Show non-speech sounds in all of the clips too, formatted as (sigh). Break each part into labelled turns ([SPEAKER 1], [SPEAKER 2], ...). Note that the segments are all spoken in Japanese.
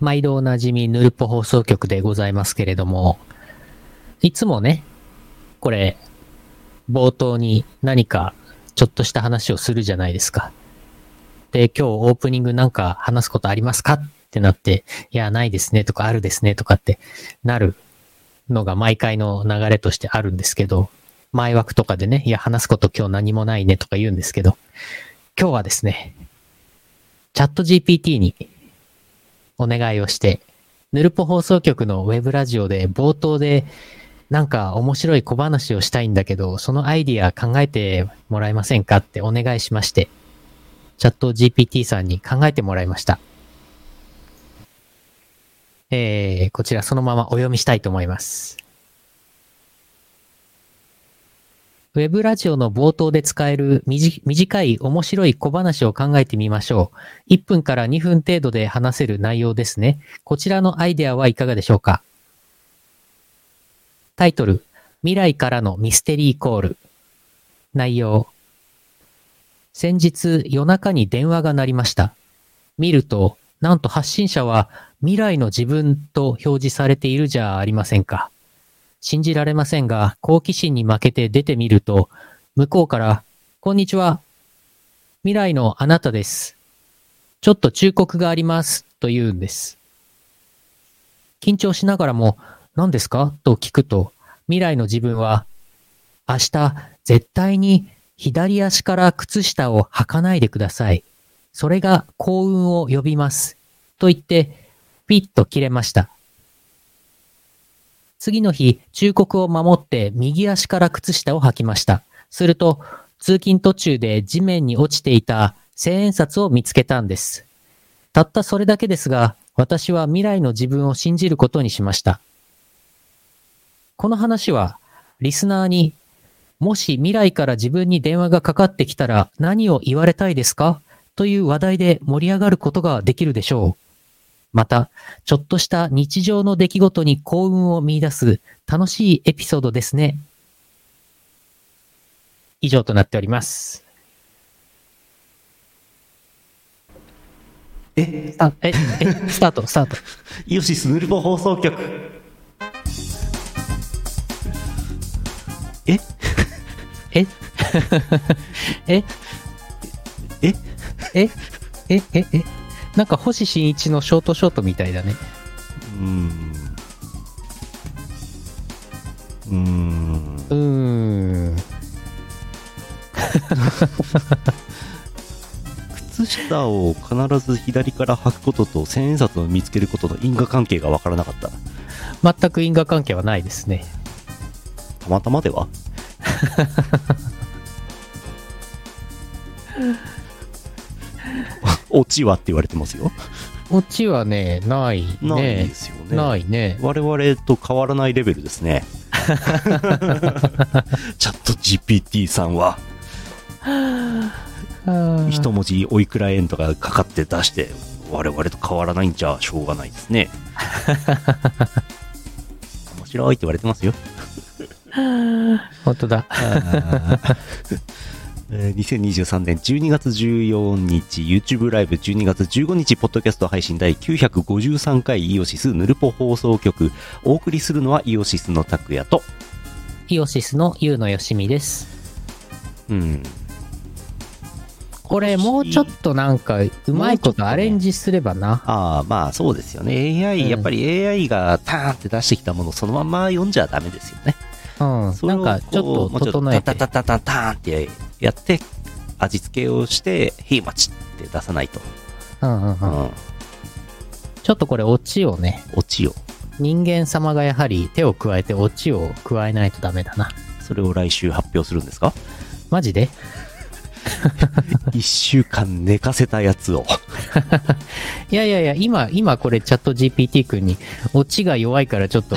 [SPEAKER 1] 毎度おなじみヌルポ放送局でございますけれども、いつもね、これ、冒頭に何かちょっとした話をするじゃないですか。で、今日オープニングなんか話すことありますかってなって、いや、ないですねとかあるですねとかってなるのが毎回の流れとしてあるんですけど、前枠とかでね、いや、話すこと今日何もないねとか言うんですけど、今日はですね、チャット GPT にお願いをして、ヌルポ放送局のウェブラジオで冒頭でなんか面白い小話をしたいんだけど、そのアイディア考えてもらえませんかってお願いしまして、チャット GPT さんに考えてもらいました。えー、こちらそのままお読みしたいと思います。ウェブラジオの冒頭で使えるみじ短い面白い小話を考えてみましょう。1分から2分程度で話せる内容ですね。こちらのアイデアはいかがでしょうかタイトル、未来からのミステリーコール。内容、先日夜中に電話が鳴りました。見ると、なんと発信者は未来の自分と表示されているじゃありませんか。信じられませんが、好奇心に負けて出てみると、向こうから、こんにちは。未来のあなたです。ちょっと忠告があります。と言うんです。緊張しながらも、何ですかと聞くと、未来の自分は、明日、絶対に左足から靴下を履かないでください。それが幸運を呼びます。と言って、ピッと切れました。次の日、忠告を守って右足から靴下を履きました。すると、通勤途中で地面に落ちていた千円札を見つけたんです。たったそれだけですが、私は未来の自分を信じることにしました。この話は、リスナーに、もし未来から自分に電話がかかってきたら何を言われたいですかという話題で盛り上がることができるでしょう。また、ちょっとした日常の出来事に幸運を見出す楽しいエピソードですね。以上となっております。
[SPEAKER 2] え
[SPEAKER 1] あ、え、え、スタート、スタート。
[SPEAKER 2] イオシスヌルポ放送局え
[SPEAKER 1] え (laughs) え
[SPEAKER 2] え
[SPEAKER 1] ええええなんか星新一のショートショートみたいだね。
[SPEAKER 2] うーんうーん
[SPEAKER 1] うーん。
[SPEAKER 2] 靴下を必ず左から履くことと千円札を見つけることの因果関係が分からなかった
[SPEAKER 1] 全く因果関係はないですね。
[SPEAKER 2] たまたまで (laughs) は落ちはって言われてますよ
[SPEAKER 1] オチはね、ないね。
[SPEAKER 2] ないですよね
[SPEAKER 1] ないね。
[SPEAKER 2] 我々と変わらないレベルですね (laughs) チャット GPT さんは
[SPEAKER 1] あー
[SPEAKER 2] 一文字おいくら円とかかかって出して我々と変わらないんじゃしょうがないですね面白いって言われてますよ
[SPEAKER 1] 本当だ。
[SPEAKER 2] えー2023年12月14日 YouTube ライブ12月15日ポッドキャスト配信第953回イオシスヌルポ放送局お送りするのはイオシスの拓也と
[SPEAKER 1] イオシスのゆうのよしみです。
[SPEAKER 2] うん
[SPEAKER 1] これもうちょっとなんか、うまいことアレンジすればな。
[SPEAKER 2] ああまあそうですよね AI、
[SPEAKER 1] うん
[SPEAKER 2] やっぱり AI がターンって出してきたものをそのまま読んじゃダメですよね
[SPEAKER 1] うん。
[SPEAKER 2] それ
[SPEAKER 1] な
[SPEAKER 2] を
[SPEAKER 1] んかちょっ
[SPEAKER 2] こうもう
[SPEAKER 1] と整え
[SPEAKER 2] タ
[SPEAKER 1] て。
[SPEAKER 2] タタタタターンってやって味付けをして「ヘイマチ」って出さないと、
[SPEAKER 1] うんうん
[SPEAKER 2] う
[SPEAKER 1] うん。
[SPEAKER 2] ん、
[SPEAKER 1] ちょっとこれオチをね、
[SPEAKER 2] オチを
[SPEAKER 1] 人間様がやはり手を加えてオチを加えないとダメだな。
[SPEAKER 2] それを来週発表するんですか
[SPEAKER 1] マジで
[SPEAKER 2] 1週間寝かせたやつを
[SPEAKER 1] いやいやいや、今、今これチャット GPT 君に、オチが弱いからちょっと、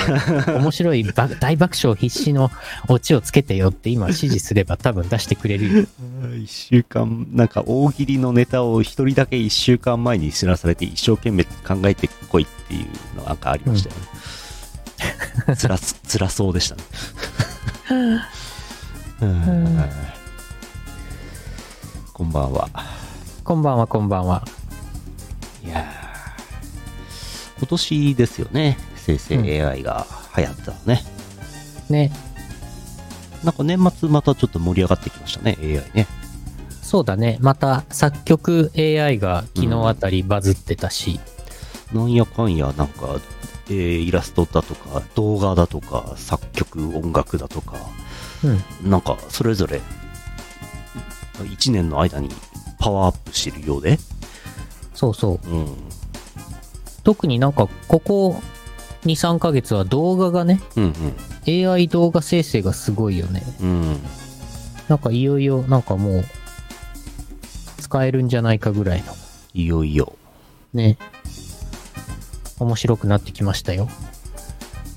[SPEAKER 1] 面白いば大爆笑必死のオチをつけてよって今指示すれば多分出してくれるよ。
[SPEAKER 2] 1週間なんか大喜利のネタを1人だけ1週間前に知らされて一生懸命考えてこいっていうのなんかありましたよね、つらすつらそうでしたね (laughs) うんこんばんは
[SPEAKER 1] こんばんはこんばんは。
[SPEAKER 2] いや今年ですよね生成
[SPEAKER 1] うん
[SPEAKER 2] AI が流行ったのね、
[SPEAKER 1] ね。
[SPEAKER 2] なんか年末またちょっと盛り上がってきましたね AI ね
[SPEAKER 1] そうだね。また、作曲 AI が昨日あたりバズってたし、
[SPEAKER 2] なんやかんやなんか、えーイラストだとか動画だとか作曲音楽だとか
[SPEAKER 1] うん。
[SPEAKER 2] なんかそれぞれ1年の間にパワーアップしてるようで、
[SPEAKER 1] そうそう。
[SPEAKER 2] うん、
[SPEAKER 1] 特になんか、ここ2、3ヶ月は動画がね、
[SPEAKER 2] うん
[SPEAKER 1] AI 動画生成がすごいよね。
[SPEAKER 2] うんうん
[SPEAKER 1] なんかいよいよ、なんかもう、使えるんじゃないかぐらいの、
[SPEAKER 2] いよいよ
[SPEAKER 1] ね。面白くなってきましたよ。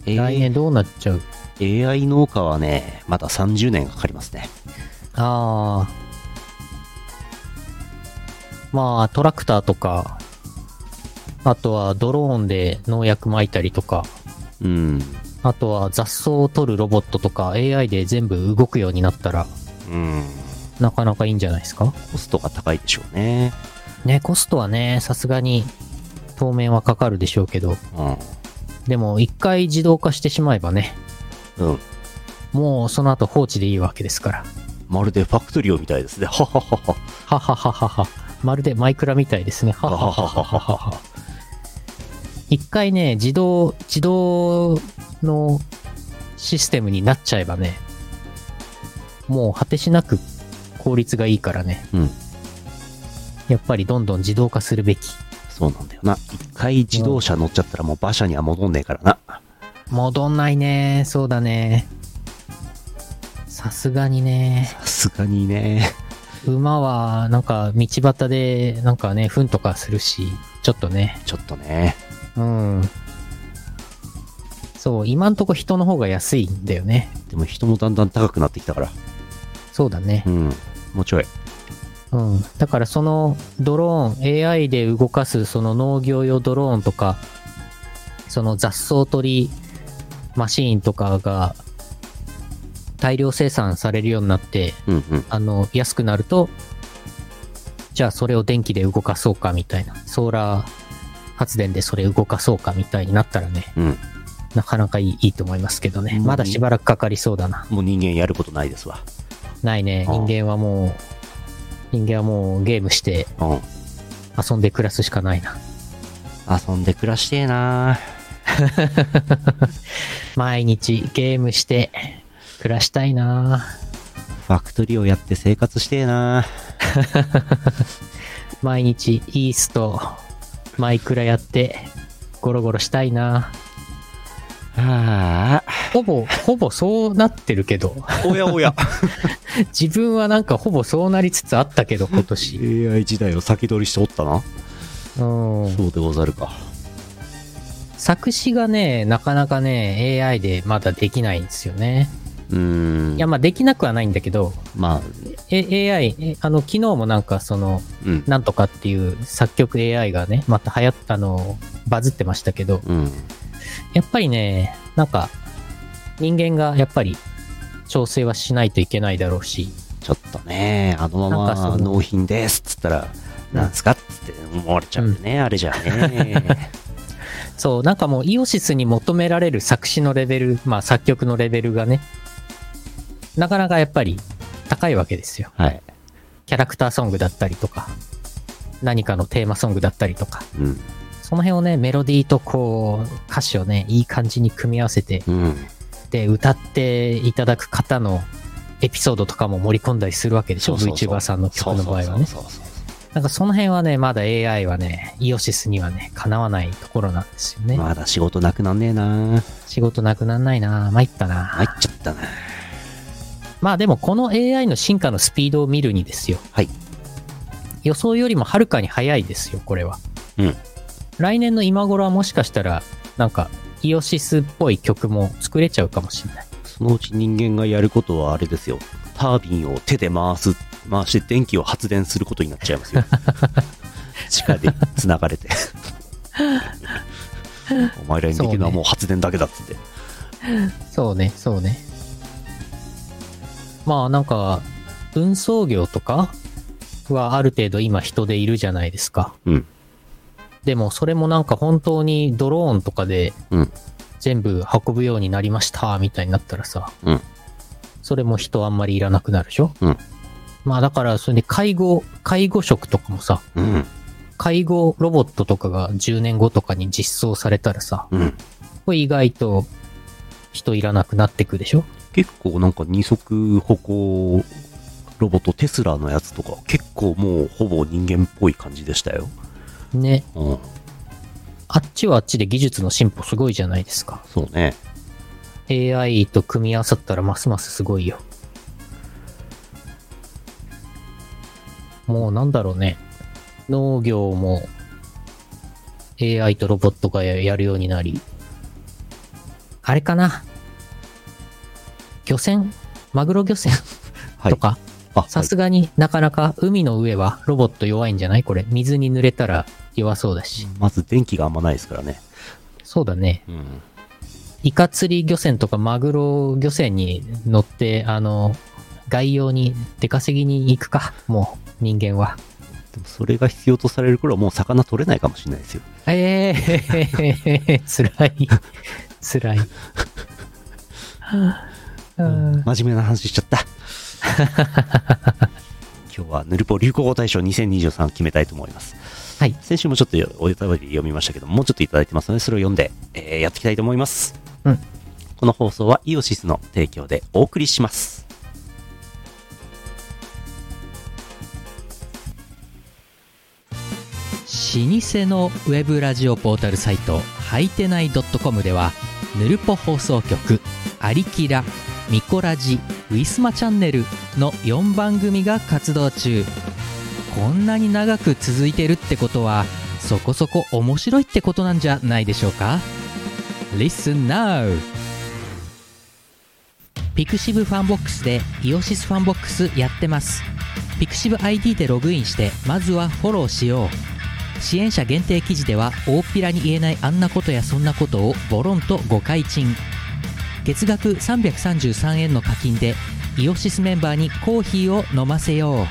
[SPEAKER 1] 来
[SPEAKER 2] AI,
[SPEAKER 1] 年どうなっちゃう
[SPEAKER 2] AI 農家はねまだ30年かかりますね
[SPEAKER 1] ああ。まあ、トラクターとか、あとはドローンで農薬撒いたりとか、
[SPEAKER 2] うん
[SPEAKER 1] あとは雑草を取るロボットとか AI で全部動くようになったら、
[SPEAKER 2] うん
[SPEAKER 1] なかなかいいんじゃないですか
[SPEAKER 2] コストが高いでしょうね
[SPEAKER 1] ね、コストはね、さすがに当面はかかるでしょうけど、
[SPEAKER 2] う
[SPEAKER 1] でも一回自動化してしまえばね、
[SPEAKER 2] ん、うん、
[SPEAKER 1] もうその後放置でいいわけですから。
[SPEAKER 2] まるでファクトリオみたいですねはははは
[SPEAKER 1] ははははは。まるでマイクラみたいですね。ははははははは。一回ね、自動、自動のシステムになっちゃえばね、もう果てしなく効率がいいからね、
[SPEAKER 2] うん
[SPEAKER 1] やっぱりどんどん自動化するべき。
[SPEAKER 2] そうなんだよな一回自動車乗っちゃったらもう馬車には戻んねえからな
[SPEAKER 1] 戻んないね、そうだね。さすがにね、
[SPEAKER 2] さすがにね
[SPEAKER 1] 馬はなんか道端でなんかね、糞とかするし、ちょっとね、
[SPEAKER 2] ちょっとね
[SPEAKER 1] うん。そう、今んとこ人の方が安いんだよね。
[SPEAKER 2] でも人もだんだん高くなってきたから
[SPEAKER 1] そうだね
[SPEAKER 2] う。んもうちょい
[SPEAKER 1] うん。だからそのドローン、AI で動かすその農業用ドローンとか、その雑草取りマシーンとかが大量生産されるようになって、
[SPEAKER 2] うんうん
[SPEAKER 1] あの、安くなると、じゃあそれを電気で動かそうかみたいな。ソーラー発電でそれ動かそうかみたいになったらね、
[SPEAKER 2] うん
[SPEAKER 1] なかなかいいいいと思いますけどね。
[SPEAKER 2] うん
[SPEAKER 1] まだしばらくかかりそうだな。
[SPEAKER 2] もう人間やることないですわ
[SPEAKER 1] ないね。
[SPEAKER 2] ああ
[SPEAKER 1] 人間はもう、人間はもうゲームして
[SPEAKER 2] うん
[SPEAKER 1] 遊んで暮らすしかないな。
[SPEAKER 2] 遊んで暮らしてえな
[SPEAKER 1] 毎日ゲームして暮らしたいな
[SPEAKER 2] ファクトリオやって生活してえな
[SPEAKER 1] 毎日イースとマイクラやってゴロゴロしたいな
[SPEAKER 2] はあ
[SPEAKER 1] ほぼ、ほぼそうなってるけど、 (laughs)
[SPEAKER 2] おや (laughs) おや
[SPEAKER 1] 自分はなんかほぼそうなりつつあったけど、今年。
[SPEAKER 2] AI 時代を先取りしておったな
[SPEAKER 1] うん。
[SPEAKER 2] そうでござるか
[SPEAKER 1] 作詞がね、なかなかね、AI でまだできないんですよね。
[SPEAKER 2] うーん
[SPEAKER 1] いや、まあできなくはないんだけど、
[SPEAKER 2] まあ
[SPEAKER 1] え AI、えあの、昨日もなんかその、
[SPEAKER 2] うん
[SPEAKER 1] なんとかっていう作曲 AI がね、また流行ったの、バズってましたけど、
[SPEAKER 2] うん
[SPEAKER 1] やっぱりね、なんか、人間がやっぱり調整はしないといけないだろうし、
[SPEAKER 2] ちょっとね、あのま
[SPEAKER 1] なんか
[SPEAKER 2] ま
[SPEAKER 1] その
[SPEAKER 2] 納品ですっつったら、
[SPEAKER 1] うん
[SPEAKER 2] なんすかっつって思われちゃうよね、あれじゃ (laughs) ね。
[SPEAKER 1] そう、なんかもうイオシスに求められる作詞のレベル、まあ作曲のレベルがね、なかなかやっぱり高いわけですよ。
[SPEAKER 2] はい。
[SPEAKER 1] キャラクターソングだったりとか、何かのテーマソングだったりとか、
[SPEAKER 2] うん。
[SPEAKER 1] その辺をね、メロディーとこう、歌詞をね、いい感じに組み合わせて、
[SPEAKER 2] うん。
[SPEAKER 1] で、歌っていただく方のエピソードとかも盛り込んだりするわけでしょ、
[SPEAKER 2] そうそうそう
[SPEAKER 1] VTuber さんの曲の場合はね。
[SPEAKER 2] そうそうそうそ
[SPEAKER 1] なんかその辺はね、まだ AI はね、イオシスにはね、かなわないところなんですよ
[SPEAKER 2] う
[SPEAKER 1] ね。
[SPEAKER 2] まだ仕事なくなんねえな。
[SPEAKER 1] 仕事なくなんないな参ったな
[SPEAKER 2] 入っちゃったな。
[SPEAKER 1] まあでもこの AI の進化のスピードを見るにですよ。
[SPEAKER 2] はい。
[SPEAKER 1] 予想よりもはるかに早いですよ、これは。
[SPEAKER 2] うん。
[SPEAKER 1] 来年の今頃はもしかしたら、なんか、イオシスっぽい曲も作れちゃうかもしれない。
[SPEAKER 2] そのうち人間がやることはあれですよ。タービンを手で回す、回して電気を発電することになっちゃい (laughs) ますよ。地下で繋がれ (laughs) て。お前らにできるのはもう発電だけだっつって。
[SPEAKER 1] そうね、そうね。まあなんか、運送業とかはある程度今人でいるじゃないですか。
[SPEAKER 2] うん。
[SPEAKER 1] でもそれもなんか本当にドローンとかで
[SPEAKER 2] うん
[SPEAKER 1] 全部運ぶようになりましたみたいになったらさ、
[SPEAKER 2] うん
[SPEAKER 1] それも人あんまりいらなくなるでしょ、
[SPEAKER 2] うん
[SPEAKER 1] まあだからそれで介護介護職とかもさ
[SPEAKER 2] うん。
[SPEAKER 1] 介護ロボットとかが10年後とかに実装されたらさ
[SPEAKER 2] うん。
[SPEAKER 1] これ意外と人いらなくなってくでしょ
[SPEAKER 2] 結構なんか二足歩行ロボットテスラのやつとか結構もうほぼ人間っぽい感じでしたよ。
[SPEAKER 1] ね
[SPEAKER 2] うん。
[SPEAKER 1] あっちはあっちで技術の進歩すごいじゃないですか
[SPEAKER 2] そうね。
[SPEAKER 1] AI と組み合わさったらますますすごいよ。もうなんだろうね。農業も AI とロボットがややるようになり。あれかな漁船マグロ漁船
[SPEAKER 2] はい。
[SPEAKER 1] とか、
[SPEAKER 2] あ、
[SPEAKER 1] さすがになかなか海の上はロボット弱いんじゃないこれ。水に濡れたら弱そうだし
[SPEAKER 2] は。いまず電気があんまないですからね。
[SPEAKER 1] そうだね。
[SPEAKER 2] うん。
[SPEAKER 1] イカ釣り漁船とかマグロ漁船に乗って、あの、外洋に出稼ぎに行くか、もう、人間は。
[SPEAKER 2] でもそれが必要とされる頃はもう魚取れないかもしれないですよ。
[SPEAKER 1] ええー、 (laughs) つらい。つらい。うん
[SPEAKER 2] 真面目な話しち
[SPEAKER 1] (laughs)
[SPEAKER 2] ゃった。今日はヌルポ流行語大賞2023決めたいと思います。
[SPEAKER 1] はい。
[SPEAKER 2] 先週もちょっとお便り読みましたけども、うちょっといただいてますので、それを読んで、えーやっていきたいと思います。
[SPEAKER 1] うん
[SPEAKER 2] この放送はイオシスの提供でお送りします。
[SPEAKER 1] 老舗のウェブラジオポータルサイトはいてない .com ではぬるぽ放送局「アリキラ」「ミコラジ」「ウィスマチャンネル」の4番組が活動中こんなに長く続いてるってことはそこそこ面白いってことなんじゃないでしょうか Listen now! ピクシブファンボックスでイオシスファンボックスやってますピクシブ ID でログインしてまずはフォローしよう支援者限定記事では大っぴらに言えないあんなことやそんなことをボロンと誤解賃月額333円の課金でイオシスメンバーにコーヒーを飲ませよう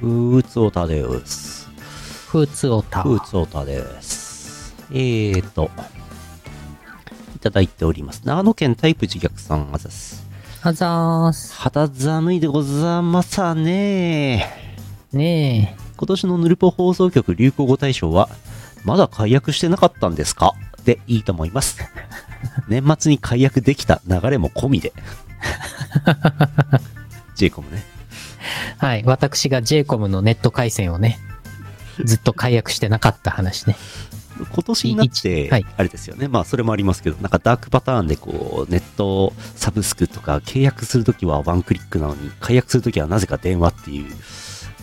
[SPEAKER 2] ふーつおたです。
[SPEAKER 1] 普通オタ
[SPEAKER 2] ふーつおたです。えーと、いただいております。長野県タイプ自虐さんあざす。
[SPEAKER 1] あざーす
[SPEAKER 2] 肌寒いでございますね
[SPEAKER 1] ね
[SPEAKER 2] 今年のヌルポ放送局流行語大賞は、まだ解約してなかったんですかでいいと思
[SPEAKER 1] (laughs)
[SPEAKER 2] います。年末に解約できた流れも
[SPEAKER 1] (laughs)
[SPEAKER 2] 込みで。ジェイコムね。
[SPEAKER 1] えはい私が j コムのネット回線をねずっと解約してなかった話ね
[SPEAKER 2] 今年になっ
[SPEAKER 1] い
[SPEAKER 2] て
[SPEAKER 1] はい、
[SPEAKER 2] あれですよね。まあ、それもありますけど、なんかダークパターンでこう、ネットサブスクとか契約するときはワンクリックなのに、解約するときはなぜか電話っていう、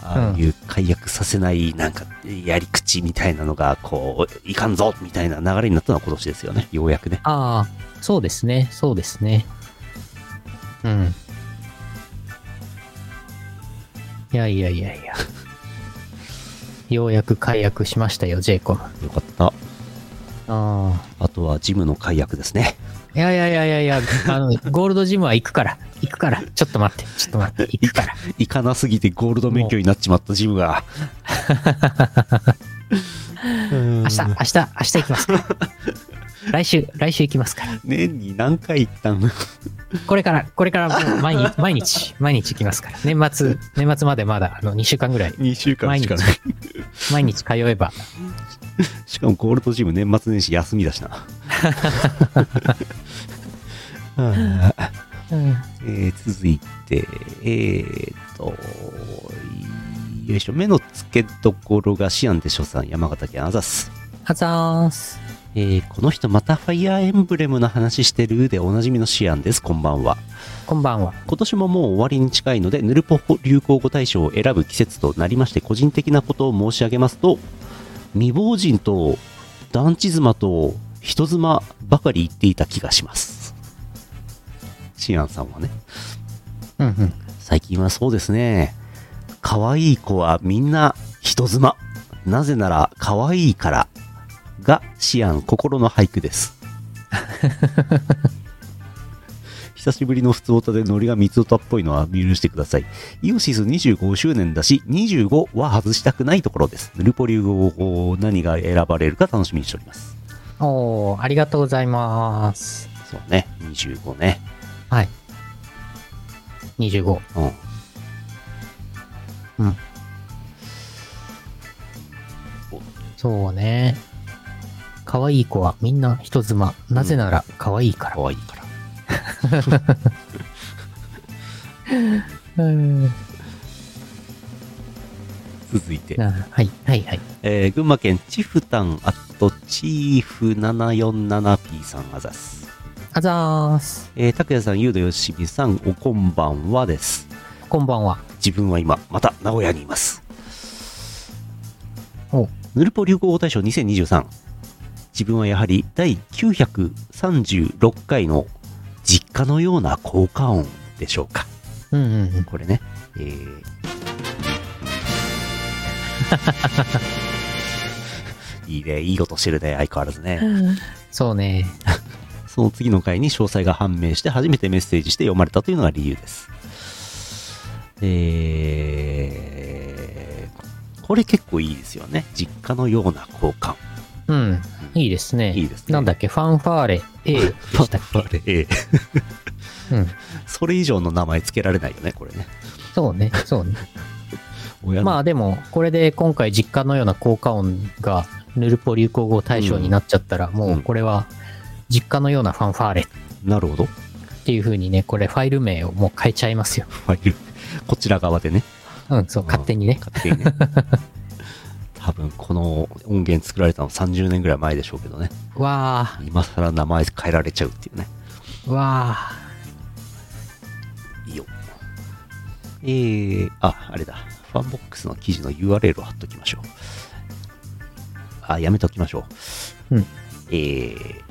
[SPEAKER 2] ああいう解約させない、なんか、やり口みたいなのが、こう、いかんぞみたいな流れになったのは今年ですよね。ようやくね。
[SPEAKER 1] ああそうですねそうですねうんいやいやいやいやようやく解約しましたよ j コムあ
[SPEAKER 2] よかった。
[SPEAKER 1] あ
[SPEAKER 2] あとはジムの解約ですね。
[SPEAKER 1] いやいやいやいやいやあ (laughs) のゴールドジムは行くから行くからちょっと待ってちょっと待って行くから
[SPEAKER 2] 行かなすぎてゴールド免許になっちまったジムが。明
[SPEAKER 1] (laughs) 明日明日明日行きますから来週来週行きますから
[SPEAKER 2] 年に何回行ったん
[SPEAKER 1] これからこれからもう毎日毎日毎日行きますから年末年末までまだあの2週間ぐらい
[SPEAKER 2] ?2 週間
[SPEAKER 1] 毎
[SPEAKER 2] し
[SPEAKER 1] 日
[SPEAKER 2] かない。
[SPEAKER 1] 毎日通えば
[SPEAKER 2] しかもゴールドジム年末年始休みだし
[SPEAKER 1] (laughs)
[SPEAKER 2] な。はあ
[SPEAKER 1] うん
[SPEAKER 2] えー続いて、えー、っと、よいしょ、目の付けどころがシアンでしょさん、山形県アザス。
[SPEAKER 1] あざーす。
[SPEAKER 2] えーこの人またファイアーエンブレムの話してるでおなじみのシアンです、こんばんは。
[SPEAKER 1] こんばんは。
[SPEAKER 2] 今年ももう終わりに近いので、ヌルポ流行語大賞を選ぶ季節となりまして、個人的なことを申し上げますと、未亡人と団地妻と人妻ばかり言っていた気がします。シアンさんはね、
[SPEAKER 1] うんうん。
[SPEAKER 2] 最近はそうですね。可愛い子はみんな人妻。なぜなら可愛いからがシアン心の俳句です。久しぶりの普通オタでノリが三つオタっぽいのは許してください。イオシス25周年だし、25は外したくないところです。ヌルポ流語何が選ばれるか楽しみにしております。
[SPEAKER 1] おー、ありがとうございます。
[SPEAKER 2] そうね、25ね。
[SPEAKER 1] はい。25。
[SPEAKER 2] うん。
[SPEAKER 1] そうね。可愛い子はみんな人妻。なぜなら可愛いから。
[SPEAKER 2] 可愛いから。
[SPEAKER 1] うん、
[SPEAKER 2] 続いて、
[SPEAKER 1] なはい、はい、はい。
[SPEAKER 2] えー群馬県チフタンアットチーフ 747P さんあざっす。
[SPEAKER 1] あざーす。
[SPEAKER 2] えー、拓也さん、ゆうのよしみさん、おこんばんはです。
[SPEAKER 1] こんばんは。
[SPEAKER 2] 自分は今、また名古屋にいます。
[SPEAKER 1] お
[SPEAKER 2] ヌルポ流行語大賞2023。自分はやはり第936回の実家のような効果音でしょうか。
[SPEAKER 1] うんうんうん。
[SPEAKER 2] これね。えー (laughs) いいね、いい音してるね、相変わらずね。
[SPEAKER 1] そうね。
[SPEAKER 2] その次の回に詳細が判明して初めてメッセージして読まれたというのが理由です。えー、これ結構いいですよね。実家のような交換。
[SPEAKER 1] うん。いいですね。
[SPEAKER 2] いいですね
[SPEAKER 1] なんだっけ、ファン (laughs) ファーレ A でしたっ
[SPEAKER 2] あれ、ええ
[SPEAKER 1] け。うん。
[SPEAKER 2] それ以上の名前つけられないよね、これね。
[SPEAKER 1] そうね、そうね。
[SPEAKER 2] 親の
[SPEAKER 1] まあでも、これで今回実家のような効果音がヌルポ流行語大賞になっちゃったら、もうこれは実家のようなファンファーレ
[SPEAKER 2] なるほど。
[SPEAKER 1] っていう風にね、これファイル名をもう変えちゃいますよ。
[SPEAKER 2] ファイル、こちら側でね。
[SPEAKER 1] うん、そう、
[SPEAKER 2] うん
[SPEAKER 1] 勝手にね。
[SPEAKER 2] 勝手に
[SPEAKER 1] (laughs)
[SPEAKER 2] ね。多分この音源作られたの30年ぐらい前でしょうけどね。
[SPEAKER 1] わ
[SPEAKER 2] 今更名前変えられちゃうっていうね。
[SPEAKER 1] ー、わー。
[SPEAKER 2] いいよ。えー、あ、あれだ。ファンボックスの記事の URL を貼っときましょう。あ、やめときましょう。
[SPEAKER 1] うん。
[SPEAKER 2] えー、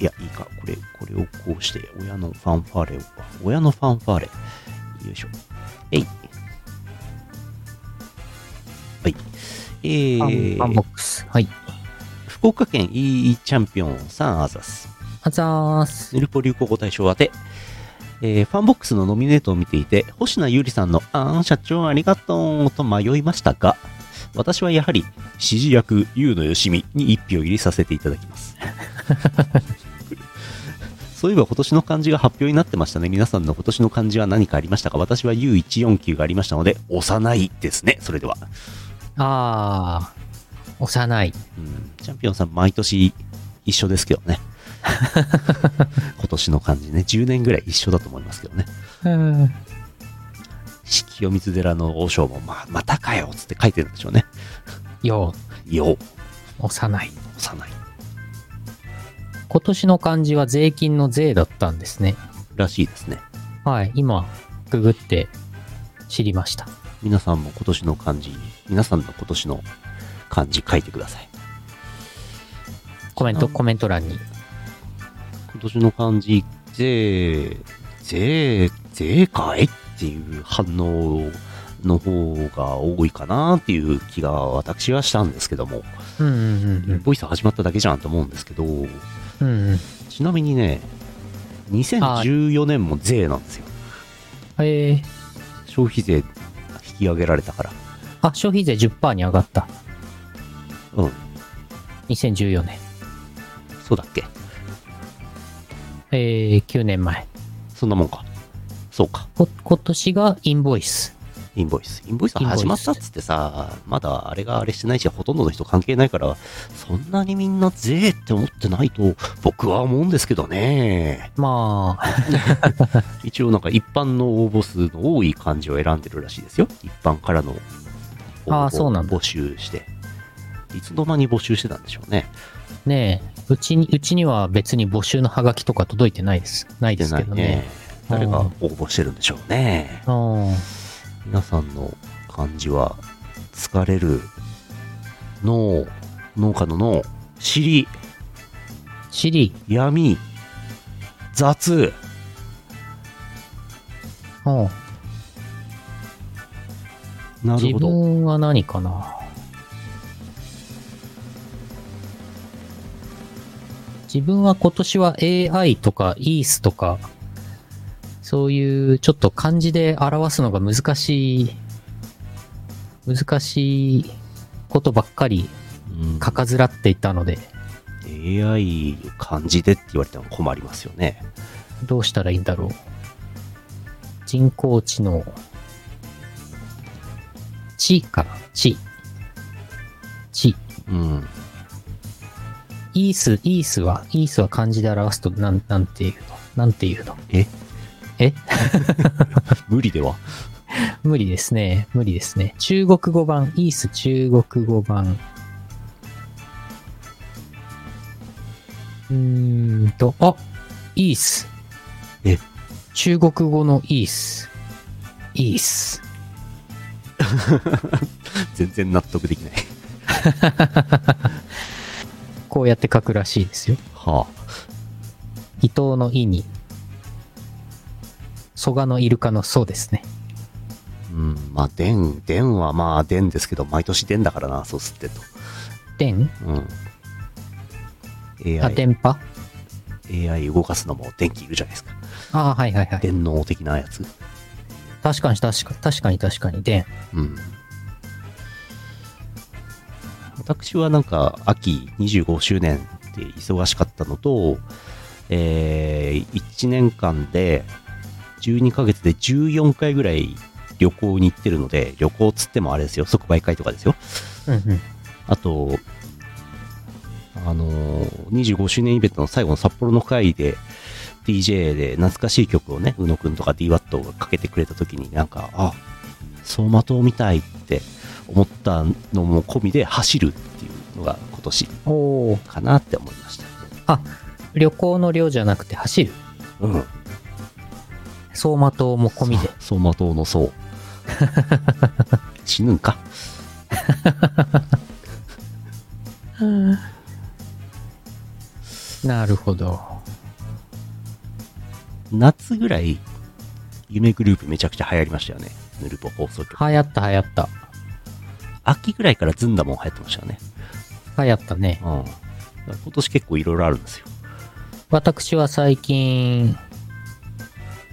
[SPEAKER 2] いや、いいか。これ、これをこうして、親のファンファーレを、親のファンファーレ。よいしょ。えい。はい。え
[SPEAKER 1] ファン
[SPEAKER 2] ー、
[SPEAKER 1] ファンボックス。はい。
[SPEAKER 2] 福岡県 EE チャンピオンさん、アザス。
[SPEAKER 1] あざーす。
[SPEAKER 2] ヌルポ流行語大賞宛て、えーファンボックスのノミネートを見ていて、星名ゆりさんの、あーん、社長ありがとうと迷いましたが、私はやはり、指示役、ゆうのよしみに一票入れさせていただきます。そういえば今年の漢字が発表になってましたね。皆さんの今年の漢字は何かありましたか私は U149 がありましたので、幼いですね。それでは。
[SPEAKER 1] あー、幼い。
[SPEAKER 2] うん、チャンピオンさん、毎年一緒ですけどね。今年の漢字ね、10年ぐらい一緒だと思いますけどね。
[SPEAKER 1] うん。
[SPEAKER 2] 四季清水寺の王将も、まあ、またかよっつって書いてるんでしょうね。
[SPEAKER 1] よ
[SPEAKER 2] よ、
[SPEAKER 1] う、幼い。
[SPEAKER 2] 幼い。
[SPEAKER 1] 今年の漢字は税金の税だったんですね。
[SPEAKER 2] らしいですね。
[SPEAKER 1] はい、今、ググって知りました。
[SPEAKER 2] 皆さんも今年の漢字、皆さんの今年の漢字書いてください。
[SPEAKER 1] コメン
[SPEAKER 2] あ
[SPEAKER 1] ト、コメント欄に。
[SPEAKER 2] 今年の漢字、税、税、税かいっていう反応の方が多いかなっていう気が私はしたんですけども、
[SPEAKER 1] うんうんうんうん。
[SPEAKER 2] ボイス始まっただけじゃんと思うんですけど、
[SPEAKER 1] うんうん。
[SPEAKER 2] ちなみにね、2014年も税なんですよ。
[SPEAKER 1] えー、
[SPEAKER 2] 消費税引き上げられたから。
[SPEAKER 1] あ、消費税10%に上がった。
[SPEAKER 2] うん、
[SPEAKER 1] 2014年。
[SPEAKER 2] そうだっけ
[SPEAKER 1] えー、9年前。
[SPEAKER 2] そんなもんか。そうか。
[SPEAKER 1] こ、今年がインボイス。
[SPEAKER 2] インボイス。インボイス
[SPEAKER 1] インボイス
[SPEAKER 2] 始まったっつってさ、まだあれがあれしてないし、ほとんどの人関係ないから、そんなにみんな税って思ってないと、僕は思うんですけどね。
[SPEAKER 1] まあ、
[SPEAKER 2] 一応なんか一般の応募数の多い感じを選んでるらしいですよ。一般からの応
[SPEAKER 1] あーそうなんだ
[SPEAKER 2] 募集して。いつの間に募集してたんでしょうね。
[SPEAKER 1] ねえ、うちに、うちには別に募集のハガキとか届いてないです。ないで
[SPEAKER 2] ですな
[SPEAKER 1] け
[SPEAKER 2] い
[SPEAKER 1] ど
[SPEAKER 2] ね
[SPEAKER 1] ね。。
[SPEAKER 2] 誰が応募してるんでしょうね。
[SPEAKER 1] うん。
[SPEAKER 2] 皆さんの漢字は疲れる脳農家の脳尻
[SPEAKER 1] シリ
[SPEAKER 2] 闇雑
[SPEAKER 1] うん。
[SPEAKER 2] なる
[SPEAKER 1] 自
[SPEAKER 2] ほど。
[SPEAKER 1] 分は何かな自分は今年は AI とか EAS とか、そういうちょっと漢字で表すのが難しい、難しいことばっかり
[SPEAKER 2] うん
[SPEAKER 1] 書かずらっていたので、
[SPEAKER 2] AI を漢字でって言われても困りますよね。
[SPEAKER 1] どうしたらいいんだろう。人工知能。知かな知。知。
[SPEAKER 2] うん。
[SPEAKER 1] イース、イースは、イースは漢字で表すと、なん、なんていうのなんていうの
[SPEAKER 2] え
[SPEAKER 1] え
[SPEAKER 2] 無理では
[SPEAKER 1] 無理ですね。無理ですね。中国語版、イース中国語版。うーんと、あイース。
[SPEAKER 2] え
[SPEAKER 1] 中国語のイース。イース。
[SPEAKER 2] 全然納得できない。
[SPEAKER 1] こうやって書くらしいですよ。
[SPEAKER 2] は
[SPEAKER 1] 伊藤のイに、蘇我のイルカのソですね。
[SPEAKER 2] あ。うん。まあ、電、電はまあ、電ですけど、毎年電だからな、そうすってと。
[SPEAKER 1] 電
[SPEAKER 2] うん。
[SPEAKER 1] あ、
[SPEAKER 2] AI、
[SPEAKER 1] 電波
[SPEAKER 2] AI 動かすのも電気いるじゃないですか。
[SPEAKER 1] ああ、はいはいはい。
[SPEAKER 2] 電脳的なやつ。
[SPEAKER 1] 確かに確か確かに確かにで
[SPEAKER 2] うん。私はなんか、秋25周年で忙しかったのと、えー、1年間で、12ヶ月で14回ぐらい旅行に行ってるので、旅行っつってもあれですよ、即売会とかですよ。
[SPEAKER 1] うんうん
[SPEAKER 2] あと、あのー、25周年イベントの最後の札幌の会で、DJ で懐かしい曲をね、宇野くんとか DWAT がかけてくれた時になんか、あ、走馬灯みたいって思ったのも込みで走るっていうのが今年
[SPEAKER 1] おお
[SPEAKER 2] かなって思いました。
[SPEAKER 1] あ旅行の量じゃなくて走る
[SPEAKER 2] うん。
[SPEAKER 1] 走馬灯も込みで
[SPEAKER 2] 走馬灯の (laughs) 層。死ぬんか。
[SPEAKER 1] なるほど
[SPEAKER 2] 夏ぐらい、夢グループめちゃくちゃ流行りましたよね。ヌルポ放送局。
[SPEAKER 1] 流行った流行った
[SPEAKER 2] 秋ぐらいからずんだもん流行ってましたよね。
[SPEAKER 1] 流行ったね
[SPEAKER 2] うん、今年結構いろいろあるんですよ。
[SPEAKER 1] 私は最近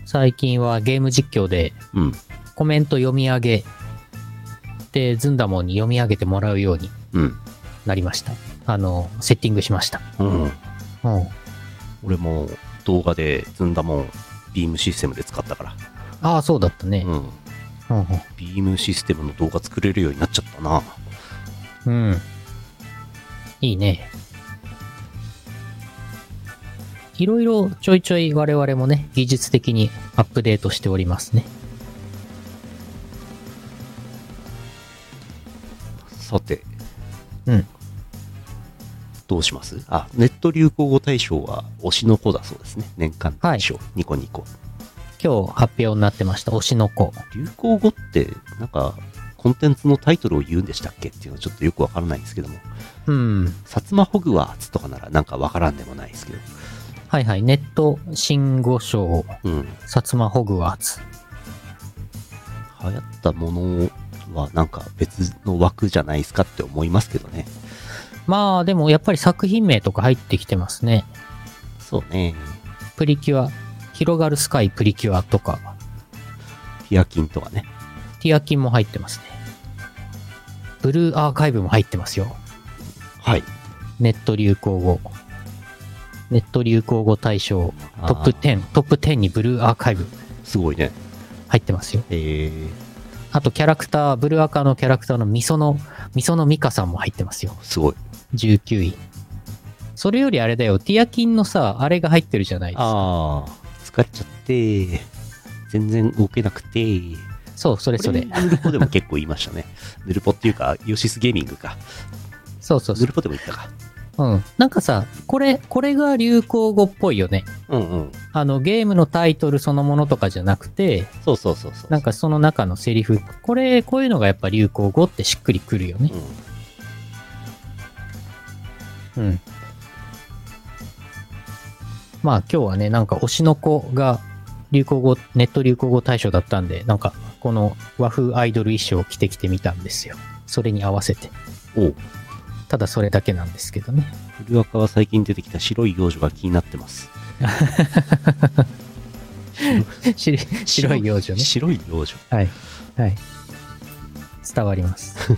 [SPEAKER 1] 最近はゲーム実況で
[SPEAKER 2] うん。
[SPEAKER 1] コメント読み上げでずんだもんに読み上げてもらうように
[SPEAKER 2] うん。
[SPEAKER 1] なりましたあのセッティングしました
[SPEAKER 2] うん。
[SPEAKER 1] うん
[SPEAKER 2] 俺も動画でずんだもん、ビームシステムで使ったから。
[SPEAKER 1] ああそうだったね
[SPEAKER 2] うん。
[SPEAKER 1] うんうん
[SPEAKER 2] ビームシステムの動画作れるようになっちゃったな。
[SPEAKER 1] うん。いいね。いろいろちょいちょい我々もね、技術的にアップデートしておりますね。
[SPEAKER 2] さて、
[SPEAKER 1] うん。
[SPEAKER 2] どうしますあ、ネット流行語大賞は推しの子だそうですね。年間大賞。ニコニコ。
[SPEAKER 1] 今日発表になってました、推しの子。
[SPEAKER 2] 流行語って、なんか、コンテンツのタイトルを言うんでしたっけっていうのはちょっとよくわからないんですけども。
[SPEAKER 1] うん。
[SPEAKER 2] 薩摩ホグワーツとかならなんかわからんでもないですけど。
[SPEAKER 1] はいはい、ネット新語賞、
[SPEAKER 2] うん。
[SPEAKER 1] 薩摩ホグワーツ。
[SPEAKER 2] 流行ったものはなんか別の枠じゃないですかって思いますけどね。
[SPEAKER 1] まあでもやっぱり作品名とか入ってきてますね。
[SPEAKER 2] そうね。
[SPEAKER 1] プリキュア、広がるスカイプリキュアとか、
[SPEAKER 2] ヒアキンとかね。
[SPEAKER 1] ティアキンも入ってますね。ブルーアーカイブも入ってますよ。
[SPEAKER 2] はい。
[SPEAKER 1] ネット流行語。ネット流行語大賞
[SPEAKER 2] あー
[SPEAKER 1] トップ10、トップ10にブルーアーカイブ
[SPEAKER 2] すごいね。
[SPEAKER 1] 入ってますよ。
[SPEAKER 2] えー、
[SPEAKER 1] あとキャラクター、ブルーアーカーのキャラクターのミソの、ミソのミカさんも入ってますよ。
[SPEAKER 2] すごい。
[SPEAKER 1] 19位。それよりあれだよ、ティアキンのさ、あれが入ってるじゃないですか。
[SPEAKER 2] あー、疲れちゃって、全然動けなくて、
[SPEAKER 1] そう、それそれ
[SPEAKER 2] こ。ヌルポでも結構言いましたね。 (laughs) ヌルポっていうか、ヨシスゲーミングか。
[SPEAKER 1] そうそうそ
[SPEAKER 2] ヌルポでも言ったか。
[SPEAKER 1] う。うん。なんかさ、これ、これが流行語っぽいよね。
[SPEAKER 2] うんうん。
[SPEAKER 1] あの、ゲームのタイトルそのものとかじゃなくて、
[SPEAKER 2] そうそうそうそう。
[SPEAKER 1] なんかその中のセリフ。これ、こういうのがやっぱ流行語ってしっくりくるよね
[SPEAKER 2] う。ん、
[SPEAKER 1] うん。まあ今日はね、なんか推しの子が流行語、ネット流行語大賞だったんで、なんかこの和風アイドル衣装を着てきてみたんですよ。それに合わせて。
[SPEAKER 2] おう
[SPEAKER 1] ただそれだけなんですけどね。 (laughs)
[SPEAKER 2] 古若は最近出てきた白い幼女が気になってます。
[SPEAKER 1] 白い白い幼女ね。
[SPEAKER 2] 白い幼女。
[SPEAKER 1] はい。はい。伝わります。
[SPEAKER 2] こ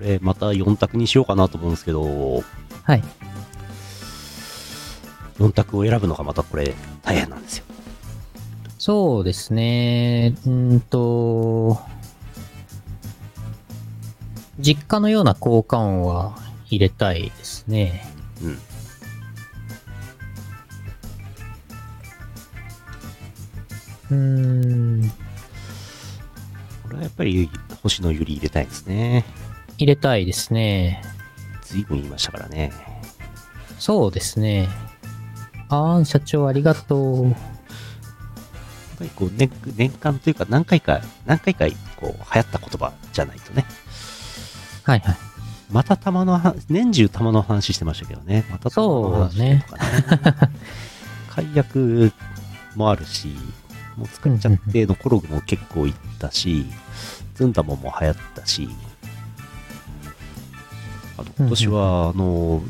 [SPEAKER 2] れまた4択にしようかなと思うんですけど、
[SPEAKER 1] はい。
[SPEAKER 2] 4択を選ぶのがまたこれ大変なんですよ。
[SPEAKER 1] そうですね。うーんと、実家のような効果音は入れたいですね。
[SPEAKER 2] うん。
[SPEAKER 1] うーん、
[SPEAKER 2] これはやっぱり星野ゆり入れたいですね。
[SPEAKER 1] 入れたいですね。
[SPEAKER 2] 随分言いましたからね。
[SPEAKER 1] そうですね。あーん、社長ありがとう。
[SPEAKER 2] やっぱりこう年年間というか何回か、何回かこう流行った言葉じゃないとね。
[SPEAKER 1] はいはい。
[SPEAKER 2] また玉の話、年中玉の話してましたけどね。また玉の話とかね。 (laughs) 解約もあるし、もう作っちゃってのコログも結構いったし、ズンダモンも流行ったし、あと今年は、あの、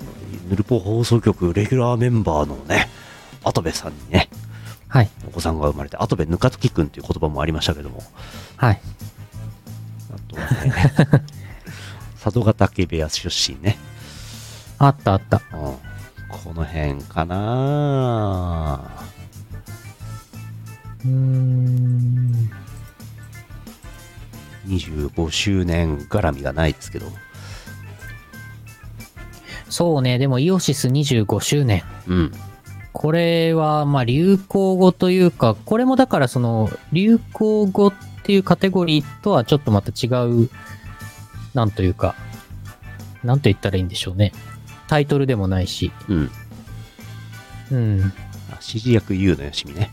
[SPEAKER 2] ヌルポ放送局レギュラーメンバーのね、跡部さんにね、
[SPEAKER 1] はい。
[SPEAKER 2] お子さんが生まれて、跡部ぬかときくんという言葉もありましたけども、
[SPEAKER 1] はい。
[SPEAKER 2] あとはね、佐渡ヶ嶽部屋出身ね、
[SPEAKER 1] あったあった。
[SPEAKER 2] うん、この辺かな
[SPEAKER 1] うーん。
[SPEAKER 2] 25周年絡みがないですけど、
[SPEAKER 1] そうね、でもイオシス25周年。
[SPEAKER 2] うん、
[SPEAKER 1] これは、まあ、流行語というか、これもだからその、流行語っていうカテゴリーとはちょっとまた違う、なんというか、なんと言ったらいいんでしょうね。タイトルでもないし。
[SPEAKER 2] うん。
[SPEAKER 1] うん。
[SPEAKER 2] あ指示役 U のよしみね、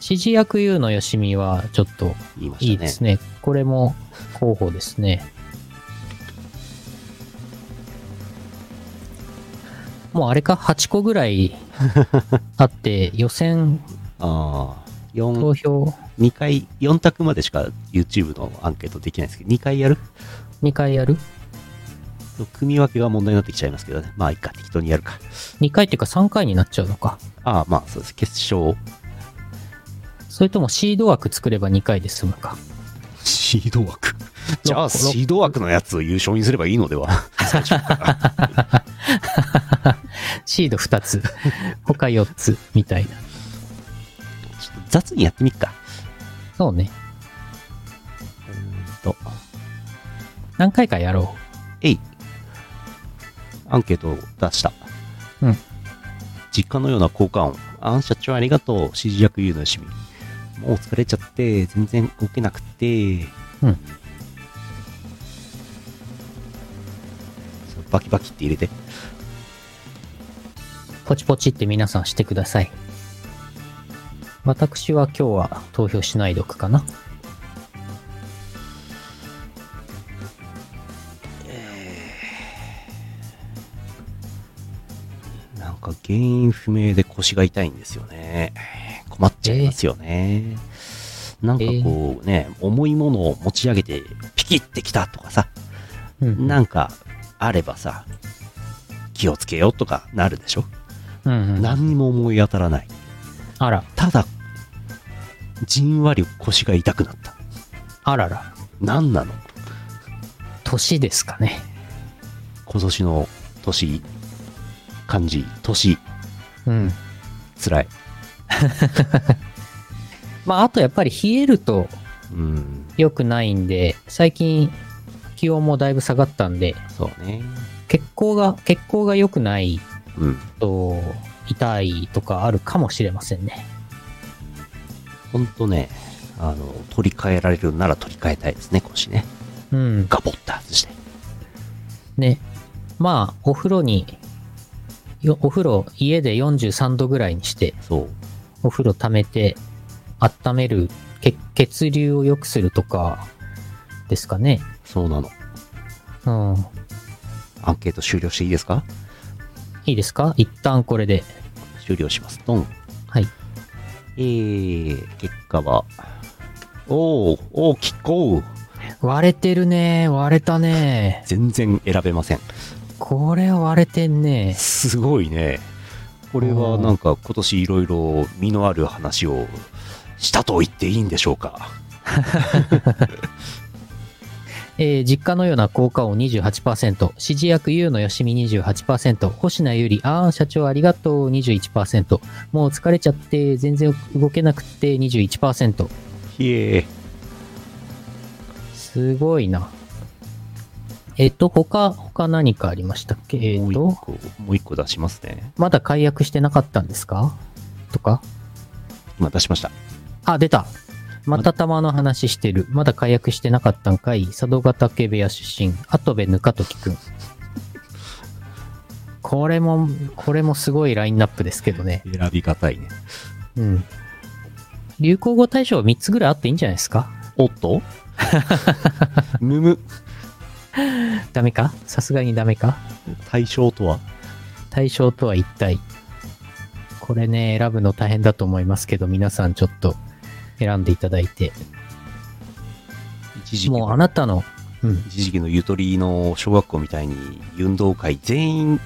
[SPEAKER 1] 指示役 U のよしみは、ちょっと、
[SPEAKER 2] 言いましたね。
[SPEAKER 1] いいですね。これも、候補ですね。もうあれか、8個ぐらいあって、予選、
[SPEAKER 2] ああ、4
[SPEAKER 1] 投、票、
[SPEAKER 2] 2回、4択までしか YouTube のアンケートできないですけど、2回やる
[SPEAKER 1] 2回やる
[SPEAKER 2] と組み分けが問題になってきちゃいますけどね。まあ、いいか、適当にやるか。
[SPEAKER 1] 2回っていうか3回になっちゃうのか。
[SPEAKER 2] ああ、まあ、そうです。決勝、
[SPEAKER 1] それともシード枠作れば2回で済むか。
[SPEAKER 2] シード (laughs) 枠。じゃあ、シード枠のやつを優勝にすればいいのでは最初から
[SPEAKER 1] シード2つ、他4つみたいな。
[SPEAKER 2] (laughs) ちょっと雑にやってみっか。
[SPEAKER 1] そうね。
[SPEAKER 2] うーんと、
[SPEAKER 1] 何回かやろ
[SPEAKER 2] えい。アンケートを出した。
[SPEAKER 1] う。うん。
[SPEAKER 2] 実家のような交換音。あん社長ありがとう。指示役優のよしみ。もう疲れちゃって、全然動けなくて。
[SPEAKER 1] うん。
[SPEAKER 2] そうバキバキって入れて。
[SPEAKER 1] ポチポチって皆さんしてください。私は今日は投票しないでおくかな。
[SPEAKER 2] なんか原因不明で腰が痛いんですよね。困っちゃいますよね。なんかこうね、重いものを持ち上げてピキってきたとかさ、
[SPEAKER 1] うん。
[SPEAKER 2] なんかあればさ、気をつけようとかなるでしょ
[SPEAKER 1] うんうん、
[SPEAKER 2] 何にも思い当たらない。
[SPEAKER 1] あら、
[SPEAKER 2] ただ、じんわり腰が痛くなった。
[SPEAKER 1] あらら。
[SPEAKER 2] 何なの
[SPEAKER 1] 年ですかね。
[SPEAKER 2] 今年の年、漢字、年、
[SPEAKER 1] うん。
[SPEAKER 2] 辛い。
[SPEAKER 1] まあ、あとやっぱり冷えると
[SPEAKER 2] うん、
[SPEAKER 1] 良くないんで、最近気温もだいぶ下がったんで、
[SPEAKER 2] そうね。
[SPEAKER 1] 血行が、血行が良くない
[SPEAKER 2] うん。
[SPEAKER 1] と痛いとかあるかもしれませんね。
[SPEAKER 2] ほんとね、あの、取り替えられるなら取り替えたいですね、腰ね。
[SPEAKER 1] うん。
[SPEAKER 2] ガボッと外して。
[SPEAKER 1] ね。まあ、お風呂に、よお風呂、家で43度ぐらいにして、
[SPEAKER 2] そう。
[SPEAKER 1] お風呂溜めて、温める、血血流を良くするとか、ですかね。
[SPEAKER 2] そうなの。
[SPEAKER 1] うん。
[SPEAKER 2] アンケート終了していいですか
[SPEAKER 1] いいですか一旦これで。
[SPEAKER 2] 終了します。ドン。
[SPEAKER 1] はい。
[SPEAKER 2] えー、結果は、おー、おー、キッコー。
[SPEAKER 1] 割れてるね。割れたね。
[SPEAKER 2] 全然選べません。
[SPEAKER 1] これは割れてんね。
[SPEAKER 2] すごいね。これはなんか今年いろいろ身のある話をしたと言っていいんでしょうか。
[SPEAKER 1] えー実家のような効果音28%、指示役 U のよしみ28%、星名ゆり、あー社長ありがとう21%、もう疲れちゃって全然動けなくって21%。
[SPEAKER 2] ひえ
[SPEAKER 1] すごいな。えっと、他、他何かありましたっけえ
[SPEAKER 2] も
[SPEAKER 1] っ
[SPEAKER 2] う一
[SPEAKER 1] と、
[SPEAKER 2] 個、もう一個出しますね。
[SPEAKER 1] まだ解約してなかったんですかとか
[SPEAKER 2] 今出しました。
[SPEAKER 1] あ、出た。また玉の話してる。まだ解約してなかったんかい。佐渡ヶ嶽部屋出身。跡部ぬかときくん。これも、これもすごいラインナップですけどね。
[SPEAKER 2] 選びがたいね。
[SPEAKER 1] うん。流行語大賞は3つぐらいあっていいんじゃないですか
[SPEAKER 2] おっ (laughs) とむむ。
[SPEAKER 1] ダメかさすがにダメか
[SPEAKER 2] 対象とは
[SPEAKER 1] 対象とは一体これね選ぶの大変だと思いますけど皆さんちょっと選んでいただいて
[SPEAKER 2] 一時期
[SPEAKER 1] もうあ
[SPEAKER 2] の、
[SPEAKER 1] なたのうん
[SPEAKER 2] 一時期のゆとりの小学校みたいに運動会全員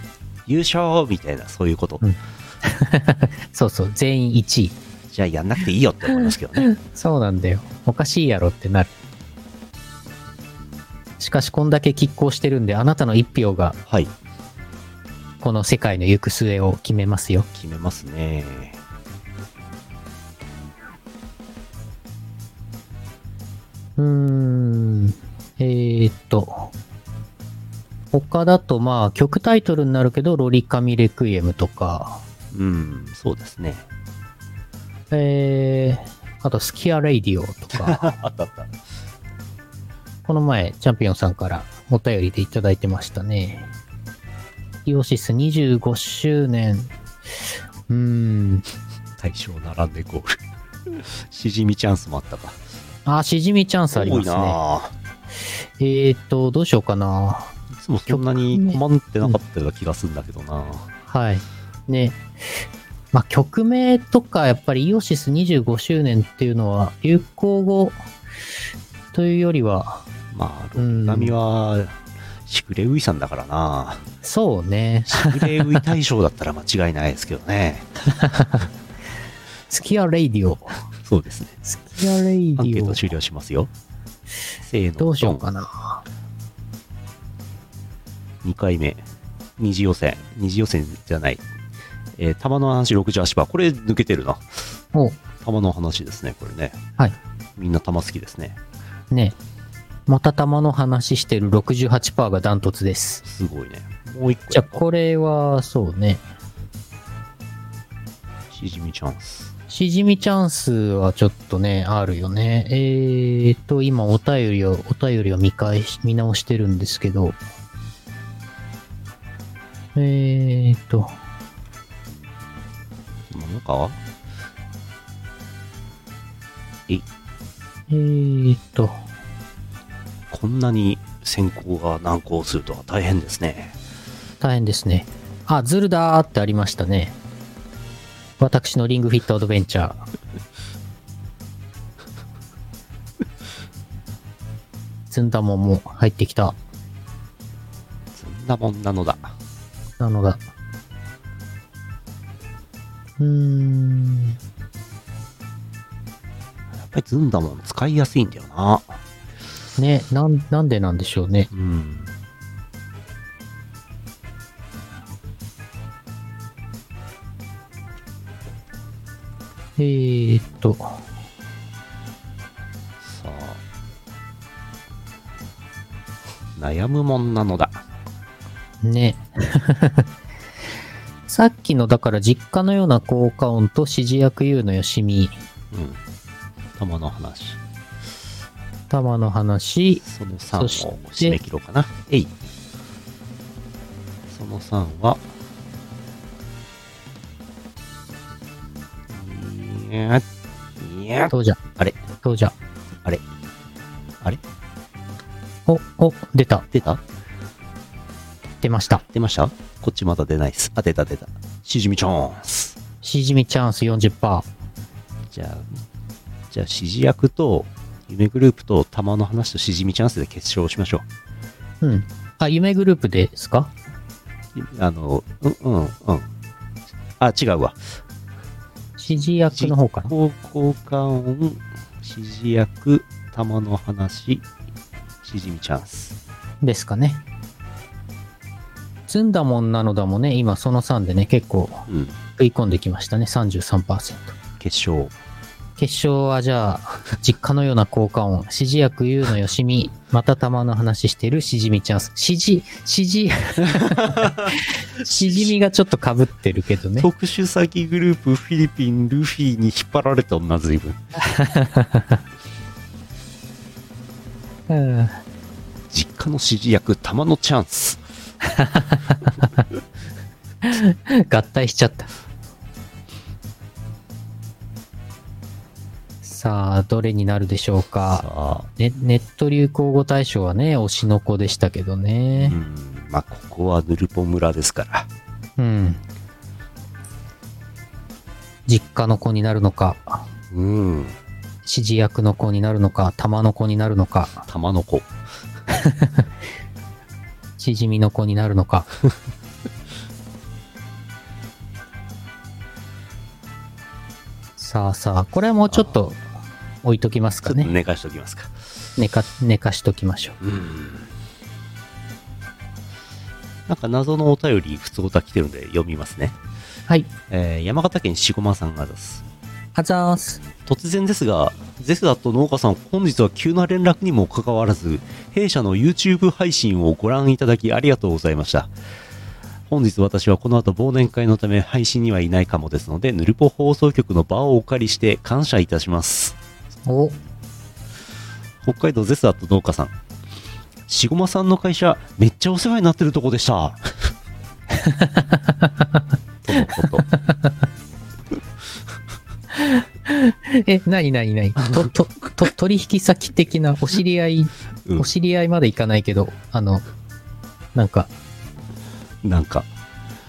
[SPEAKER 2] 優勝みたいな、そういうこと。
[SPEAKER 1] うんそうそう全員1位
[SPEAKER 2] じゃあやんなくていいよって思いますけど (laughs) ね。
[SPEAKER 1] そうなんだよおかしいやろってなるしかしこんだけ拮抗してるんであなたの1票が
[SPEAKER 2] はい。
[SPEAKER 1] この世界の行く末を決めますよ
[SPEAKER 2] 決めますね。
[SPEAKER 1] うーん。えー、っと。他だとまあ曲タイトルになるけど、ロリカミレクイエムとか、
[SPEAKER 2] うん、そうですね。
[SPEAKER 1] えー、あとスキアレイディオと
[SPEAKER 2] (laughs)
[SPEAKER 1] か、
[SPEAKER 2] あったあった。
[SPEAKER 1] この前チャンピオンさんからお便りでいただいてましたね。イオシス25周年。うーん。
[SPEAKER 2] 対象並んでゴール。しじみチャンスもあったか。
[SPEAKER 1] あ、しじみチャンスあり
[SPEAKER 2] 多
[SPEAKER 1] ま
[SPEAKER 2] い
[SPEAKER 1] すね。
[SPEAKER 2] なあ
[SPEAKER 1] えー、っと、どうしようかな。
[SPEAKER 2] いつもそんなに困ってなかったような気がするんだけどな、
[SPEAKER 1] はい。ね。まあ、曲名とか、やっぱりイオシス25周年っていうのは、流行語というよりは、
[SPEAKER 2] まあ、
[SPEAKER 1] う
[SPEAKER 2] ロ
[SPEAKER 1] ん
[SPEAKER 2] ッカミは、しくれういさんだからな
[SPEAKER 1] そうね。
[SPEAKER 2] しくれうい大賞だったら間違いないですけどね。
[SPEAKER 1] スキアレイディオ。
[SPEAKER 2] そうですね。
[SPEAKER 1] スキアレイデ
[SPEAKER 2] アン
[SPEAKER 1] ィ
[SPEAKER 2] ケー
[SPEAKER 1] オ
[SPEAKER 2] ト。終了しますよ。せーの、
[SPEAKER 1] どうしようかな。
[SPEAKER 2] 2回目、二次予選、二次予選じゃない、えー、玉の話68%パー、これ抜けてるな、
[SPEAKER 1] お
[SPEAKER 2] 玉の話ですね、これね、
[SPEAKER 1] はい、
[SPEAKER 2] みんな玉好きですね、
[SPEAKER 1] ね。またたまの話してる68%がダントツです。
[SPEAKER 2] すごいね、もう一個
[SPEAKER 1] じ
[SPEAKER 2] や
[SPEAKER 1] ゃあ、
[SPEAKER 2] っぱ、
[SPEAKER 1] これは、そうね。
[SPEAKER 2] しじみチャンス、
[SPEAKER 1] しじみチャンスはちょっとね、あるよね。えーと、今お便りを、お便りを見返し、見直してるんですけど。えーと、
[SPEAKER 2] そんなもんか
[SPEAKER 1] えーと、
[SPEAKER 2] こんなに選考が難航するとは大変ですね、
[SPEAKER 1] 大変ですね。あ、ズルだーってありましたね。私のリングフィットアドベンチャー。ずんだもんも入ってきた。
[SPEAKER 2] そんなもんなのだ、
[SPEAKER 1] なのが。うーん。
[SPEAKER 2] やっぱりずんだもん使いやすいんだよな、
[SPEAKER 1] ね、なん、なんでなんでしょうね。
[SPEAKER 2] うん、
[SPEAKER 1] えー、っと、
[SPEAKER 2] さあ、悩むもんなのだ、
[SPEAKER 1] ね。 (laughs) さっきの、だから、実家のような効果音と指示役 U のよしみ、
[SPEAKER 2] うん、玉の話。
[SPEAKER 1] 玉の話、
[SPEAKER 2] その3
[SPEAKER 1] そして
[SPEAKER 2] を締め切ろうかな。えい。その3は、いや、いや、
[SPEAKER 1] どうじゃ。
[SPEAKER 2] あれ
[SPEAKER 1] どうじゃ。
[SPEAKER 2] あれ
[SPEAKER 1] お、お、出た。
[SPEAKER 2] 出た
[SPEAKER 1] 出ました。
[SPEAKER 2] 出ましたこっちまだ出ないっす。あ、出た出た。しじみチャンス。
[SPEAKER 1] しじみチャンス40%。
[SPEAKER 2] じゃあ、じゃあ、指示役と夢グループと玉の話としじみチャンスで決勝しましょ
[SPEAKER 1] うん。あ、夢グループですか
[SPEAKER 2] う。いあの、うん、うん、うん。あ、違うわ。
[SPEAKER 1] 指示役の方かな
[SPEAKER 2] 実行交換音、指示役、玉の話、しじみチャンス。
[SPEAKER 1] ですかね。ずんだもんなのだもね、今その3でね、結構
[SPEAKER 2] うん、
[SPEAKER 1] 食い込んできましたね、33%。
[SPEAKER 2] 決勝。
[SPEAKER 1] 決勝はじゃあ、 (laughs) 実家のような効果音、指示役優のよしみ、また玉の話してるしじみチャンス。指示、指示、しじみがちょっと被ってるけどね。
[SPEAKER 2] 特殊詐欺グループ、フィリピン、ルフィに引っ張られた女、随分。
[SPEAKER 1] うん
[SPEAKER 2] 実家の指示役、玉のチャンス。
[SPEAKER 1] 合体しちゃった。さあ、どれになるでしょう
[SPEAKER 2] さ
[SPEAKER 1] か。
[SPEAKER 2] あ、
[SPEAKER 1] ね、ネット流行語大賞はね、推しの子でしたけど
[SPEAKER 2] う
[SPEAKER 1] ね。
[SPEAKER 2] ん、まあ、ここはヌルポ村ですから。
[SPEAKER 1] うん。実家の子になるのか、
[SPEAKER 2] うん、
[SPEAKER 1] 指示役の子になるのか、玉の子になるのか、
[SPEAKER 2] 玉の子。
[SPEAKER 1] しじみの子になるの (laughs) か。さあさあ、これはもうちょっと置いときます
[SPEAKER 2] ちょ
[SPEAKER 1] か
[SPEAKER 2] っと
[SPEAKER 1] ね。
[SPEAKER 2] 寝かしておきますか。
[SPEAKER 1] 寝か、寝かしときましょう。
[SPEAKER 2] うん。なんか謎のお便り、普通おた来てるんで読みますね。
[SPEAKER 1] はい。
[SPEAKER 2] えー山形県しごまさんがです。
[SPEAKER 1] あざーす。
[SPEAKER 2] 突然ですが、ゼスだと農家さん、本日は急な連絡にもかかわらず、弊社の YouTube 配信をご覧いただきありがとうございました。本日私はこの後忘年会のため配信にはいないかもですので、ヌルポ放送局の場をお借りして感謝いたします。
[SPEAKER 1] お、
[SPEAKER 2] 北海道ゼスダット農家さん。しごまさんの会社、めっちゃお世話になってるとこでした。 (laughs) とのこと。
[SPEAKER 1] え、なになになに (laughs) と、と、と、取引先的なお知り合い、
[SPEAKER 2] うん
[SPEAKER 1] お知り合いまでいかないけど、あの、なんか、
[SPEAKER 2] なんか、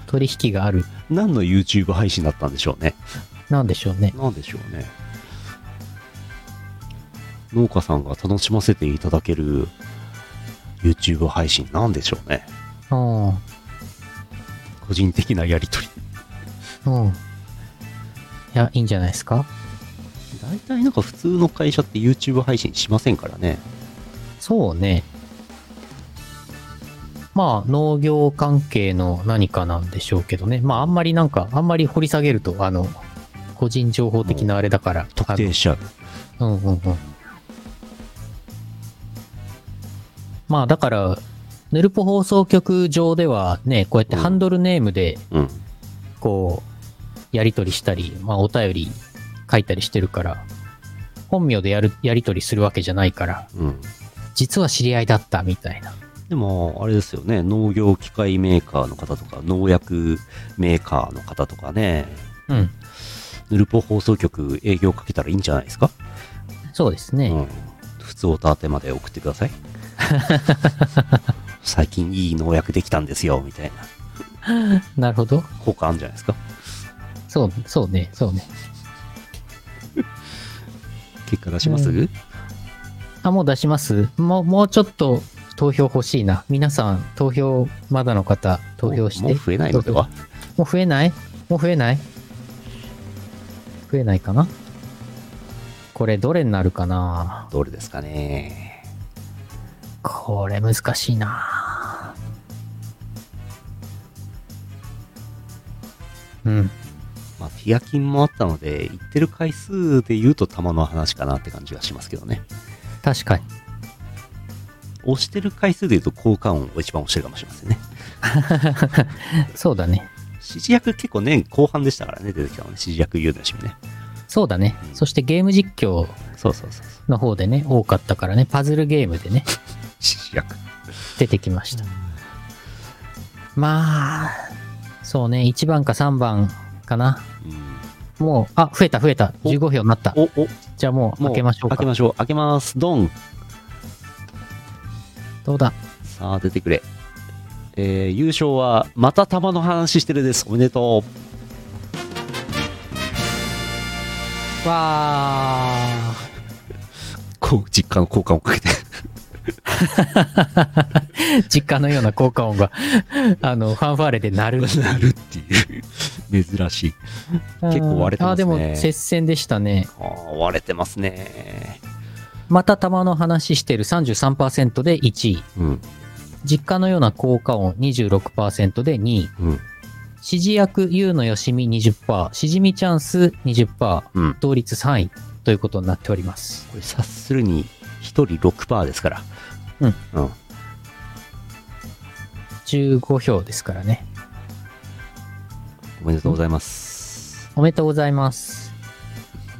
[SPEAKER 1] 取引がある、
[SPEAKER 2] 何の YouTube 配信だったんでしょうね。
[SPEAKER 1] なんでしょうね。
[SPEAKER 2] なんでしょうね農家さんが楽しませていただける YouTube 配信なんでしょうね
[SPEAKER 1] うん、うん。
[SPEAKER 2] 個人的なやり取り
[SPEAKER 1] いや、いいんじゃないですか
[SPEAKER 2] 大体なんか普通の会社って YouTube 配信しませんからね
[SPEAKER 1] そうね。まあ、農業関係の何かなんでしょうけどね。まあ、あんまりなんか、あんまり掘り下げると、あの、個人情報的なあれだから、
[SPEAKER 2] 特定しちゃう
[SPEAKER 1] うんうんうん。まあだから、ヌルポ放送局上ではね、こうやってハンドルネームで、
[SPEAKER 2] うん
[SPEAKER 1] こう、やり取りしたり、まあお便り書いたりしてるから、本名でやる、やり取りするわけじゃないから、
[SPEAKER 2] うん
[SPEAKER 1] 実は知り合いだったみたいな。
[SPEAKER 2] でもあれですよね農業機械メーカーの方とか農薬メーカーの方とかね
[SPEAKER 1] うん。
[SPEAKER 2] ヌルポ放送局営業かけたらいいんじゃないですか、
[SPEAKER 1] そうですね。
[SPEAKER 2] うん、普通おたてまで送ってください (laughs) 最近いい農薬できたんですよみたいな
[SPEAKER 1] なるほど。
[SPEAKER 2] 効果あるんじゃないですか
[SPEAKER 1] そう、そうね、そうね。
[SPEAKER 2] 結果出します、
[SPEAKER 1] うあ、もう出しますもう、もうちょっと投票欲しいな。皆さん、投票、まだの方、投票して。
[SPEAKER 2] もうもう増えないのでは
[SPEAKER 1] もう増えないもう増えない増えないかなこれどれになるかな
[SPEAKER 2] どれですかね
[SPEAKER 1] これ難しいなうん。
[SPEAKER 2] まあティアキンもあったので言ってる回数で言うと玉の話かなって感じがしますけどね
[SPEAKER 1] 確かに。
[SPEAKER 2] 押してる回数で言うと効果音を一番押してるかもしれませんね
[SPEAKER 1] そうだね。
[SPEAKER 2] 指示役結構年後半でしたからね出てきたのね指示役言うのしみね
[SPEAKER 1] そうだね。そしてゲーム実況
[SPEAKER 2] そうそうそうそう
[SPEAKER 1] の方でね、多かったからね、パズルゲームでね、
[SPEAKER 2] 指示役
[SPEAKER 1] 出てきました。まあ、そうね、1番か3番かな。
[SPEAKER 2] うん
[SPEAKER 1] もう、あ、増えた増えた。
[SPEAKER 2] お
[SPEAKER 1] 15票になった。
[SPEAKER 2] おお
[SPEAKER 1] じゃあもう
[SPEAKER 2] もう
[SPEAKER 1] 開けましょう
[SPEAKER 2] 開け
[SPEAKER 1] か。
[SPEAKER 2] ましょう開けますドン
[SPEAKER 1] どうだ
[SPEAKER 2] さあ出てくれ、えー優勝はまた玉の話してるですおめでと
[SPEAKER 1] わあ
[SPEAKER 2] うこう実家の交換をかけて
[SPEAKER 1] (laughs) 実家のような効果音が、あの、ファンファーレで鳴る。
[SPEAKER 2] (laughs) なるっていう珍しい結構割れてますね
[SPEAKER 1] あ、でも接戦でしたね。
[SPEAKER 2] あー割れてますね
[SPEAKER 1] また玉の話してる33%で1位。
[SPEAKER 2] うん
[SPEAKER 1] 実家のような効果音26%で2位。
[SPEAKER 2] うん
[SPEAKER 1] 指示役 U のよしみ20%、しじみチャンス20%、
[SPEAKER 2] うんこ
[SPEAKER 1] 同率3位ということになっております。
[SPEAKER 2] れ察するに1人6%ですから
[SPEAKER 1] うん
[SPEAKER 2] うん
[SPEAKER 1] 15票ですからね。
[SPEAKER 2] おめでとうございます
[SPEAKER 1] おめでとうございます。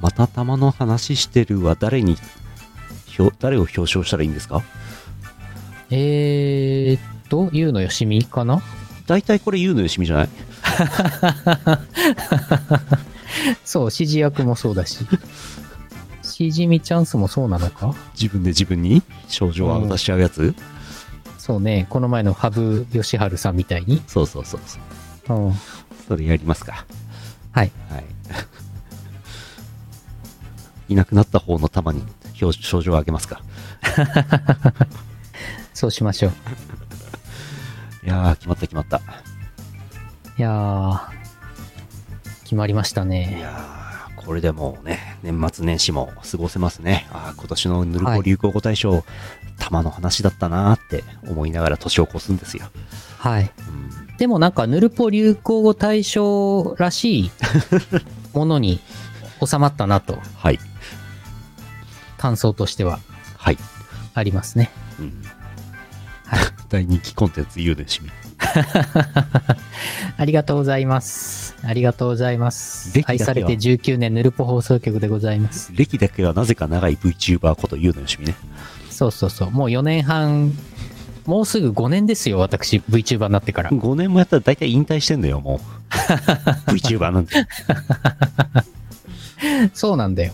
[SPEAKER 2] また玉の話してるは誰に表誰を表彰したらいいんですか
[SPEAKER 1] えーっと、ゆうのよしみか
[SPEAKER 2] (laughs)
[SPEAKER 1] な
[SPEAKER 2] 大体これ言うのよしみじゃない
[SPEAKER 1] そう、指示役もそうだし。しじみチャンスもそうなのか
[SPEAKER 2] 自分で自分に症状を出しちゃうやつ、
[SPEAKER 1] そうね、この前の羽生善治さんみたいに。
[SPEAKER 2] そうそうそうそう
[SPEAKER 1] うん。
[SPEAKER 2] それやりますか
[SPEAKER 1] はい。
[SPEAKER 2] はい (laughs) いなくなった方の玉に表症状をあげますか
[SPEAKER 1] そうしましょう。
[SPEAKER 2] いやー決まった決まった
[SPEAKER 1] いやー、決まりました
[SPEAKER 2] い
[SPEAKER 1] ね。
[SPEAKER 2] やーこれでもうね年末年始も過ごせますねあー今年のぬるこ流行語大賞、玉の話だったなーって思いながら年を越すんですよ、
[SPEAKER 1] はい。
[SPEAKER 2] うん
[SPEAKER 1] でもなんか、ヌルポ流行語大賞らし (laughs) いものに収まったなと、
[SPEAKER 2] はい
[SPEAKER 1] 感想としては
[SPEAKER 2] はい、
[SPEAKER 1] ありますね。
[SPEAKER 2] うん (laughs)
[SPEAKER 1] はい
[SPEAKER 2] 大人気コンテンツ言うでしみ
[SPEAKER 1] ありがとうございます。ありがとうございます
[SPEAKER 2] 歴。代
[SPEAKER 1] 愛
[SPEAKER 2] では
[SPEAKER 1] されて19年ヌルポ放送局でございます。
[SPEAKER 2] 歴だけはなぜか長い VTuber こと言うのよしみね
[SPEAKER 1] そうそうそう。もう4年半、もうすぐ5年ですよ、私、VTuber になってから。
[SPEAKER 2] 5年もやったら大体引退してんのよもう VTuber なんて
[SPEAKER 1] そうなんだよ。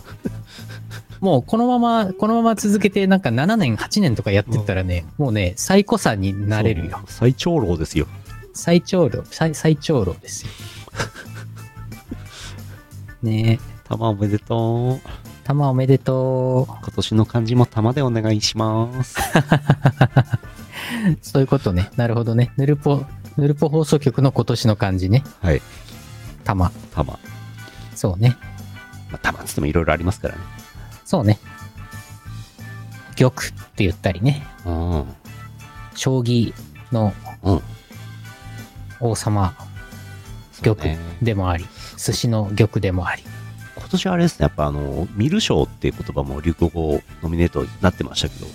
[SPEAKER 1] もうこのまま、このまま続けて、なんか7年、8年とかやってったらね、もうね、最古さになれるよ。
[SPEAKER 2] そう最長老ですよ
[SPEAKER 1] 最長老、最最長老ですよ。ねえ、
[SPEAKER 2] 玉おめでとう
[SPEAKER 1] 玉おめでと
[SPEAKER 2] 今年の漢字も玉でお願いします
[SPEAKER 1] う。そういうことね。なるほどね。ぬるぽ、ぬるぽ放送局の今年の漢字ね。
[SPEAKER 2] はい
[SPEAKER 1] 玉。
[SPEAKER 2] 玉、ま
[SPEAKER 1] そうね。
[SPEAKER 2] あ、玉っつってもいろいろありますからね
[SPEAKER 1] そうね。玉って言ったりね。
[SPEAKER 2] うん
[SPEAKER 1] 将棋の
[SPEAKER 2] うん
[SPEAKER 1] 王様
[SPEAKER 2] そう
[SPEAKER 1] 玉
[SPEAKER 2] ね
[SPEAKER 1] でもあり、寿司の玉でもあり。
[SPEAKER 2] 今年あれですねやっぱあの見る賞っていう言葉も流行語ノミネートになってましたけど、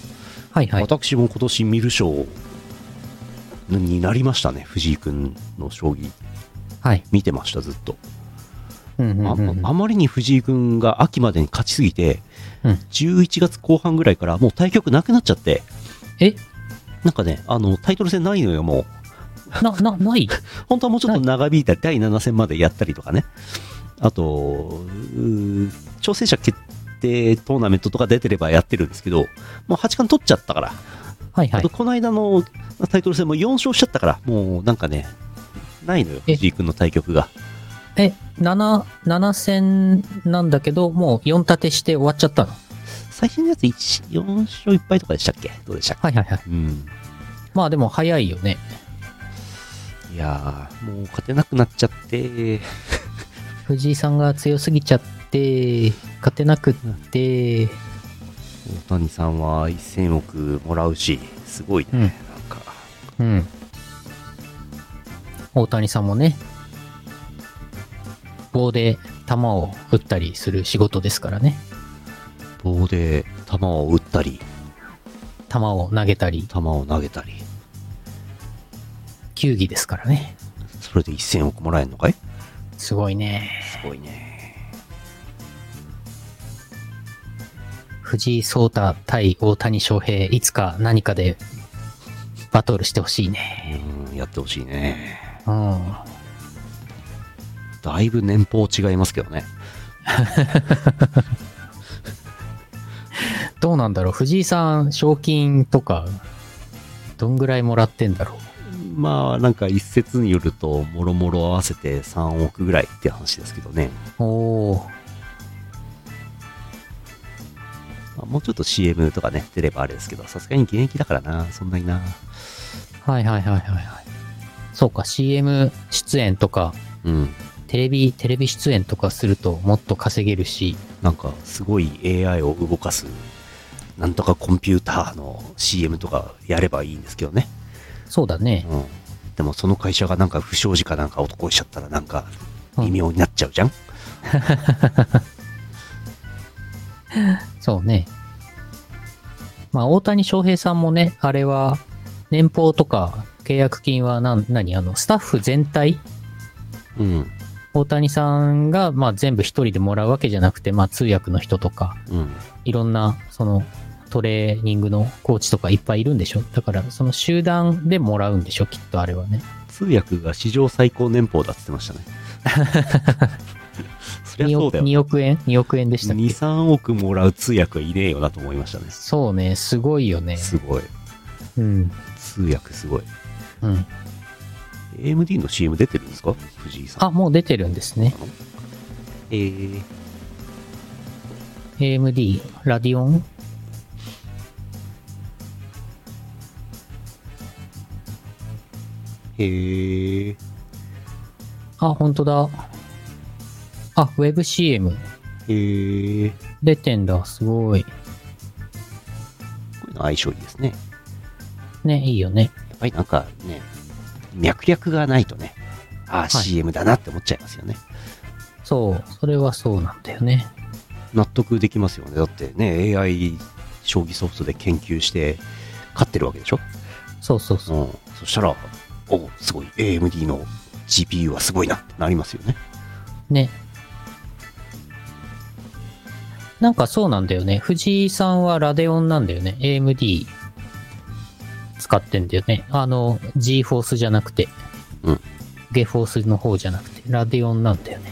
[SPEAKER 1] はいはい。
[SPEAKER 2] 私も今年見る賞になりましたね藤井君の将棋
[SPEAKER 1] はい。
[SPEAKER 2] 見てましたずっと
[SPEAKER 1] うんうん
[SPEAKER 2] あ
[SPEAKER 1] うんうん
[SPEAKER 2] あまりに藤井君が秋までに勝ちすぎて、
[SPEAKER 1] うん
[SPEAKER 2] 11月後半ぐらいからもう対局なくなっちゃって
[SPEAKER 1] え
[SPEAKER 2] なんかねあのタイトル戦ないのよもう
[SPEAKER 1] な、な、ない
[SPEAKER 2] 本当はもうちょっと長引いたり第7戦までやったりとかねあとうー挑戦者決定トーナメントとか出てればやってるんですけどもう八冠取っちゃったから、
[SPEAKER 1] はいは
[SPEAKER 2] あと
[SPEAKER 1] い。
[SPEAKER 2] この間のタイトル戦も4勝しちゃったからもうなんかねないのよ
[SPEAKER 1] え
[SPEAKER 2] 藤井君の対局が
[SPEAKER 1] え、7、7戦なんだけど、もう4立てして終わっちゃったの
[SPEAKER 2] 最新のやつ1 4勝1敗とかでしたっけどうでしたっ
[SPEAKER 1] はいはいはい。
[SPEAKER 2] けうん
[SPEAKER 1] まあでも早いよね。
[SPEAKER 2] いやー、もう勝てなくなっちゃって、
[SPEAKER 1] 藤井さんが強すぎちゃって、勝てなくって、
[SPEAKER 2] 大谷さんは1000億もらうし、すごいね、
[SPEAKER 1] うん
[SPEAKER 2] なんか、
[SPEAKER 1] うん。大谷さんもね、棒で球を打ったりする仕事ですからね。
[SPEAKER 2] 棒で球を打ったり、
[SPEAKER 1] 球を投げたり、
[SPEAKER 2] 球を投げたり、
[SPEAKER 1] 球技ですからね。
[SPEAKER 2] それで1000億もらえるのかい
[SPEAKER 1] すごいね。
[SPEAKER 2] すごいね。
[SPEAKER 1] 藤井聡太対大谷翔平、いつか何かでバトルしてほしいね。
[SPEAKER 2] うん、やってほしいね。
[SPEAKER 1] うん。
[SPEAKER 2] だいぶ年俸違いますけどね。
[SPEAKER 1] どうなんだろう藤井さん、賞金とか、どんぐらいもらってんだろう
[SPEAKER 2] まあ、なんか一説によると、もろもろ合わせて3億ぐらいって話ですけどね。
[SPEAKER 1] おお。
[SPEAKER 2] まあもうちょっと CM とかね、出ればあれですけど、さすがに現役だからな、そんなにな。
[SPEAKER 1] はいはいはいはいはい。そうか、CM 出演とか、
[SPEAKER 2] うん。
[SPEAKER 1] テレビ、テレビ出演とかするともっと稼げるし、
[SPEAKER 2] なんか、すごい AI を動かす、なんとかコンピューターの CM とかやればいいんですけどね。
[SPEAKER 1] そうだね。
[SPEAKER 2] うん。でも、その会社がなんか不祥事かなんか男しちゃったら、なんか、
[SPEAKER 1] うん
[SPEAKER 2] 微妙になっちゃうじゃん。
[SPEAKER 1] そうね。まあ、大谷翔平さんもね、あれは、年俸とか契約金は何、何あの、スタッフ全体
[SPEAKER 2] うん。
[SPEAKER 1] 大谷さんが、まあ、全部一人でもらうわけじゃなくて、まあ、通訳の人とか、
[SPEAKER 2] うん。
[SPEAKER 1] いろんな、その、トレーニングのコーチとかいっぱいいるんでしょだから、その集団でもらうんでしょきっとあれはね。
[SPEAKER 2] 通訳が史上最高年俸だって言って
[SPEAKER 1] (laughs)
[SPEAKER 2] ましたね。そりゃ
[SPEAKER 1] 2
[SPEAKER 2] そう
[SPEAKER 1] 億
[SPEAKER 2] だよ。2、
[SPEAKER 1] 2億円 ?2 億円でしたっけ
[SPEAKER 2] 3億もらう通訳はいねえよなと思いましたね。
[SPEAKER 1] そうね、すごいよね。
[SPEAKER 2] すごい。
[SPEAKER 1] うん。
[SPEAKER 2] 通訳すごい。
[SPEAKER 1] うん。
[SPEAKER 2] AMD の CM 出てるんですか藤井さん。
[SPEAKER 1] あ、もう出てるんですね。
[SPEAKER 2] えー、
[SPEAKER 1] AMD、ラディオン
[SPEAKER 2] えー、
[SPEAKER 1] あ、本当だ。あ、WebCM。
[SPEAKER 2] えー、こ
[SPEAKER 1] 出てんだ。すごい。
[SPEAKER 2] ういうの相性いいですね。
[SPEAKER 1] ね、いいよね。
[SPEAKER 2] やっぱりなんかね、脈略がないとね、ああ、
[SPEAKER 1] い
[SPEAKER 2] CM だなって思っちゃいますよね。
[SPEAKER 1] そう。それはそうなんだよね。
[SPEAKER 2] 納得できますよね。だってね、AI 将棋ソフトで研究して勝ってるわけでしょ
[SPEAKER 1] そうそうそう。
[SPEAKER 2] うん、そしたら、おすごい、AMD の GPU はすごいなってなりますよね。
[SPEAKER 1] ね。なんかそうなんだよね。藤井さんはラデオンなんだよね。AMD 使ってんだよね。あの、GForce じゃなくて。
[SPEAKER 2] うん。
[SPEAKER 1] GeForce の方じゃなくて、ラデオンなんだよね。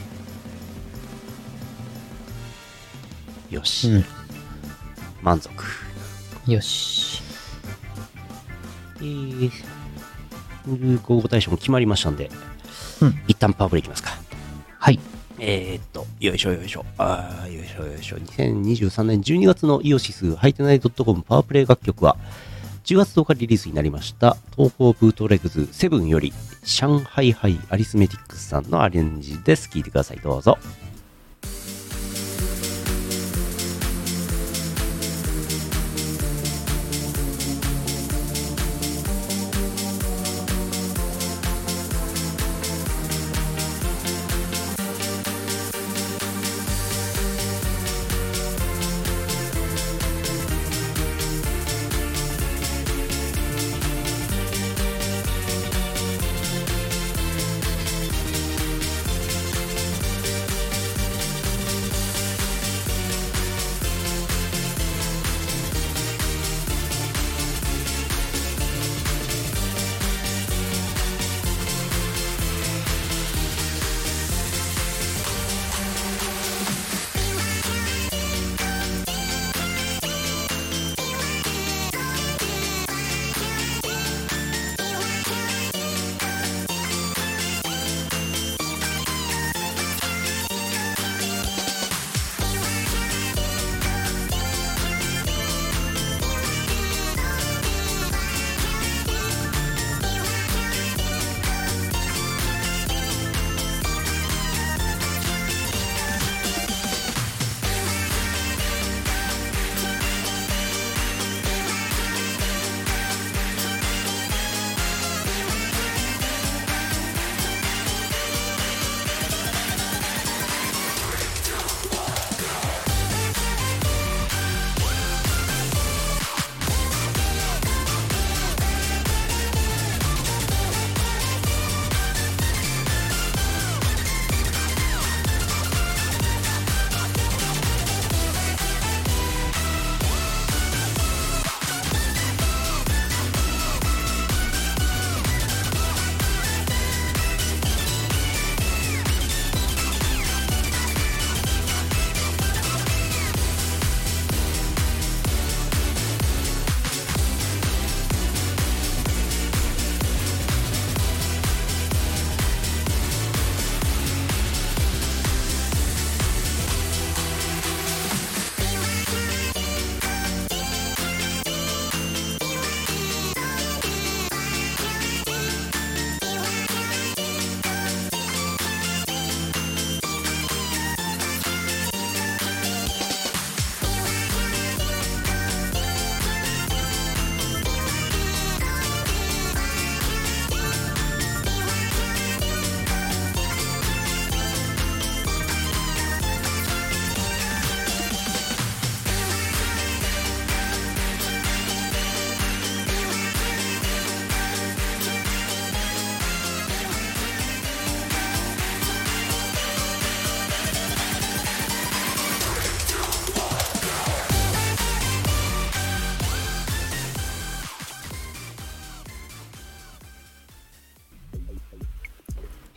[SPEAKER 2] よし、
[SPEAKER 1] う
[SPEAKER 2] 満足。
[SPEAKER 1] ん。よし。
[SPEAKER 2] えー、流行語大賞も決まりましたんで、
[SPEAKER 1] うん
[SPEAKER 2] 一旦パワープレイいきますか。
[SPEAKER 1] はい。
[SPEAKER 2] えー、っと、よいしょよいしょ、あーよいしょよいしょ、2023年12月のイオシスハイテナイドットコムパワープレイ楽曲は、10月10日リリースになりました、東方ブートレグズ7より、上海ハイアリスメティックスさんのアレンジです。聴いてください、どうぞ。
[SPEAKER 3] 「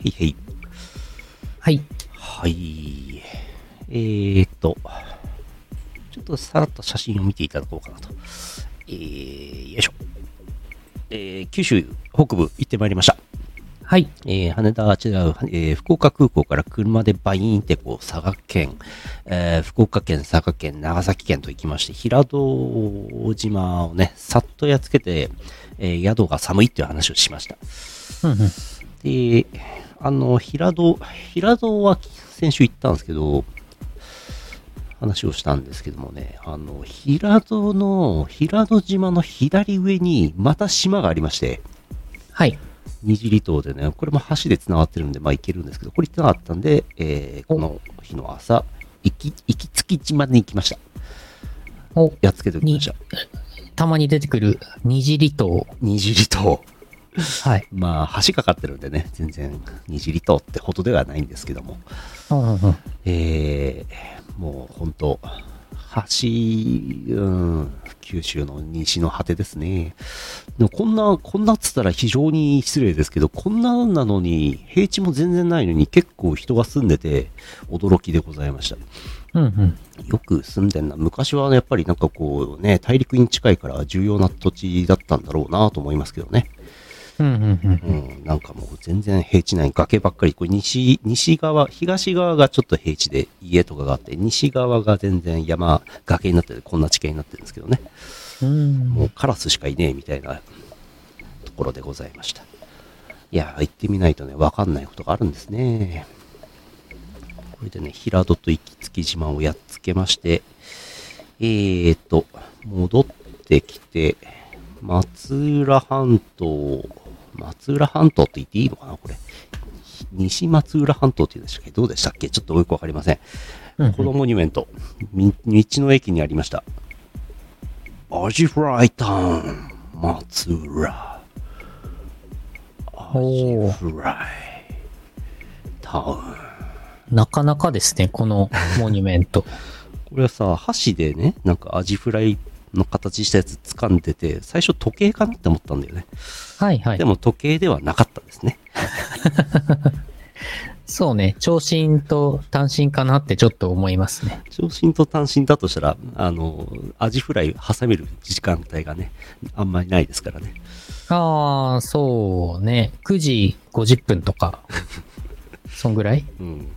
[SPEAKER 2] いはい。
[SPEAKER 1] はい。
[SPEAKER 2] はい。えーっと、ちょっとさらっと写真を見ていただこうかなと。えー、よいしょ。えー、九州北部行ってまいりました。
[SPEAKER 1] はい。
[SPEAKER 2] えー羽田、違う、えー福岡空港から車でバイーンってこう、佐賀県、えー福岡県、佐賀県、長崎県と行きまして、平戸島をね、さっとやっつけて、えー宿が寒いっていう話をしました。
[SPEAKER 1] うんうん。
[SPEAKER 2] で、あの、平戸、平戸は先週行ったんですけど、話をしたんですけどもね、あの、平戸の、平戸島の左上にまた島がありまして、
[SPEAKER 1] はい。
[SPEAKER 2] 二尻島でね、これも橋で繋がってるんで、まあ行けるんですけど、これ行ってなかったんで、えーこの日の朝、行き、行きつき島に行きました。
[SPEAKER 1] お、
[SPEAKER 2] やっつけておきました。
[SPEAKER 1] たまに出てくる二次離島。
[SPEAKER 2] 二尻島。
[SPEAKER 1] はい。
[SPEAKER 2] まあ、橋かかってるんでね、全然二尻島ってほどではないんですけども。
[SPEAKER 1] うんうんうん。
[SPEAKER 2] えーもう本当、橋、うん、九州の西の果てですね。でもこんな、こんなっつったら非常に失礼ですけど、こんななのに、平地も全然ないのに結構人が住んでて、驚きでございました。
[SPEAKER 1] うんうん。
[SPEAKER 2] よく住んでんな。昔はやっぱりなんかこうね、大陸に近いから重要な土地だったんだろうなと思いますけどね。
[SPEAKER 1] うんうんうん。
[SPEAKER 2] うん、なんかもう全然平地ない崖ばっかり、これ西、西側、東側がちょっと平地で家とかがあって、西側が全然山、崖になってて、こんな地形になってるんですけどね。
[SPEAKER 1] うん
[SPEAKER 2] もうカラスしかいねえみたいなところでございました。いやー、行ってみないとね、わかんないことがあるんですね。これでね、平戸と行きつき島をやっつけまして、えーと、戻ってきて、松浦半島、松浦半島って言っていいのかなこれ。ひ西松浦半島って言うんでしたっけどうでしたっけちょっとよくわかりません。
[SPEAKER 1] うん
[SPEAKER 2] このモニュメント、み道の駅にありました。アジフライタウン、松浦。アジ
[SPEAKER 1] おー
[SPEAKER 2] フライタウン。
[SPEAKER 1] なかなかですね、このモニュメント。
[SPEAKER 2] これはさ、箸でね、なんかアジフライの形したやつ掴んでて、最初時計かなって思ったんだよね。
[SPEAKER 1] はいはい
[SPEAKER 2] で。も時計ではなかったですね。
[SPEAKER 1] そうね、長身と短身かなってちょっと思いますね。
[SPEAKER 2] 長身と短身だとしたら、あの、アジフライ挟める時間帯がね、あんまりないですからね。
[SPEAKER 1] ああ、そうね。9時50分と
[SPEAKER 2] (laughs)
[SPEAKER 1] か。そんぐらい
[SPEAKER 2] うん、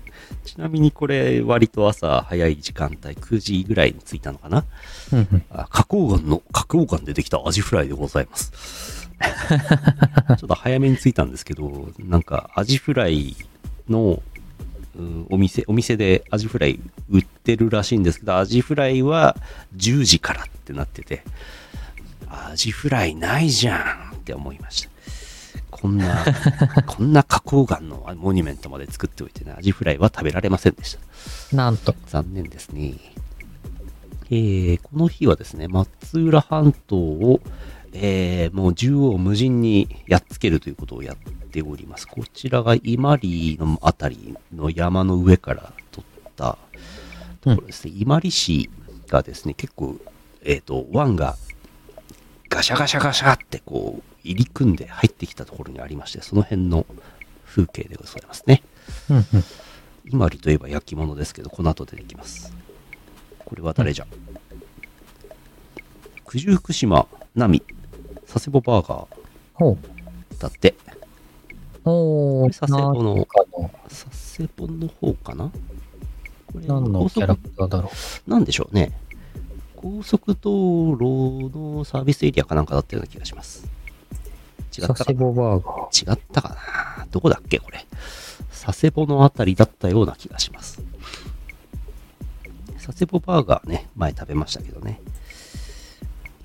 [SPEAKER 2] ちなみにこれ割と朝早い時間帯9時ぐらいに着いたのかな
[SPEAKER 1] うんうん。
[SPEAKER 2] あ花崗岩の花崗岩でできたアジフライでございますちょっと早めに着いたんですけどなんかアジフライの、うんお店お店でアジフライ売ってるらしいんですけどアジフライは10時からってなっててアジフライないじゃんって思いましたこんなこんな花崗岩のモニュメントまで作っておいてねアジフライは食べられませんでした
[SPEAKER 1] なんと。
[SPEAKER 2] 残念ですね。えーこの日はですね、松浦半島を、えーもう縦横無尽にやっつけるということをやっております。こちらが伊万里のあたりの山の上から撮ったところですね。伊万里市がですね、結構、えっ、と、湾がガシャガシャガシャってこう、入り組んで入ってきたところにありまして、その辺の風景でございますね。
[SPEAKER 1] うんうん。
[SPEAKER 2] 伊万里といえば焼き物ですけどこの後出てきますこれは誰じゃ、九十福島奈美佐世保バーガ
[SPEAKER 1] ほう。
[SPEAKER 2] ーだって
[SPEAKER 1] お
[SPEAKER 2] こ
[SPEAKER 1] お
[SPEAKER 2] れ佐世保の
[SPEAKER 1] かの
[SPEAKER 2] 佐世保の方かなこれ
[SPEAKER 1] 何の
[SPEAKER 2] 高
[SPEAKER 1] キャラ
[SPEAKER 2] 速
[SPEAKER 1] クターだろ
[SPEAKER 2] なんでしょうね高速道路のサービスエリアかなんかだったような気がします違
[SPEAKER 1] う。
[SPEAKER 2] った
[SPEAKER 1] 佐
[SPEAKER 2] か
[SPEAKER 1] 世
[SPEAKER 2] な
[SPEAKER 1] 保バーガー。
[SPEAKER 2] 違ったかなどこだっけこれ。佐世保のあたりだったような気がします。佐世保バーガーね、前食べましたけどね。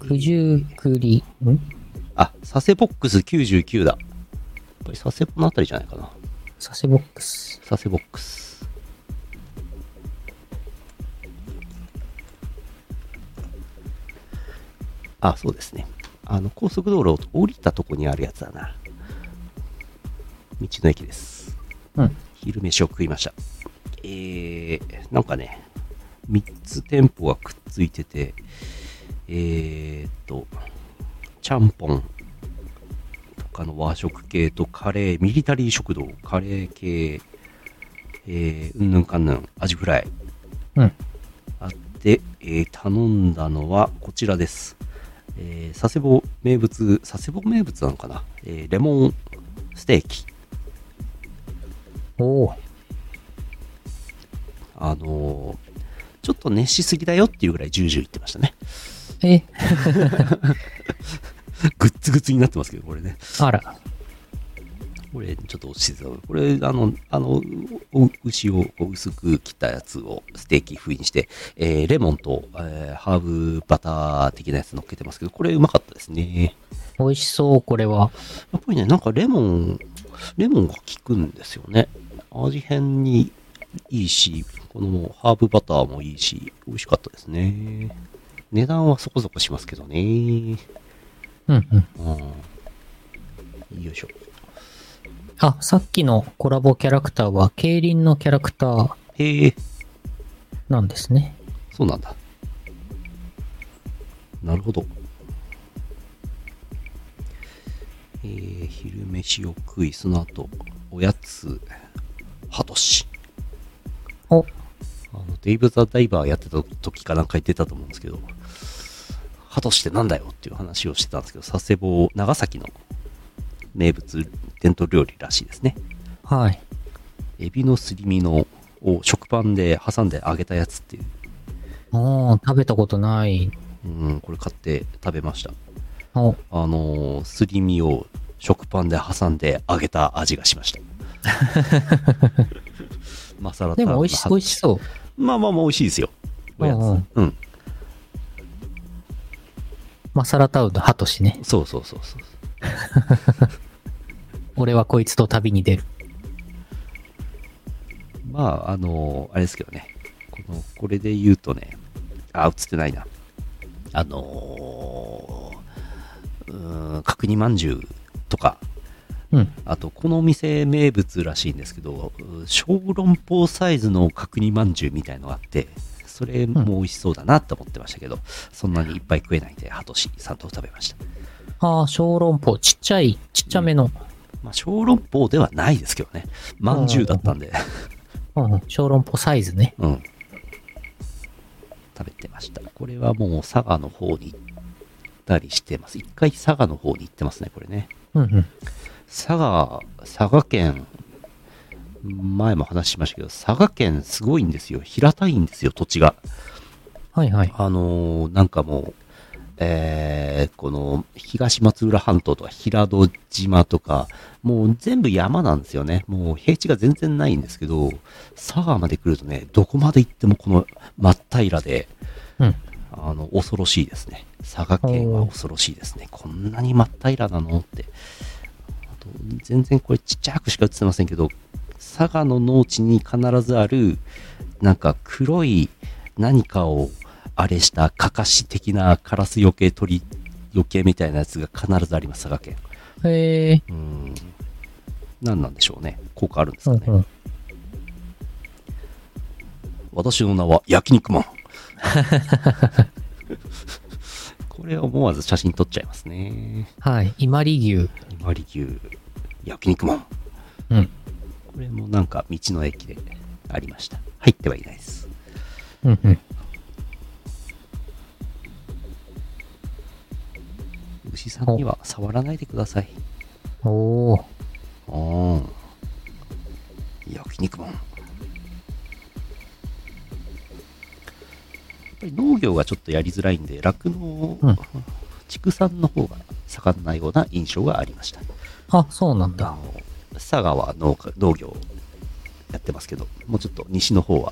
[SPEAKER 1] 九十九里。ん
[SPEAKER 2] あ、佐世ボックス99だ。これ佐世保のあたりじゃないかな。
[SPEAKER 1] 佐世ボックス。
[SPEAKER 2] 佐世ボックス。あ、そうですね。あの、高速道路を降りたとこにあるやつだな。道の駅です。
[SPEAKER 1] うん。
[SPEAKER 2] 昼飯を食いました。えー、なんかね、3つ店舗がくっついてて、えーっと、ちゃんぽんとあの和食系とカレー、ミリタリー食堂、カレー系、えー、うんぬんかんぬん、アジフライ。
[SPEAKER 1] うん。
[SPEAKER 2] あって、えー頼んだのはこちらです。えー佐世保名物、佐世保名物なのかな、えーレモンステーキ。
[SPEAKER 1] おお。
[SPEAKER 2] あのーちょっと熱しすぎだよっていうぐらいジュージュー言ってましたね。 (laughs)
[SPEAKER 1] え、
[SPEAKER 2] グッツグツになってますけど、これね。
[SPEAKER 1] あら。
[SPEAKER 2] これちょっと静かこれあのあのお牛をこう薄く切ったやつをステーキ風にして、えーレモンと、えーハーブバター的なやつ乗っけてますけどこれうまかったですね
[SPEAKER 1] 美味しそう、これは。
[SPEAKER 2] やっぱりねなんかレモンレモンが効くんですよね味変にいいしこのハーブバターもいいし美味しかったですね値段はそこそこしますけどね
[SPEAKER 1] うんうん。
[SPEAKER 2] うんよいしょ
[SPEAKER 1] あ、さっきのコラボキャラクターは、競輪のキャラクター
[SPEAKER 2] へえ
[SPEAKER 1] なんですね。
[SPEAKER 2] そうなんだ。なるほど。えー、昼飯を食い、その後、おやつ、ハトシ。
[SPEAKER 1] お、
[SPEAKER 2] あの、デイブ・ザ・ダイバーやってた時かなんか言ってたと思うんですけど、ハトシってなんだよっていう話をしてたんですけど、佐世保、長崎の名物、伝統料理らしいですね。
[SPEAKER 1] はい。
[SPEAKER 2] エビのすり身のを食パンで挟んで揚げたやつっていう
[SPEAKER 1] おー、食べたことない。
[SPEAKER 2] うん、これ買って食べました。
[SPEAKER 1] お、
[SPEAKER 2] あのーすり身を食パンで挟んで揚げた味がしま
[SPEAKER 1] (laughs)
[SPEAKER 2] した。マサラ
[SPEAKER 1] でも美味し、美味し
[SPEAKER 2] う。
[SPEAKER 1] そう。
[SPEAKER 2] まあまあまあ美味しいですよ。おやつ。う、
[SPEAKER 1] うんんうんマサラタウンのハトシね。
[SPEAKER 2] そうそうそうそう。
[SPEAKER 1] 俺はこいつと旅に出る。
[SPEAKER 2] まあ、あのーあれですけどね。この、これで言うとね、あ、映ってないな。あのー、うーん、角煮まんじゅうとか、
[SPEAKER 1] うん。
[SPEAKER 2] あと、このお店名物らしいんですけど、う小籠包サイズの角煮まんじゅうみたいのがあって、それも美味しそうだなと思ってましたけど、そんなにいっぱい食えないんで、ハトシさんと食べました。
[SPEAKER 1] ああ、小籠包。ちっちゃい、ちっちゃめの。
[SPEAKER 2] まあ、小籠包ではないですけどね。まんじゅうだったんで、
[SPEAKER 1] うんうん、小籠包サイズね。
[SPEAKER 2] うん。食べてました。これはもう佐賀の方に行ったりしてます。一回佐賀の方に行ってますね、これね。
[SPEAKER 1] うんうん。
[SPEAKER 2] 佐賀、佐賀県、前も話しましたけど、佐賀県すごいんですよ。平たいんですよ、土地が。
[SPEAKER 1] はいはい。
[SPEAKER 2] あのーなんかもう、えーこの東松浦半島とか平戸島とか、もう全部山なんですよね。もう平地が全然ないんですけど、佐賀まで来るとね、どこまで行ってもこの真っ平らで、
[SPEAKER 1] うん。
[SPEAKER 2] あの、恐ろしいですね。佐賀県は恐ろしいですね。こんなに真っ平らなのって。あと、全然これちっちゃくしか映ってませんけど、佐賀の農地に必ずある、なんか黒い何かをあれしたかかし的なカラスよけ鳥よけみたいなやつが必ずあります、佐賀県。
[SPEAKER 1] へえ。
[SPEAKER 2] うーん。何なんでしょうね。効果あるんです
[SPEAKER 1] う
[SPEAKER 2] か
[SPEAKER 1] んう
[SPEAKER 2] ね。
[SPEAKER 1] ん。
[SPEAKER 2] 私の名は焼肉マン。 (laughs) これ思わず写真撮っちゃいますね。
[SPEAKER 1] はい。伊万里牛。
[SPEAKER 2] 伊万里牛、焼肉マン。
[SPEAKER 1] うん。
[SPEAKER 2] これもなんか道の駅でありました。入ってはいないです。
[SPEAKER 1] うんうん。
[SPEAKER 2] 牛さんには触らないでください。
[SPEAKER 1] おお。
[SPEAKER 2] うん。焼肉マン。やっぱり農業がちょっとやりづらいんで、酪農、
[SPEAKER 1] うん
[SPEAKER 2] 畜産の方が盛んなような印象がありました。
[SPEAKER 1] あ、そうなん
[SPEAKER 2] あ
[SPEAKER 1] だ。
[SPEAKER 2] の佐賀は農家農業やってますけどもうちょっと西の方は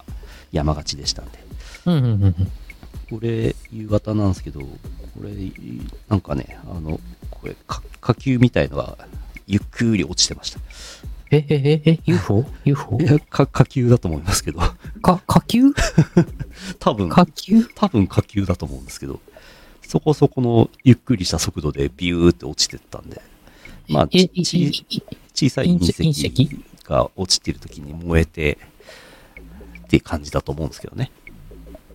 [SPEAKER 2] 山勝ちでしたんで
[SPEAKER 1] うんうんうんうん。
[SPEAKER 2] これ夕方なんですけどこれなんかねあのこれか火球みたいのがゆっくり落ちてました
[SPEAKER 1] え、え、え、え、UFO?UFO? (laughs)
[SPEAKER 2] いやか火球だと思いますけど
[SPEAKER 1] か、火球
[SPEAKER 2] (laughs) 多分
[SPEAKER 1] 火球
[SPEAKER 2] 多分火球だと思うんですけどそこそこのゆっくりした速度でビューって落ちてったんでまあ
[SPEAKER 1] え、い
[SPEAKER 2] ち、ち
[SPEAKER 1] い、い、
[SPEAKER 2] 小さい隕
[SPEAKER 1] 隕石
[SPEAKER 2] 石が落ちてる時に燃えてっていう感じだと思うんですけどね。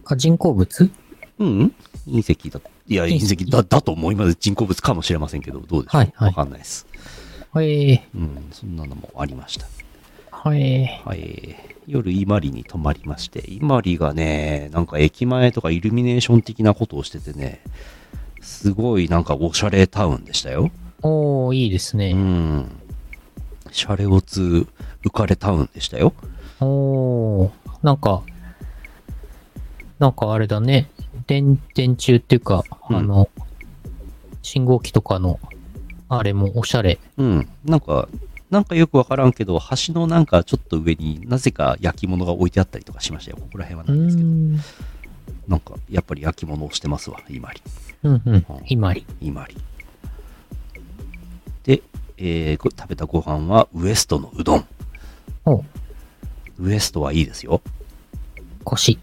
[SPEAKER 1] あ、人工物
[SPEAKER 2] うん、うん、隕石だ。い
[SPEAKER 1] 隕
[SPEAKER 2] や、隕
[SPEAKER 1] 石
[SPEAKER 2] 石だだと思います。人工物かもしれませんけど、どうでしょう、
[SPEAKER 1] はいはい
[SPEAKER 2] わかんないです。
[SPEAKER 1] はい、
[SPEAKER 2] うん、そんなのもありました。
[SPEAKER 1] はい。
[SPEAKER 2] はい、夜伊万里に泊まりまして伊万里がねなんか駅前とかイルミネーション的なことをしててねすごいなんかおしゃれタウンでしたよ
[SPEAKER 1] おー、いいです
[SPEAKER 2] う
[SPEAKER 1] ね。
[SPEAKER 2] んシャレオツ浮かれタウンでしたよ
[SPEAKER 1] おー、なんか、なんかあれだね。電、電柱っていうか、
[SPEAKER 2] うん
[SPEAKER 1] あの、信号機とかの、あれもおしゃれ。
[SPEAKER 2] うんなんかなんかよくわからんけど橋のなんかちょっと上になぜか焼き物が置いてあったりとかしましたよここら辺は
[SPEAKER 1] う
[SPEAKER 2] なんですけど
[SPEAKER 1] ん。
[SPEAKER 2] なんかやっぱり焼き物をしてますわ伊万里
[SPEAKER 1] うんうん。今里。
[SPEAKER 2] 今里で、えーご食べたご飯はウエストのうどん
[SPEAKER 1] おう、
[SPEAKER 2] ウエストはいいですよ
[SPEAKER 1] 腰。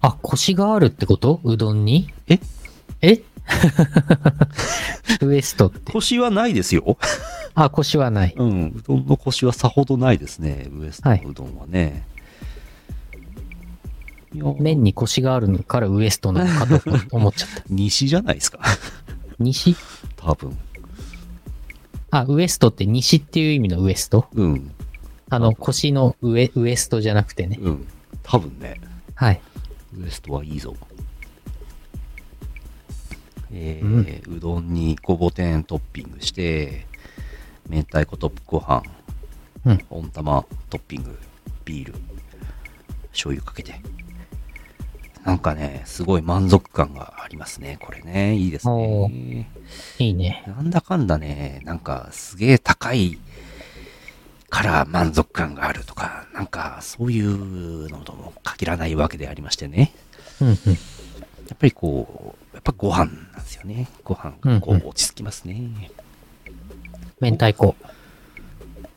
[SPEAKER 1] あ、腰があるってことうどんに
[SPEAKER 2] え
[SPEAKER 1] え (laughs) ウエストって。
[SPEAKER 2] 腰はないですよ
[SPEAKER 1] あ、腰はない。
[SPEAKER 2] うんうどんの腰はさほどないですねウエストのうどんはね、いや
[SPEAKER 1] 麺に腰があるのからウエストなのかと思っちゃ
[SPEAKER 2] (laughs)
[SPEAKER 1] った。
[SPEAKER 2] 西じゃないですか
[SPEAKER 1] 西
[SPEAKER 2] 多分
[SPEAKER 1] あ、ウエストって西っていう意味のウエスト
[SPEAKER 2] うん
[SPEAKER 1] あの、腰の上、ウエストじゃなくてね。
[SPEAKER 2] うん多分ね
[SPEAKER 1] はい。
[SPEAKER 2] ウエストはいいぞえ
[SPEAKER 1] う
[SPEAKER 2] ーうどんにごぼ天トッピングして明太子とご飯
[SPEAKER 1] うん。
[SPEAKER 2] 温玉トッピングビール醤油かけてなんかねすごい満足感がありますねこれねいいです
[SPEAKER 1] お
[SPEAKER 2] ね
[SPEAKER 1] いいね。
[SPEAKER 2] なんだかんだねなんかすげえ高いから満足感があるとかなんかそういうのとも限らないわけでありましてね
[SPEAKER 1] うんうん。
[SPEAKER 2] やっぱりこうやっぱご飯なんですよねご飯
[SPEAKER 1] うんうん
[SPEAKER 2] こう落ち着きますね、
[SPEAKER 1] 明太子。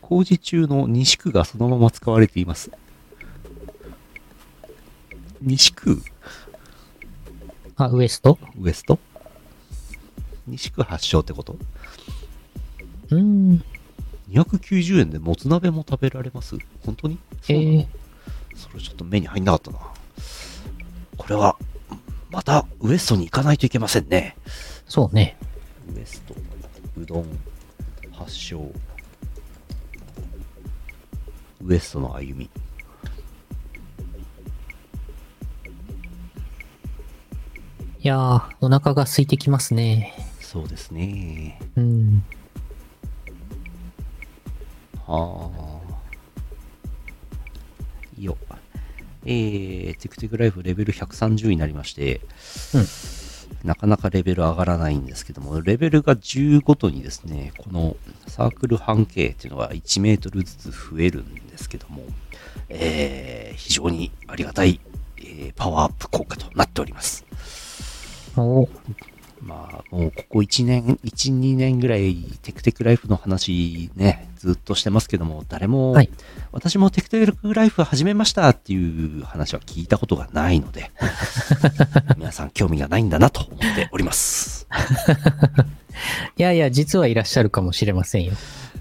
[SPEAKER 2] 工事中の西区がそのまま使われています西区
[SPEAKER 1] あ、ウエスト
[SPEAKER 2] ウエスト西区発祥ってこと
[SPEAKER 1] うーん。
[SPEAKER 2] 290円でもつ鍋も食べられます本当に
[SPEAKER 1] え
[SPEAKER 2] そうなの
[SPEAKER 1] ー、
[SPEAKER 2] それちょっと目に入んなかったなこれはまたウエストに行かないといけませんね
[SPEAKER 1] そうね。
[SPEAKER 2] ウエストうどん発祥ウエストの歩み
[SPEAKER 1] いやー、お腹が空いてきますね。
[SPEAKER 2] そうですね
[SPEAKER 1] うん。
[SPEAKER 2] はあ。いいよ。えー、テクテクライフレベル130になりまして、
[SPEAKER 1] うん
[SPEAKER 2] なかなかレベル上がらないんですけども、レベルが10ごとにですね、このサークル半径っていうのが1メートルずつ増えるんですけども、えー、非常にありがたい、えーパワーアップ効果となっております。
[SPEAKER 1] お
[SPEAKER 2] まあ、もうここ1年、1、2年ぐらい、テクテクライフの話ね、ずっとしてますけども、誰も、
[SPEAKER 1] はい
[SPEAKER 2] 私もテクテクライフ始めましたっていう話は聞いたことがない
[SPEAKER 1] (laughs)
[SPEAKER 2] ので、皆さん興味がないんだなと思っております。
[SPEAKER 1] いやいや、実はいらっしゃるかもしれませんよ。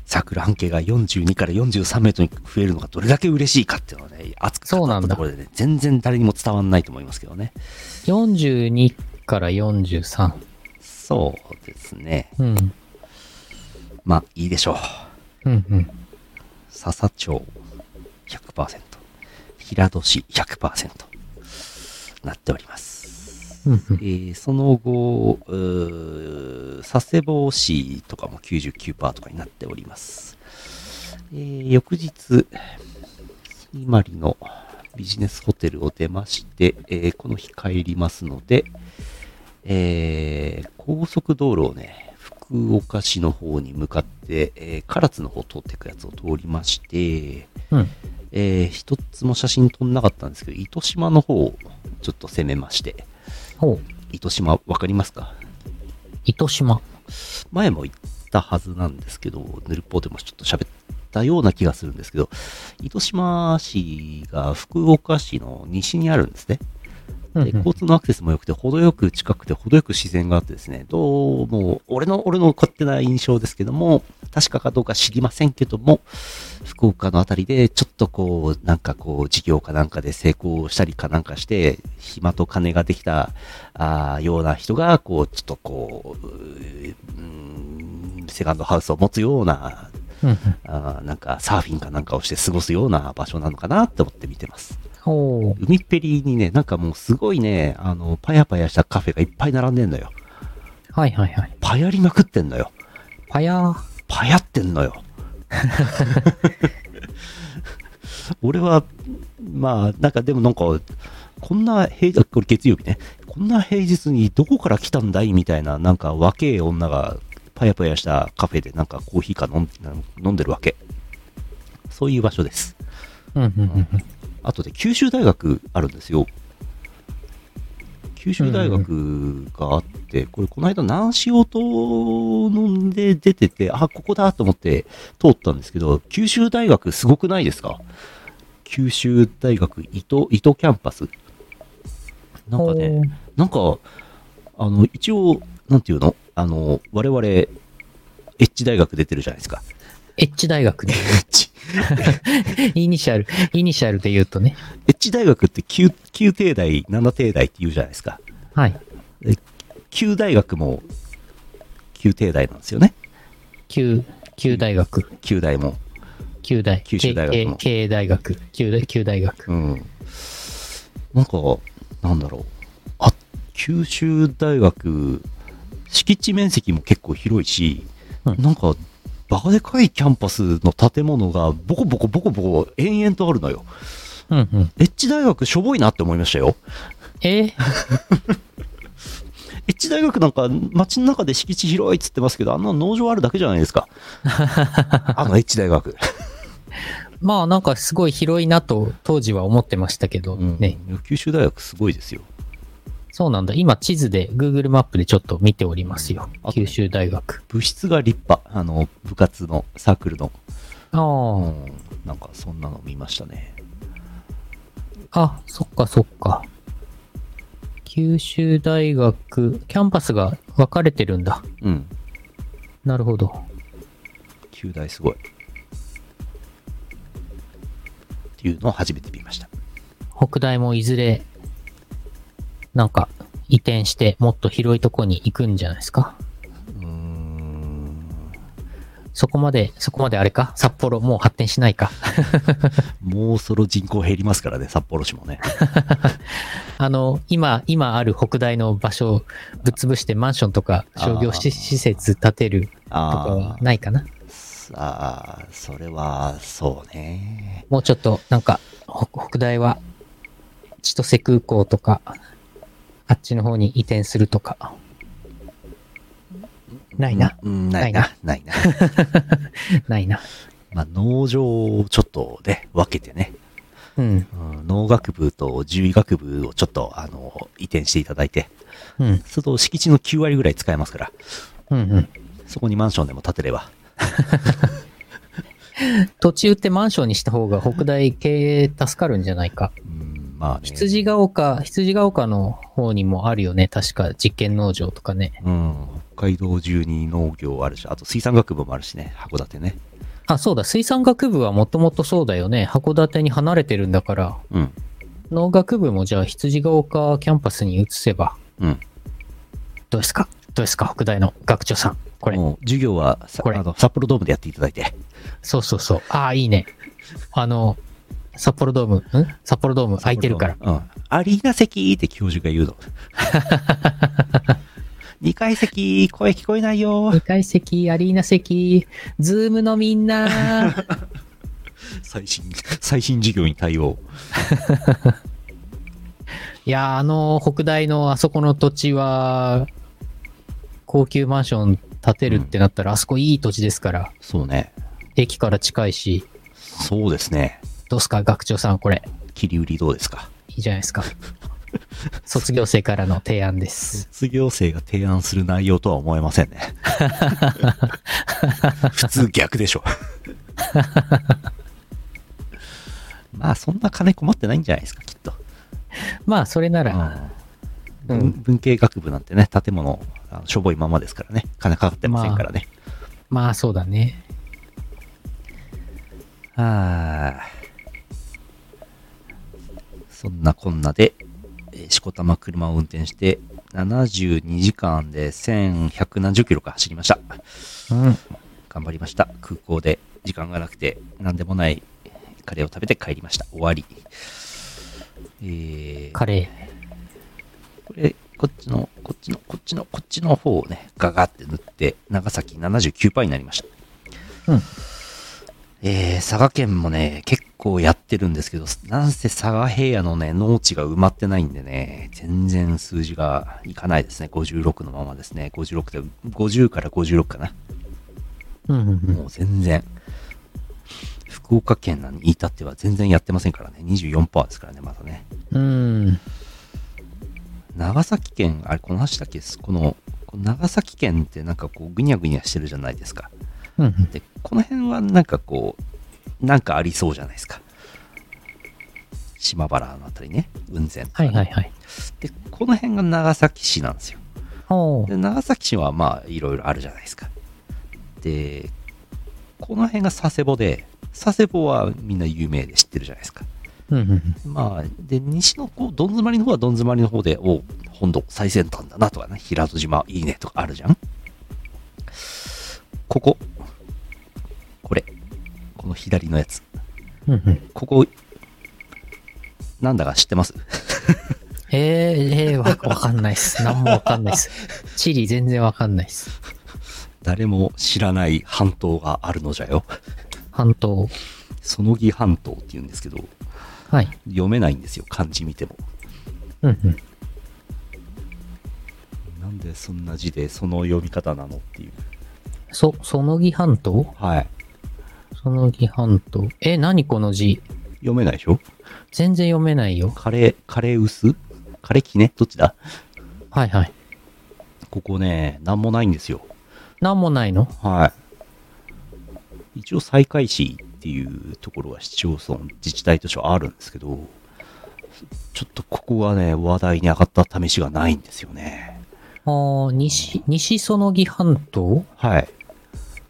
[SPEAKER 2] 桜半径が42から43メートルに増えるのがどれだけ嬉しいかっていうのはね、熱く語
[SPEAKER 1] そうな
[SPEAKER 2] っ
[SPEAKER 1] ん
[SPEAKER 2] た
[SPEAKER 1] だ
[SPEAKER 2] ところでね、全然誰にも伝わんないと思いますけどね。
[SPEAKER 1] 42から43。
[SPEAKER 2] そうですね。
[SPEAKER 1] うん。うん
[SPEAKER 2] まあ、いいでしょう。
[SPEAKER 1] うん。
[SPEAKER 2] 笹町100%平戸市100%なっております、
[SPEAKER 1] うんうん
[SPEAKER 2] えーその後うー佐世保市とかも99%とかになっております、えー翌日ひまりのビジネスホテルを出まして、えーこの日帰りますので、えー高速道路をね、福岡市の方に向かって、えー唐津の方を通っていくやつを通りまして、
[SPEAKER 1] うん。
[SPEAKER 2] えー一つも写真撮んなかったんですけど、糸島の方をちょっと攻めまして、
[SPEAKER 1] お
[SPEAKER 2] 糸島わかりますか
[SPEAKER 1] 糸島。
[SPEAKER 2] 前も言ったはずなんですけど、ヌルポでもちょっと喋ったような気がするんですけど、糸島市が福岡市の西にあるんですね。
[SPEAKER 1] うんう
[SPEAKER 2] で
[SPEAKER 1] ん
[SPEAKER 2] 交通のアクセスも良くて、程よく近くて、程よく自然があってですね、どうも、俺の、俺の勝手な印象ですけども、確かかどうか知りませんけども、福岡のあたりで、ちょっとこう、なんかこう、事業かなんかで成功したりかなんかして、暇と金ができた、あーような人が、こう、ちょっとこう、うーうーんセカンドハウスを持つような、
[SPEAKER 1] うんうん。
[SPEAKER 2] あーなんかサーフィンかなんかをして過ごすような場所なのかなって思って見てます。
[SPEAKER 1] おー
[SPEAKER 2] 海っぺりにね、なんかもうすごいね、あの、パヤパヤしたカフェがいっぱい並んでんのよ。
[SPEAKER 1] はいはいはい。
[SPEAKER 2] パヤりまくってんのよ。
[SPEAKER 1] パヤー。
[SPEAKER 2] パヤってんのよ。俺は、まあ、なんかでもなんか、こんな平日、これ月曜日ね、こんな平日にどこから来たんだいみたいな、なんか若え女がパヤパヤしたカフェでなんかコーヒーか飲ん飲んでるわけ。そういう場所です。
[SPEAKER 1] うんうんうんうん。
[SPEAKER 2] あとで九州大学あるんですよ。九州大学があって、これこの間南潮島ので出てて、あ、ここだと思って通ったんですけど、九州大学すごくないですか九州大学伊東、伊東キャンパス。なんかね、なんか、あの、一応、なんていうのあの、我々、エッジ大学出てるじゃないですか。
[SPEAKER 1] エッジ大学
[SPEAKER 2] (laughs)
[SPEAKER 1] ね。イニシャル、イニシャルで言うとね。
[SPEAKER 2] エッジ大学って9、9帝大、7帝大って言うじゃないですか。
[SPEAKER 1] はい。
[SPEAKER 2] 旧大学も旧帝大なんですよね
[SPEAKER 1] 旧、旧大学、
[SPEAKER 2] 旧大も
[SPEAKER 1] 旧大、
[SPEAKER 2] 九州大学
[SPEAKER 1] 経
[SPEAKER 2] も
[SPEAKER 1] 経営大学、旧大、旧大学。
[SPEAKER 2] うんなんかなんだろうあ九州大学敷地面積も結構広いし、
[SPEAKER 1] うん
[SPEAKER 2] なんかバカでかいキャンパスの建物がボコボコボコボコ延々とあるのよ
[SPEAKER 1] うんうん。
[SPEAKER 2] エッジ大学しょぼいなって思いましたよ
[SPEAKER 1] え (laughs) ー
[SPEAKER 2] エッジ大学なんか街の中で敷地広いっつってますけどあんな農場あるだけじゃないで
[SPEAKER 1] (laughs)
[SPEAKER 2] すかあのエッジ大学
[SPEAKER 1] まあなんかすごい広いなと当時は思ってましたけど
[SPEAKER 2] うん
[SPEAKER 1] ね。
[SPEAKER 2] 九州大学すごいですよ
[SPEAKER 1] そうなんだ。今地図で Google マップでちょっと見ておりますよ
[SPEAKER 2] あ。と
[SPEAKER 1] 九州大学。
[SPEAKER 2] 部室が立派あの部活のサークルの、
[SPEAKER 1] あ
[SPEAKER 2] う
[SPEAKER 1] あ。
[SPEAKER 2] ん、なんかそんなの見ましたね
[SPEAKER 1] あ、そっかそっか。九州大学、キャンパスが分かれてるんだ。
[SPEAKER 2] うん
[SPEAKER 1] なるほど。
[SPEAKER 2] 旧大すごいっていうのを初めて見ました
[SPEAKER 1] 北大もいずれ、なんか移転してもっと広いとこに行くんじゃないですか。
[SPEAKER 2] うーん
[SPEAKER 1] そこまで、そこまであれか札幌もう発展しないか。 (laughs)
[SPEAKER 2] もうそろ人口減りますからね札幌市もね
[SPEAKER 1] あの、今、今ある北大の場所をぶっ潰してマンションとか
[SPEAKER 2] あー
[SPEAKER 1] 商業施施設建てるとか
[SPEAKER 2] あ
[SPEAKER 1] はないかな。
[SPEAKER 2] ー (laughs) あーそれはそうね
[SPEAKER 1] もうちょっと、なんか、北北大は、千歳空港とか、あっちの方に移転するとか。ないな、
[SPEAKER 2] うんないなないな (laughs)
[SPEAKER 1] ないな。
[SPEAKER 2] まあ農場をちょっとね分けてね
[SPEAKER 1] うん、
[SPEAKER 2] うん農学部と獣医学部をちょっとあの移転していただいて、
[SPEAKER 1] うん、
[SPEAKER 2] すると敷地の9割ぐらい使えますから、
[SPEAKER 1] うん、うん。
[SPEAKER 2] そこにマンションでも建てれば、
[SPEAKER 1] 土地売ってマンションにした方が北大経営助かるんじゃないか。
[SPEAKER 2] うん、まあね、
[SPEAKER 1] 羊ヶ丘、羊ヶ丘の方にもあるよね。確か実験農場とかね。
[SPEAKER 2] うん、北海道中に農業あるし、あと水産学部もあるしね、函館ね。
[SPEAKER 1] あ、そうだ。水産学部はもともとそうだよね。函館に離れてるんだから。
[SPEAKER 2] うん、
[SPEAKER 1] 農学部もじゃあ羊ヶ丘キャンパスに移せば。
[SPEAKER 2] うん。
[SPEAKER 1] どうですかどうですか北大の学長さん。これ。
[SPEAKER 2] もう授業はさ
[SPEAKER 1] これ
[SPEAKER 2] あの札幌ドームでやっていただいて、
[SPEAKER 1] そうそうそう。ああ、いいね。あの、札幌ドーム、ん札幌ドーム空いてるから。
[SPEAKER 2] ら。うん、アリーナ席って教授が言う
[SPEAKER 1] (laughs)
[SPEAKER 2] の。2階席、声聞こえないよ
[SPEAKER 1] 2。階席、アリーナ席、ズームのみんな。
[SPEAKER 2] 最新、最新授業に対応。
[SPEAKER 1] いやー、あの、北大のあそこの土地は、高級マンション建てるってなったら、あそこいい土地ですから、
[SPEAKER 2] そうね。
[SPEAKER 1] 駅から近いし、
[SPEAKER 2] そうですね。
[SPEAKER 1] どうすか、学長さん、これ、
[SPEAKER 2] 切り売りどうですか
[SPEAKER 1] いいじゃないです (laughs) か。卒業生からの提案です。
[SPEAKER 2] 卒業生が提案する内容とは思えません (laughs) ね。普通逆でしょ。 (laughs) まあそんな金困ってないんじゃないですか、きっと。
[SPEAKER 1] まあ、それなら、
[SPEAKER 2] うん
[SPEAKER 1] うん
[SPEAKER 2] 文文系学部なんてね、建物、あのしょぼいままですからね。金かかってませんからね。
[SPEAKER 1] まあ、そうだね。
[SPEAKER 2] はあ、そんなこんなで、えーしこたま車を運転して、 72時間で1100何十キロか走りました。
[SPEAKER 1] うん。
[SPEAKER 2] 頑張りました。空港で時間がなくて、何でもないカレーを食べて帰りました。終わり。えー、
[SPEAKER 1] カレ
[SPEAKER 2] これ、こっちの、こっちの、こっちの、こっちの方をね、ガガって塗って、長崎79%になりました。
[SPEAKER 1] ー。うん。
[SPEAKER 2] えー、佐賀県もね、結構やってるんですけど、なんせ佐賀平野のね、農地が埋まってないんでね、全然数字がいかないですね。56のままですね。56で、50から56かな。
[SPEAKER 1] うんうんうん
[SPEAKER 2] もう全然。福岡県なんに至っては全然やってませんからね。24%ですからね、まだね。
[SPEAKER 1] うん。
[SPEAKER 2] 長崎県、あれ、この話だっけです。この、この長崎県ってなんかこう、ぐにゃぐにゃしてるじゃないですか。
[SPEAKER 1] うんうん。
[SPEAKER 2] で、この辺はなんかこう、なんかありそうじゃないですか。島原のあたりね、雲仙とか
[SPEAKER 1] は
[SPEAKER 2] ね、
[SPEAKER 1] いはいはい。
[SPEAKER 2] で、この辺が長崎市なんですよ。
[SPEAKER 1] おー
[SPEAKER 2] で、長崎市はまあ、いろいろあるじゃないですか。で、この辺が佐世保で、佐世保はみんな有名で知ってるじゃないですか。
[SPEAKER 1] うんうんうん。
[SPEAKER 2] まあ、で、西のこう、どん詰まりの方はどん詰まりの方で、お本土最先端だなとかね、平戸島いいねとかあるじゃん。ここ。これ。この左のやつ。
[SPEAKER 1] うんうん。
[SPEAKER 2] ここ、なんだか知ってます
[SPEAKER 1] えー、えー、わわかんないっす。なんもわかんないっす。チリ全然わかんないっす。
[SPEAKER 2] (laughs) 誰も知らない半島があるのじゃよ。
[SPEAKER 1] 半島。
[SPEAKER 2] そのぎ半島って言うんですけど、
[SPEAKER 1] はい。
[SPEAKER 2] 読めないんですよ、漢字見ても。
[SPEAKER 1] うんうん。
[SPEAKER 2] なんでそんな字でその読み方なのっていう。
[SPEAKER 1] そ、そのぎ半島
[SPEAKER 2] はい。
[SPEAKER 1] そのぎ半島。え、何この字
[SPEAKER 2] 読めないでしょ
[SPEAKER 1] 全然読めないよ。
[SPEAKER 2] カレー、カレー薄カレーキねどっちだ
[SPEAKER 1] はいはい。
[SPEAKER 2] ここね、なんもないんですよ。
[SPEAKER 1] なんもないの
[SPEAKER 2] はい。一応、西海市っていうところは市町村、自治体としてはあるんですけど、ちょっとここはね、話題に上がった試しがないんですよね。
[SPEAKER 1] あー西、西そのぎ半島
[SPEAKER 2] はい。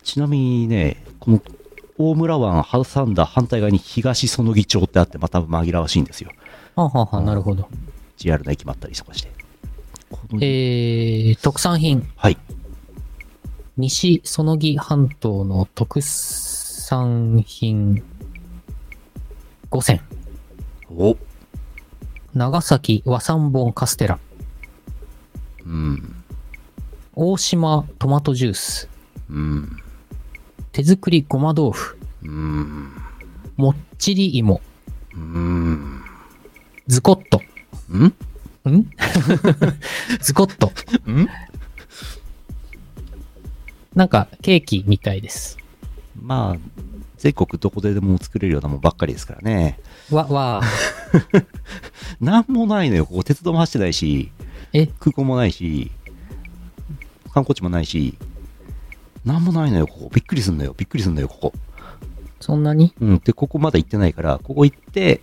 [SPEAKER 2] ちなみにね、この大村湾挟んだ反対側に東園木町ってあって、また紛らわしいんですよ。
[SPEAKER 1] ははは、なるほど。
[SPEAKER 2] JR の駅もあったりとかして。この
[SPEAKER 1] えー、特産品。
[SPEAKER 2] はい。
[SPEAKER 1] 西そのぎ半島の特産品5選。
[SPEAKER 2] お
[SPEAKER 1] 長崎和三盆カステラ。
[SPEAKER 2] うん。
[SPEAKER 1] 大島トマトジュース。
[SPEAKER 2] うん。
[SPEAKER 1] 手作りごま豆腐。
[SPEAKER 2] うん。
[SPEAKER 1] もっちり芋。
[SPEAKER 2] うん。
[SPEAKER 1] ズコット。
[SPEAKER 2] うん
[SPEAKER 1] ん (laughs) ズコット。
[SPEAKER 2] ん
[SPEAKER 1] なんかケーキみたいです。
[SPEAKER 2] まあ、全国どこででも作れるようなもんばっかりですからね。
[SPEAKER 1] わ、わあ。
[SPEAKER 2] なんもないのよ。ここ鉄道も走ってないし、
[SPEAKER 1] え、
[SPEAKER 2] 空港もないし、観光地もないし、なんもないのよ、ここ。びっくりすんのよ、びっくりすんのよ、ここ。
[SPEAKER 1] そんなに
[SPEAKER 2] うん。で、ここまだ行ってないから、ここ行って、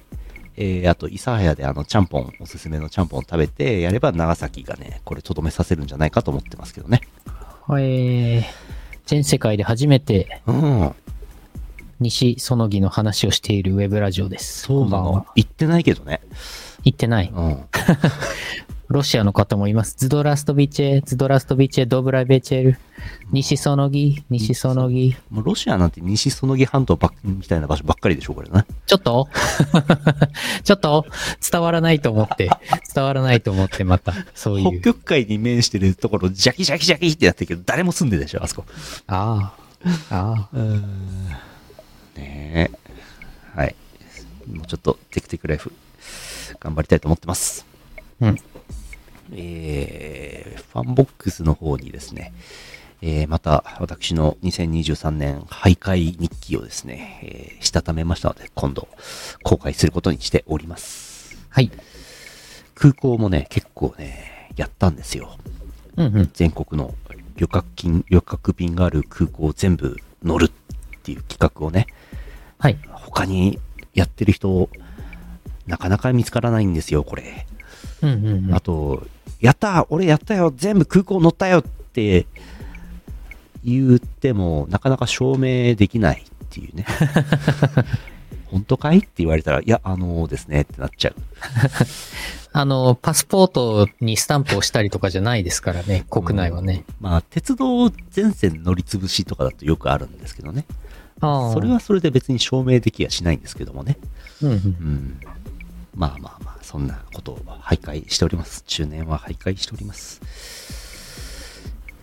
[SPEAKER 2] えー、あと、諫早であの、ちゃんぽん、おすすめのちゃんぽん食べて、やれば長崎がね、これ、とどめさせるんじゃないかと思ってますけどね。
[SPEAKER 1] えー、全世界で初めて
[SPEAKER 2] うん。
[SPEAKER 1] 西そのぎの話をしているウェブラジオです。
[SPEAKER 2] そうな
[SPEAKER 1] こんばん
[SPEAKER 2] の
[SPEAKER 1] は。
[SPEAKER 2] 行ってないけどね。
[SPEAKER 1] 行ってない。
[SPEAKER 2] うん。
[SPEAKER 1] ロシアの方もいます。ズドラストビチェ、ズドラストビチェ、ドブラベチェル、西そのぎ、西そのぎ。
[SPEAKER 2] もうロシアなんて西そのぎ半島ばっみたいな場所ばっかりでしょ、これね。
[SPEAKER 1] ちょっと (laughs) ちょっと伝わらないと思って、伝わらないと思ってまた、そうい
[SPEAKER 2] 北
[SPEAKER 1] う。
[SPEAKER 2] 極海に面してるところ、ジャキジャキジャキってなってるけど、誰も住んでるでしょ、あそこ。
[SPEAKER 1] ああ。ああ。
[SPEAKER 2] ねえ。はい。もうちょっと、テクテクライフ、頑張りたいと思ってます。
[SPEAKER 1] うん。
[SPEAKER 2] えー、ファンボックスの方にですね、えー、また、私の2023年徘徊日記をですね、えー、したためましたので、今度、公開することにしております。
[SPEAKER 1] はい。
[SPEAKER 2] 空港もね、結構ね、やったんですよ。
[SPEAKER 1] うんうん。
[SPEAKER 2] 全国の旅客金、旅客便がある空港を全部乗るっていう企画をね、
[SPEAKER 1] はい。
[SPEAKER 2] 他にやってる人、なかなか見つからないんですよ、これ。
[SPEAKER 1] うんうんうん
[SPEAKER 2] あ。と、やったー俺やったよ全部空港乗ったよって
[SPEAKER 1] (laughs)
[SPEAKER 2] 言っても、なかなか証明できないっていうね。本当かいって言われたら、いや、あのーですねってなっちゃう。
[SPEAKER 1] あの、パスポートにスタンプをしたりとかじゃないですからね、国内はね。
[SPEAKER 2] まあ、鉄道全線乗り潰しとかだとよくあるんですけどね。
[SPEAKER 1] ああ。
[SPEAKER 2] それはそれで別に証明できやしないんですけどもね。
[SPEAKER 1] うんう。
[SPEAKER 2] うんん。まあまあまあ、そんなことを徘徊しております。中年は徘徊しております。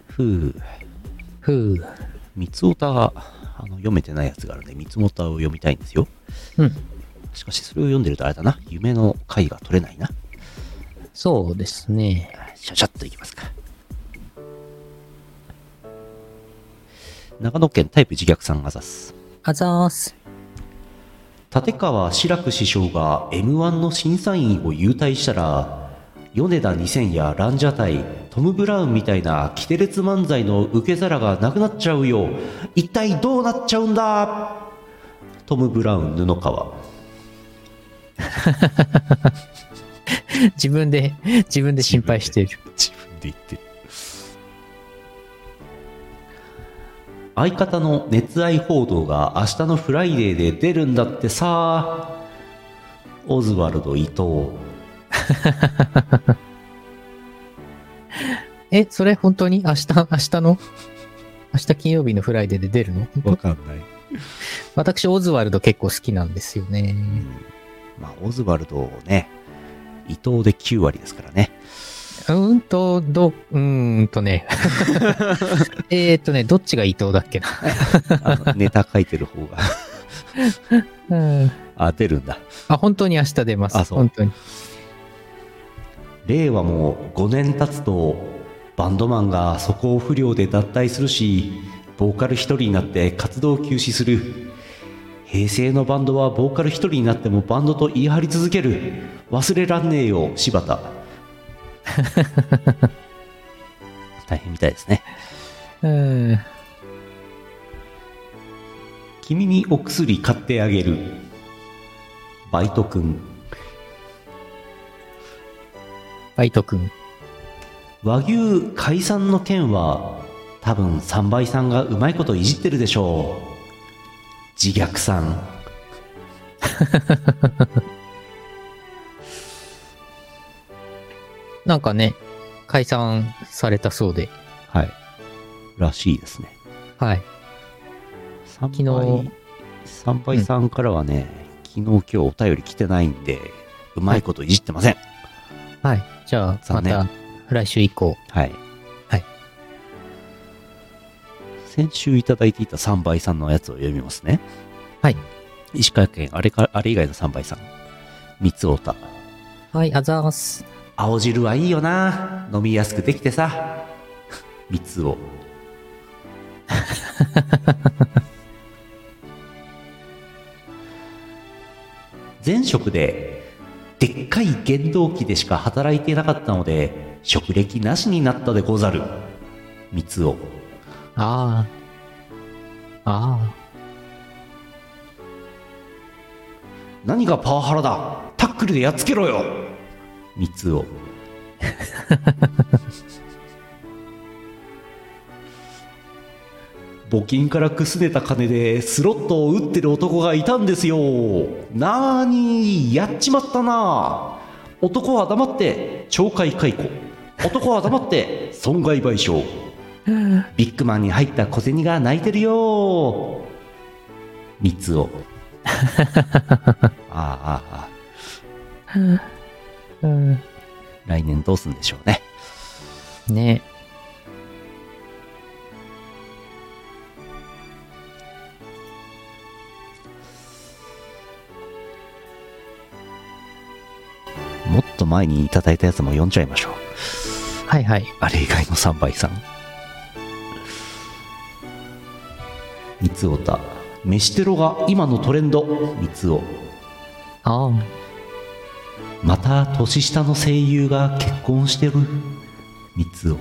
[SPEAKER 2] ふう。
[SPEAKER 1] ふう。
[SPEAKER 2] 三つおた、あの、読めてないやつがあるんで、三つおたを読みたいんですよ。
[SPEAKER 1] うん。
[SPEAKER 2] しかし、それを読んでるとあれだな。夢の回が取れないな。
[SPEAKER 1] そうですね。
[SPEAKER 2] シャシャッといきますか。長野県タイプ自虐さんがざす。
[SPEAKER 1] あざーす。 (laughs)
[SPEAKER 2] 立川志らく師匠が M1 の審査員を優待したら米田2000やランジャタイトム・ブラウンみたいなキテレツ漫才の受け皿がなくなっちゃうよ一体どうなっちゃうんだトム・ブラウン布川
[SPEAKER 1] 自分で、自分で心配している。
[SPEAKER 2] 自分で言ってる相方の熱愛報道が明日のフライデーで出るんだってさオズワルド伊藤
[SPEAKER 1] え、それ本当に明日、明日の明日金曜日のフライデーで出るの
[SPEAKER 2] わかんない
[SPEAKER 1] 私、オズワルド結構好きなんですよね。
[SPEAKER 2] まあ、オズワルドをね、伊藤で9割ですからね。
[SPEAKER 1] うーんと、ど、うーんと
[SPEAKER 2] (laughs)
[SPEAKER 1] ね。えーっとね、どっちが伊藤だっけな。
[SPEAKER 2] あのネタ書いてる方が。
[SPEAKER 1] うん
[SPEAKER 2] あ、出るんだ。
[SPEAKER 1] あ、本当に明日出ま
[SPEAKER 2] あ
[SPEAKER 1] す。
[SPEAKER 2] そう
[SPEAKER 1] 本当に。
[SPEAKER 2] 令和も5年経つと、バンドマンが素行不良で脱退するし、ボーカル一人になって活動休止する。平成のバンドはボーカル一人になってもバンドと言い張り続ける。忘れらんねえよ、柴田。 (laughs) 大変みたいですね。
[SPEAKER 1] うん。
[SPEAKER 2] 君にお薬買ってあげるバイトくん
[SPEAKER 1] バイト君。
[SPEAKER 2] 和牛解散の件は多分三倍さんがうまいこといじってるでしょう自虐さん
[SPEAKER 1] なんかね、解散されたそうで。
[SPEAKER 2] はいらしいですね
[SPEAKER 1] はい。
[SPEAKER 2] 三
[SPEAKER 1] 昨日
[SPEAKER 2] 倍三倍さんからはね、昨日今日お便り来てないんでうまいこといじってません
[SPEAKER 1] はい。じゃあ、ま
[SPEAKER 2] 残念
[SPEAKER 1] た、来週以降。
[SPEAKER 2] はい
[SPEAKER 1] はい
[SPEAKER 2] 先週いただいていた三倍さんのやつを読みますね
[SPEAKER 1] はい。
[SPEAKER 2] 石川県あれかあれ以外の3倍さん三つ太田
[SPEAKER 1] はい、あざーす。
[SPEAKER 2] 青汁はいいよな飲みやすくできてさ三つを (laughs) 前職ででっかい原動機でしか働いていなかったので職歴なしになったでござる三つを
[SPEAKER 1] ああ。あ
[SPEAKER 2] 何がパワハラだタックルでやっつけろよ三つを (laughs) 募金からくすねた金でスロットを打ってる男がいたんですよなーにやっちまったな男は黙って懲戒解雇男は黙 (laughs) って損害賠償ビッグマンに入った小銭が泣いてるよ三つをあああああ
[SPEAKER 1] あ。うん。
[SPEAKER 2] あ来年どうすんでしょうね
[SPEAKER 1] ね
[SPEAKER 2] もっと前にいただいたやつも読んじゃいましょう
[SPEAKER 1] はいはい。
[SPEAKER 2] あれ以外の3倍さん三つおた飯テロが今のトレンド三つお
[SPEAKER 1] ああ。
[SPEAKER 2] また年下の声優が結婚してる三つお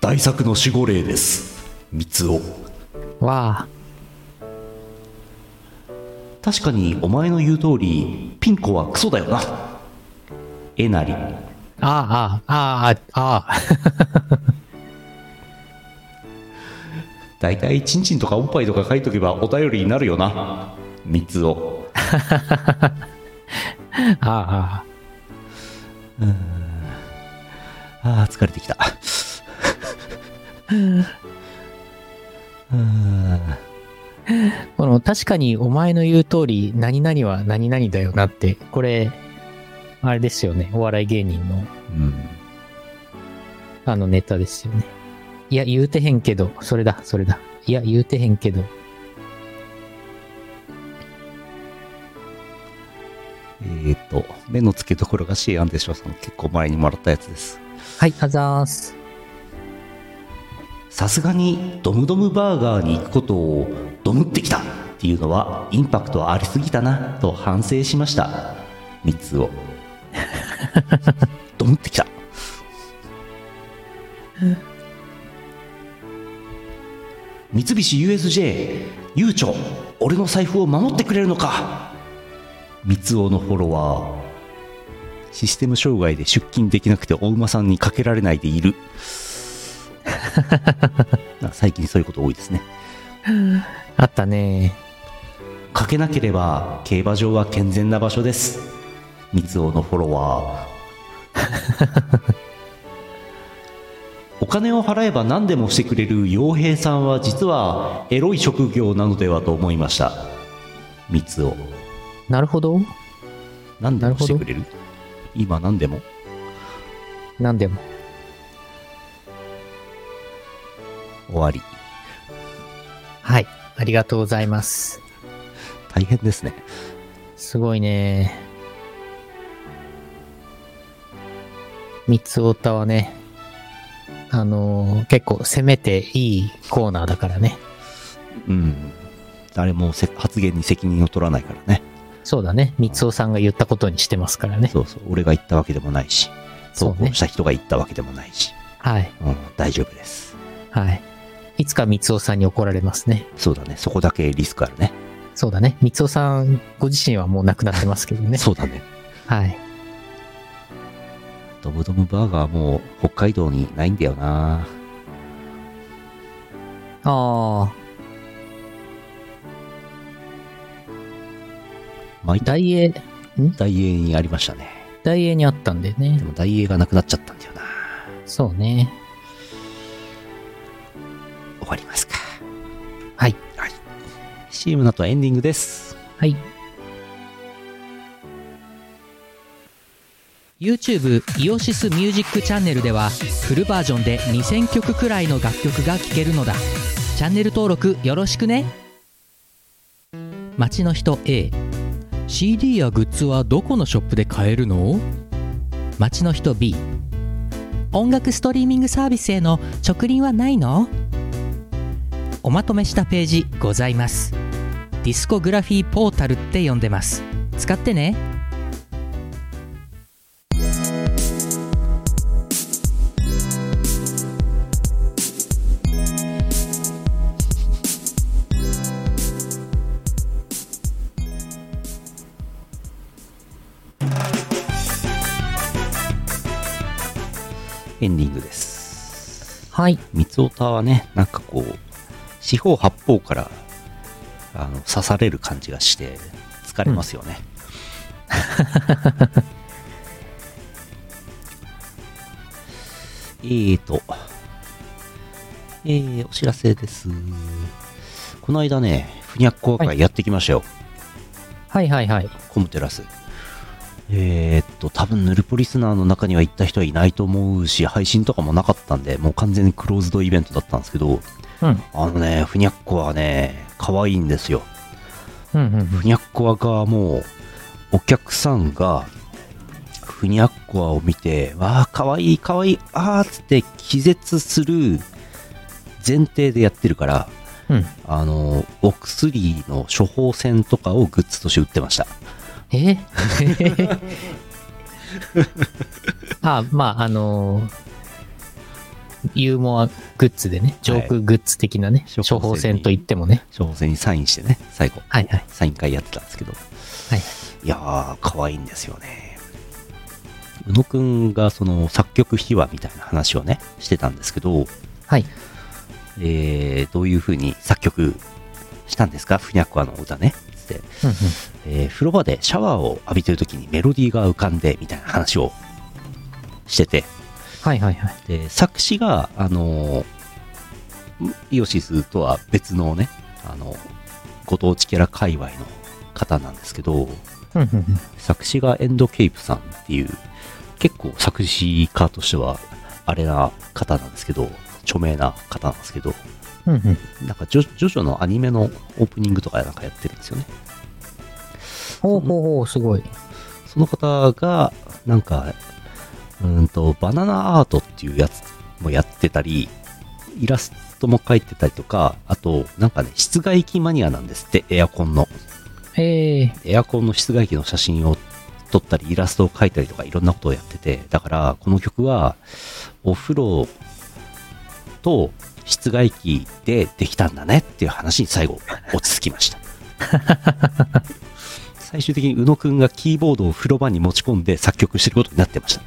[SPEAKER 2] 大作の守護霊です三つお
[SPEAKER 1] わ
[SPEAKER 2] 確かにお前の言う通りピンコはクソだよなえなり
[SPEAKER 1] あ。ああ、ああ、ああ、ああ。
[SPEAKER 2] 大体チンチンとかおっぱいとか書いとけばお便りになるよな三つを
[SPEAKER 1] (laughs) ああ、
[SPEAKER 2] あー疲れてきた (laughs) うーん
[SPEAKER 1] ああこの、確かにお前の言う通り、何々は何々だよなって、これ、あれですよね。お笑い芸人の、
[SPEAKER 2] うん
[SPEAKER 1] あのネタですよね。いや、言うてへんけど、それだ、それだ。いや、言うてへんけど。
[SPEAKER 2] えーっ、と目の付けどころがシーアンデションさん結構前にもらったやつです
[SPEAKER 1] はい、あざーす。
[SPEAKER 2] さすがにドムドムバーガーに行くことをドムってきたっていうのはインパクトありすぎたなと反省しました三つをドムってきた三菱 USJ ゆうちょ俺の財布を守ってくれるのか三つおのフォロワーシステム障害で出勤できなくてお馬さんにかけられないでいるあ最近そういうこと多いですね
[SPEAKER 1] あったね。
[SPEAKER 2] かけなければ競馬場は健全な場所です三尾のフォロワーお金を払えば何でもしてくれる傭兵さんは実はエロい職業なのではと思いました三尾
[SPEAKER 1] なるほど。
[SPEAKER 2] 何でもしてくれる今何でも
[SPEAKER 1] なんでも。
[SPEAKER 2] 終わり
[SPEAKER 1] はい、ありがとうございます。
[SPEAKER 2] 大変ですね
[SPEAKER 1] すごいね。三つおたはね、あのー結構攻めていいコーナーだからね。
[SPEAKER 2] うん誰もせ発言に責任を取らないからね
[SPEAKER 1] そうだね。三つおさんが言ったことにしてますからね。
[SPEAKER 2] そうそう俺が言ったわけでもないし
[SPEAKER 1] そ
[SPEAKER 2] 投
[SPEAKER 1] うね
[SPEAKER 2] 稿した人が言ったわけでもないし
[SPEAKER 1] はい。
[SPEAKER 2] うん、大丈夫です。
[SPEAKER 1] はい。いつか三つおさんに怒られますね。
[SPEAKER 2] そうだね。そこだけリスクあるね。
[SPEAKER 1] そうだね。三つおさん、ご自身はもう亡くなってますけどね。
[SPEAKER 2] そうだね。
[SPEAKER 1] はい。
[SPEAKER 2] ドムドムバーガーもう北海道にないんだよな。
[SPEAKER 1] ああ、
[SPEAKER 2] 毎
[SPEAKER 1] ダイエー、
[SPEAKER 2] ダイエーにありましたね。
[SPEAKER 1] ダイエーにあったんでね
[SPEAKER 2] で。もダイエーがなくなっちゃったんだよな。
[SPEAKER 1] そうね。
[SPEAKER 2] 終わりますか。
[SPEAKER 1] はい。
[SPEAKER 2] はい。CM の後はエンディングです。
[SPEAKER 1] はい。YouTube イオシスミュージックチャンネルではフルバージョンで2000曲くらいの楽曲が聴けるのだチャンネル登録よろしくね街の人 A CD やグッズはどこのショップで買えるの街の人 B 音楽ストリーミングサービスへの直輪はないのおまとめしたページございますディスコグラフィーポータルって呼んでます使ってね
[SPEAKER 2] エンディングです。
[SPEAKER 1] はい
[SPEAKER 2] 三つおたはね、なんかこう、四方八方からあの刺される感じがして、疲れますよね。 (laughs) えーと、えー、お知らせです。この間ね、ふにゃっこ会やってきましたよ、
[SPEAKER 1] はいはいはい
[SPEAKER 2] コムテラス。えー、っと、多分ヌルポリスナーの中には行った人はいないと思うし、配信とかもなかったんで、もう完全にクローズドイベントだったんですけど、
[SPEAKER 1] うん
[SPEAKER 2] あのね、ふにゃっこはね、可愛いんですよ。
[SPEAKER 1] うんうん
[SPEAKER 2] ふにゃっこはがもう、お客さんが、ふにゃっこはを見て、わあ、可愛い可愛いあーっつって気絶する前提でやってるから、
[SPEAKER 1] うん
[SPEAKER 2] あの、お薬の処方箋とかをグッズとして売ってました。
[SPEAKER 1] (laughs) えあまああのーユーモアグッズでねジョークグッズ的なね、
[SPEAKER 2] 処方箋
[SPEAKER 1] 処方箋といってもね
[SPEAKER 2] 処方箋にサインしてね、最後、
[SPEAKER 1] はいはい
[SPEAKER 2] サイン会やってたんですけど、
[SPEAKER 1] はい
[SPEAKER 2] いやー、可愛いんですよね。宇野くんがその作曲秘話みたいな話をね、してたんですけど、
[SPEAKER 1] はい
[SPEAKER 2] えーどういうふうに作曲したんですかふにゃっこあの歌ねつって、
[SPEAKER 1] うんうん
[SPEAKER 2] えー風呂場でシャワーを浴びてる時にメロディーが浮かんでみたいな話をしてて
[SPEAKER 1] はいはいはい。
[SPEAKER 2] で作詞があのんイオシスとは別のねあのご当地キャラ界隈の方なんですけど
[SPEAKER 1] うんうんうん
[SPEAKER 2] 作詞がエンドケイプさんっていう結構作詞家としてはあれな方なんですけど著名な方なんですけど
[SPEAKER 1] うんうん
[SPEAKER 2] なんかジョジョジョのアニメのオープニングとかなんかやってるんですよね
[SPEAKER 1] ほうほうほう、すごい。
[SPEAKER 2] その方がなんかうーんとバナナアートっていうやつもやってたりイラストも描いてたりとかあとなんかね室外機マニアなんですってエアコンの
[SPEAKER 1] ええ
[SPEAKER 2] エアコンの室外機の写真を撮ったりイラストを描いたりとかいろんなことをやっててだからこの曲はお風呂と室外機でできたんだねっていう話に最後落ち着きました最終的に宇野くんがキーボードを風呂場に持ち込んで作曲してることになってました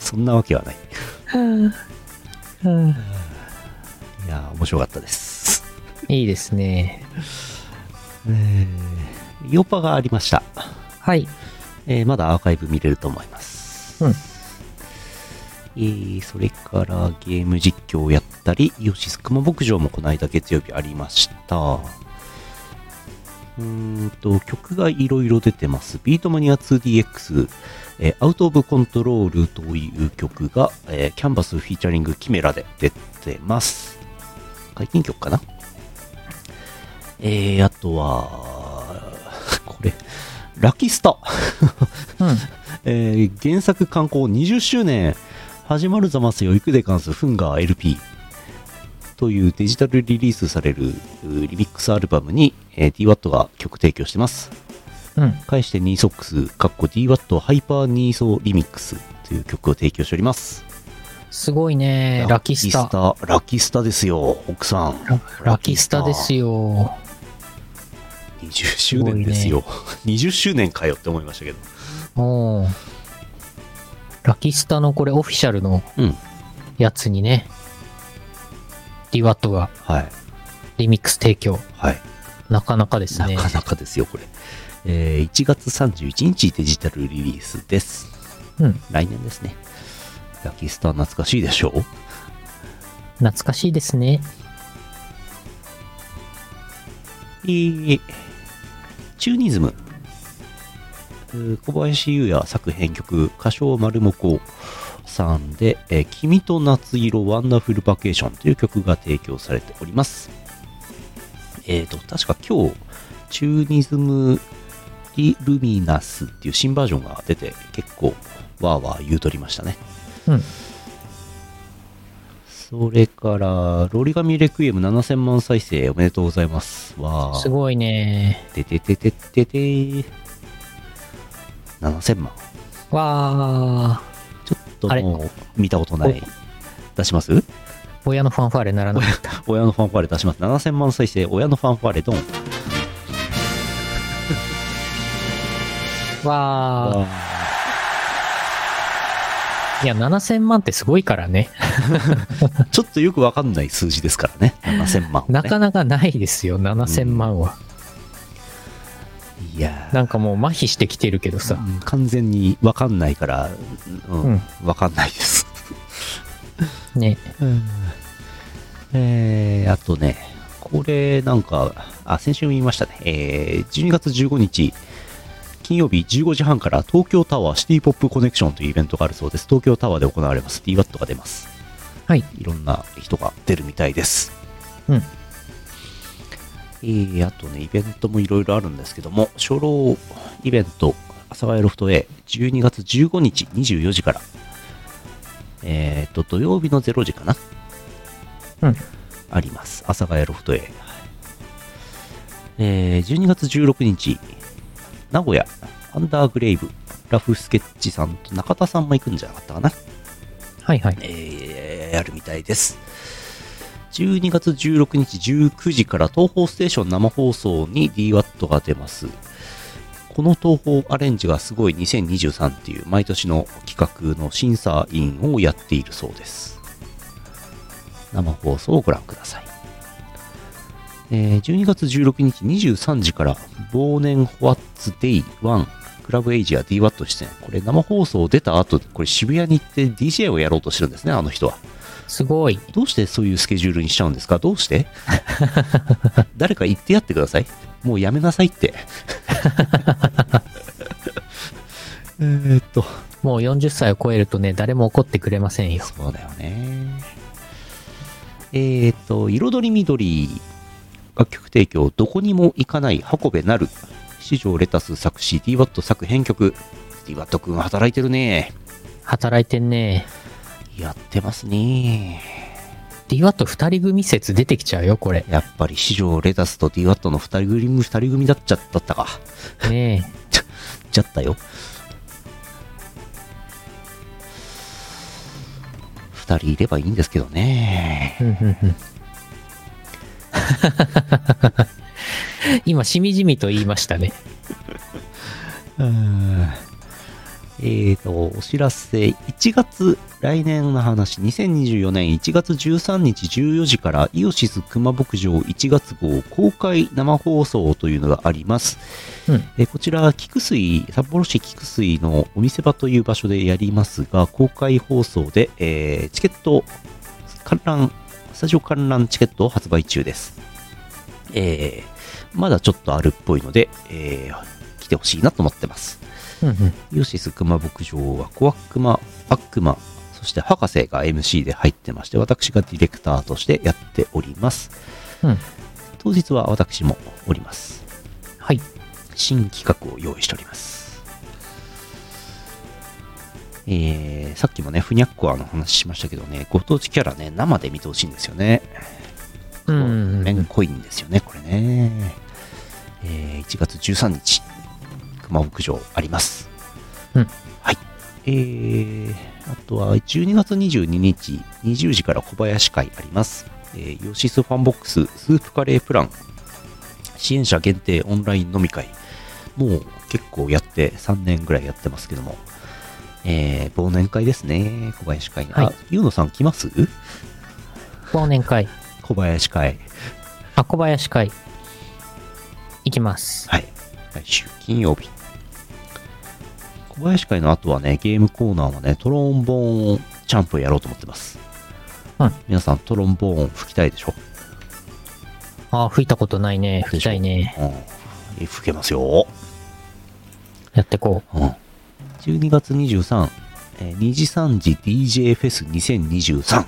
[SPEAKER 2] そんなわけはないいやー面白かったです
[SPEAKER 1] いいですね。
[SPEAKER 2] えーヨパがありました
[SPEAKER 1] はい。
[SPEAKER 2] えーまだアーカイブ見れると思います。
[SPEAKER 1] うん
[SPEAKER 2] えーそれからゲーム実況をやったり、イオシスクマ牧場もこの間月曜日ありました。うーんと、曲がいろいろ出てます。ビートマニア 2DX、えーアウトオブコントロールという曲が、えーキャンバスフィーチャリングキメラで出てます。解禁曲かなえー、あとは、これ、ラキスタ。
[SPEAKER 1] うん。
[SPEAKER 2] えー原作刊行20周年始まるざますよ行くでかんすフンガー LP というデジタルリリースされるうーリミックスアルバムに、えー DWAT が曲提供してます
[SPEAKER 1] うん。
[SPEAKER 2] 返して 2SOX かっこ DWAT ハイパーニーソーリミックスという曲を提供しております
[SPEAKER 1] すごいね。ラキスタ。
[SPEAKER 2] ラキスタラキスタですよ奥さん
[SPEAKER 1] ララキスタですよ。
[SPEAKER 2] 20周年ですよ (laughs) 20周年かよって思いましたけど
[SPEAKER 1] おーラキスタのこれオフィシャルの
[SPEAKER 2] うん
[SPEAKER 1] やつにね、リワットが
[SPEAKER 2] はい
[SPEAKER 1] リミックス提供。
[SPEAKER 2] はい
[SPEAKER 1] なかなかです
[SPEAKER 2] な
[SPEAKER 1] ね。
[SPEAKER 2] かなかですよ、これ。えー1月31日デジタルリリースです。
[SPEAKER 1] うん。
[SPEAKER 2] 来年ですね。ラキスター懐かしいでしょう
[SPEAKER 1] 懐かしいですね。
[SPEAKER 2] えーチューニズム。えー小林優也作編曲、歌唱丸もこさんで、えー君と夏色ワンダフルバケーションという曲が提供されております。えっ、と、確か今日、チューニズムリルミナスっていう新バージョンが出て、結構、わーわー言うとりましたね。
[SPEAKER 1] うん。
[SPEAKER 2] それから、ロリガミレクイエム7000万再生おめでとうございます。わー
[SPEAKER 1] すごいね。
[SPEAKER 2] ててててててー7000万
[SPEAKER 1] わー。
[SPEAKER 2] ちょっと
[SPEAKER 1] あれ
[SPEAKER 2] もう見たことない出します
[SPEAKER 1] 親のファンファーレならなかった。
[SPEAKER 2] 親のファンファーレ出します7000万再生親のファンファーレドン
[SPEAKER 1] わ
[SPEAKER 2] わ
[SPEAKER 1] ー。いや、7000万ってすごいからね。
[SPEAKER 2] ーちょっとよくわかんない数字ですからね7000万、ね、
[SPEAKER 1] なかなかないですよ、7000万は。
[SPEAKER 2] いやー
[SPEAKER 1] なんかもう麻痺してきてるけどさ。
[SPEAKER 2] うん完全にわかんないからうん、
[SPEAKER 1] うん
[SPEAKER 2] わかんないです
[SPEAKER 1] ね。
[SPEAKER 2] えー、あとね、これなんか、あ、先週も言いましたね、えー、12月15日、金曜日15時半から東京タワーシティポップコネクションというイベントがあるそうです。東京タワーで行われます。DWAT が出ます。
[SPEAKER 1] はい。
[SPEAKER 2] いろんな人が出るみたいです。
[SPEAKER 1] うん。
[SPEAKER 2] えー、あとね、イベントもいろいろあるんですけども、初老イベント、阿佐ヶ谷ロフト A、12月15日24時から、えっ、と、土曜日の0時かな、
[SPEAKER 1] うん。
[SPEAKER 2] あります。阿佐ヶ谷ロフト A。えー、12月16日、名古屋、アンダーグレイブ、ラフスケッチさんと中田さんも行くんじゃなかったかな。
[SPEAKER 1] はいはい。
[SPEAKER 2] えーやるみたいです。12月16日19時から東宝ステーション生放送に DWAT が出ます。この東宝アレンジがすごい2023っていう毎年の企画の審査員をやっているそうです。生放送をご覧ください。えー12月16日23時から、忘年ホワッツデイ1クラブエイジア DWAT 出演。これ生放送出た後、これ渋谷に行って DJ をやろうとしてるんですね、あの人は。
[SPEAKER 1] すごい。
[SPEAKER 2] どうしてそういうスケジュールにしちゃうんですかどうして (laughs) 誰か言ってやってください。もうやめなさいって。えーっと、
[SPEAKER 1] もう40歳を超えるとね、誰も怒ってくれませんよ。
[SPEAKER 2] そうだよね。えーっと、彩り緑、楽曲提供、どこにも行かない運べなる、四条レタス作詞、DWAT 作編曲、DWAT くん働いてるね。
[SPEAKER 1] 働いてんね。
[SPEAKER 2] やってますね。
[SPEAKER 1] DWAT 二人組説出てきちゃうよ、これ。
[SPEAKER 2] やっぱり四条レタスと DWAT の二人組、二人組だっちゃだったか。
[SPEAKER 1] ね
[SPEAKER 2] ちゃったよ。二人いればいいんですけどね
[SPEAKER 1] え。。うんうんうん (laughs) 今、しみじみと言いましたね。
[SPEAKER 2] えー、と、お知らせ、1月、来年の話、2024年1月13日14時から、イオシス熊牧場1月号公開生放送というのがあります。
[SPEAKER 1] うん
[SPEAKER 2] えーこちら、菊水、札幌市菊水のお店場という場所でやりますが、公開放送で、えーチケット、観覧、スタジオ観覧チケットを発売中です。えーまだちょっとあるっぽいので、えー来てほしいなと思ってます。
[SPEAKER 1] うんうん
[SPEAKER 2] イオシス熊牧場は小悪魔、悪魔、そして博士が MC で入ってまして、私がディレクターとしてやっております。
[SPEAKER 1] うん
[SPEAKER 2] 当日は私もおります。
[SPEAKER 1] はい。
[SPEAKER 2] 新企画を用意しております。えー、さっきもね、ふにゃっこあの話しましたけどね、ご当地キャラね、生で見てほしいんですよね。
[SPEAKER 1] うんうんうん
[SPEAKER 2] めんこいんですよね、これね。えー1月13日、熊牧場あります。
[SPEAKER 1] うん
[SPEAKER 2] はい。えー、あとは12月22日、20時から小林会あります。えー、ヨシスファンボックス、スープカレープラン、支援者限定オンライン飲み会。もう結構やって、3年ぐらいやってますけども。えー、忘年会ですね、小林会が。
[SPEAKER 1] はい
[SPEAKER 2] あゆうのさん来ます
[SPEAKER 1] 忘年会、
[SPEAKER 2] 小林会。
[SPEAKER 1] あ小林会、行きます。
[SPEAKER 2] はい。来週金曜日。小林会の後はね、ゲームコーナーはね、トロンボーンチャンプをやろうと思ってます。
[SPEAKER 1] うん
[SPEAKER 2] 皆さん、トロンボーン吹きたいでしょ
[SPEAKER 1] ああ、吹いたことないね。吹きたいね。
[SPEAKER 2] うん。え吹けますよ。
[SPEAKER 1] やってこ
[SPEAKER 2] うん。12月23、えー、2時3時 DJ フェス2023。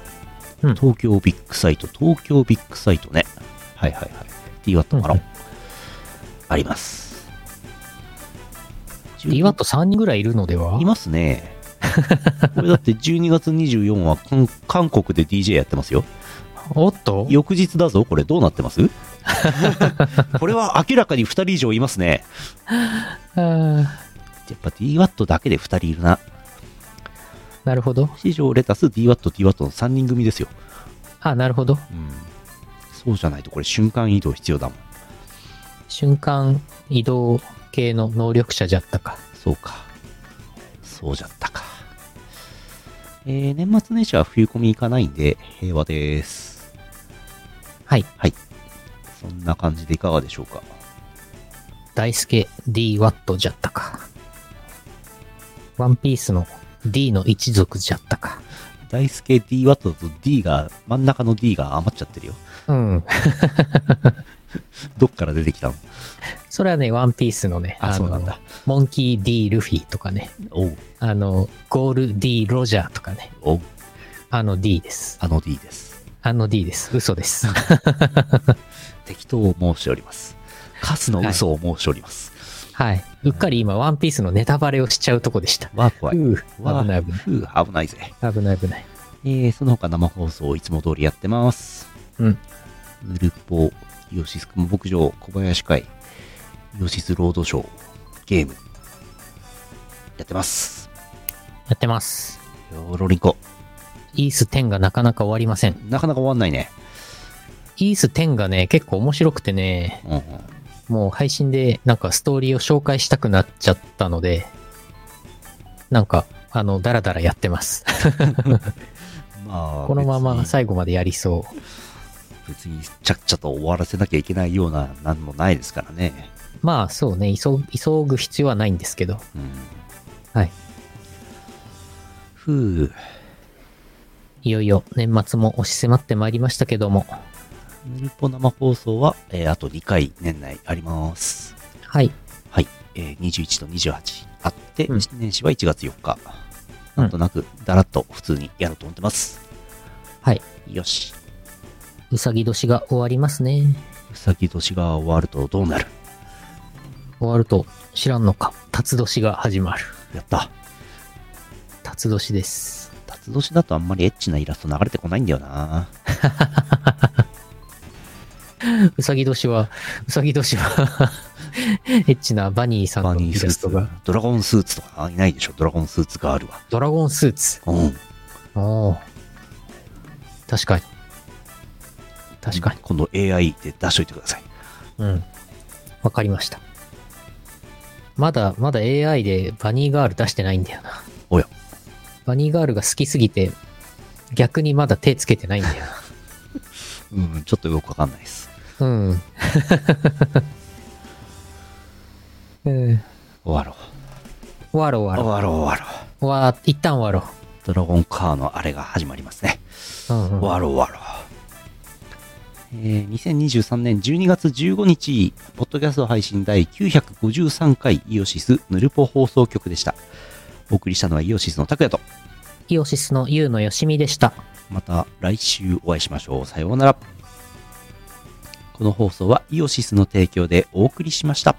[SPEAKER 1] うん
[SPEAKER 2] 東京ビッグサイト、東京ビッグサイトね。はいはいはい。DWAT マロン。
[SPEAKER 1] うん
[SPEAKER 2] あります。
[SPEAKER 1] う。DWAT 3人ぐらいいるのではい
[SPEAKER 2] ます (laughs) ね。これだって12月24は韓韓国で DJ やってますよ。
[SPEAKER 1] おっと
[SPEAKER 2] 翌日だぞ、これどうなってます (laughs) これは明らかに2人以上いますね。
[SPEAKER 1] あー
[SPEAKER 2] やっぱ DWAT だけで2人いるな。
[SPEAKER 1] なるほど。
[SPEAKER 2] 市場レタス、DWAT、DWAT の3人組ですよ。
[SPEAKER 1] あなるほど。
[SPEAKER 2] うん。そうじゃないとこれ瞬間移動必要だもん。
[SPEAKER 1] 瞬間移動系の能力者じゃったか。
[SPEAKER 2] そうか。そうじゃったか。えー年末年始は冬コミ行かないんで平和です。
[SPEAKER 1] はい。
[SPEAKER 2] そんな感じでいかがでしょうか。
[SPEAKER 1] 大輔 DWAT じゃったか。ワンピースの D の一族じゃったか。
[SPEAKER 2] 大輔 DW と D が、真ん中の D が余っちゃってるよ。
[SPEAKER 1] うん。
[SPEAKER 2] どっから出てきたの
[SPEAKER 1] それはね、ワンピースのね、
[SPEAKER 2] あ
[SPEAKER 1] の
[SPEAKER 2] そうなんだ
[SPEAKER 1] モンキー D ルフィとかね、
[SPEAKER 2] おう、
[SPEAKER 1] あの、ゴール D ロジャーとかね、
[SPEAKER 2] おう、
[SPEAKER 1] あの D です。
[SPEAKER 2] あの D です。
[SPEAKER 1] あの D です。嘘です。
[SPEAKER 2] 適当を申しております。カスの嘘を申しております。
[SPEAKER 1] はい。うっかり今、ワンピースのネタバレをしちゃうとこでした。
[SPEAKER 2] わー怖い。
[SPEAKER 1] うう
[SPEAKER 2] わー
[SPEAKER 1] 危ない危ない。
[SPEAKER 2] ふう、危ないぜ。
[SPEAKER 1] 危ない危ない。
[SPEAKER 2] えー、その他生放送いつも通りやってます。
[SPEAKER 1] うん。
[SPEAKER 2] ぬるぽ、イオシスクも牧場、小林会、イオシスロードショー、ゲーム、やってます。
[SPEAKER 1] やってます。
[SPEAKER 2] よーろりんこ。
[SPEAKER 1] イース10がなかなか終わりません。
[SPEAKER 2] なかなか終わんないね。
[SPEAKER 1] イース10がね、結構面白くてね、
[SPEAKER 2] うんうん。
[SPEAKER 1] もう配信でなんかストーリーを紹介したくなっちゃったので、なんか、あの、ダラダラやってます。
[SPEAKER 2] ま
[SPEAKER 1] (laughs)
[SPEAKER 2] あ、
[SPEAKER 1] このまま
[SPEAKER 2] 別に
[SPEAKER 1] 最後までやりそう。
[SPEAKER 2] 別にちゃっちゃと終わらせなきゃいけないようななんもないですからね。
[SPEAKER 1] まあそうね、急ぐ急ぐ必要はないんですけど。
[SPEAKER 2] うん。
[SPEAKER 1] はい。
[SPEAKER 2] ふう。
[SPEAKER 1] いよいよ年末も押し迫ってまいりましたけども。
[SPEAKER 2] ヌルポ生放送は、えーあと2回年内あります。
[SPEAKER 1] はい。
[SPEAKER 2] はい。えー21と28あって、
[SPEAKER 1] うん
[SPEAKER 2] 年始は1月4日。
[SPEAKER 1] うん
[SPEAKER 2] なんとなく、だらっと普通にやろうと思ってます。
[SPEAKER 1] はい。
[SPEAKER 2] よし。
[SPEAKER 1] うさぎ年が終わりますね。
[SPEAKER 2] うさぎ年が終わるとどうなる
[SPEAKER 1] 終わると知らんのか。辰年が始まる。
[SPEAKER 2] やった。
[SPEAKER 1] 辰年です。
[SPEAKER 2] 辰年だとあんまりエッチなイラスト流れてこないんだよな。
[SPEAKER 1] うさぎ年は、うさぎ年は、 (laughs) エッチなバニーさん
[SPEAKER 2] バ
[SPEAKER 1] の
[SPEAKER 2] ニ
[SPEAKER 1] イ
[SPEAKER 2] ース
[SPEAKER 1] ラ
[SPEAKER 2] ー
[SPEAKER 1] スト
[SPEAKER 2] ツ
[SPEAKER 1] が。。
[SPEAKER 2] ドラゴンスーツとかいないでしょ。ドラゴンスーツがあるわ。
[SPEAKER 1] ドラゴンスーツ。
[SPEAKER 2] うん。
[SPEAKER 1] おお。確かに。確かに。
[SPEAKER 2] 今度 AI で出しといてください。
[SPEAKER 1] うん。わかりました。まだ、まだ AI でバニーガール出してないんだよな。
[SPEAKER 2] おや。
[SPEAKER 1] バニーガールが好きすぎて、逆にまだ手つけてないんだよ
[SPEAKER 2] うん、ちょっとよくわかんないです。 (laughs)
[SPEAKER 1] な。うん。 (laughs) うん。
[SPEAKER 2] 終わろう。
[SPEAKER 1] 終わろう終わろ
[SPEAKER 2] 終わろう終わろう。
[SPEAKER 1] う。わー一旦終わろ
[SPEAKER 2] ドラゴンカーのあれが始まりますね。
[SPEAKER 1] う。うん、うん。
[SPEAKER 2] わろわろ。えー、2023年12月15日、ポッドキャスト配信第953回イオシスヌルポ放送局でした。お送りしたのはイオシスの拓也と、
[SPEAKER 1] イオシスのユウのよしみでした。
[SPEAKER 2] また来週お会いしましょう。さようなら。この放送はイオシスの提供でお送りしました。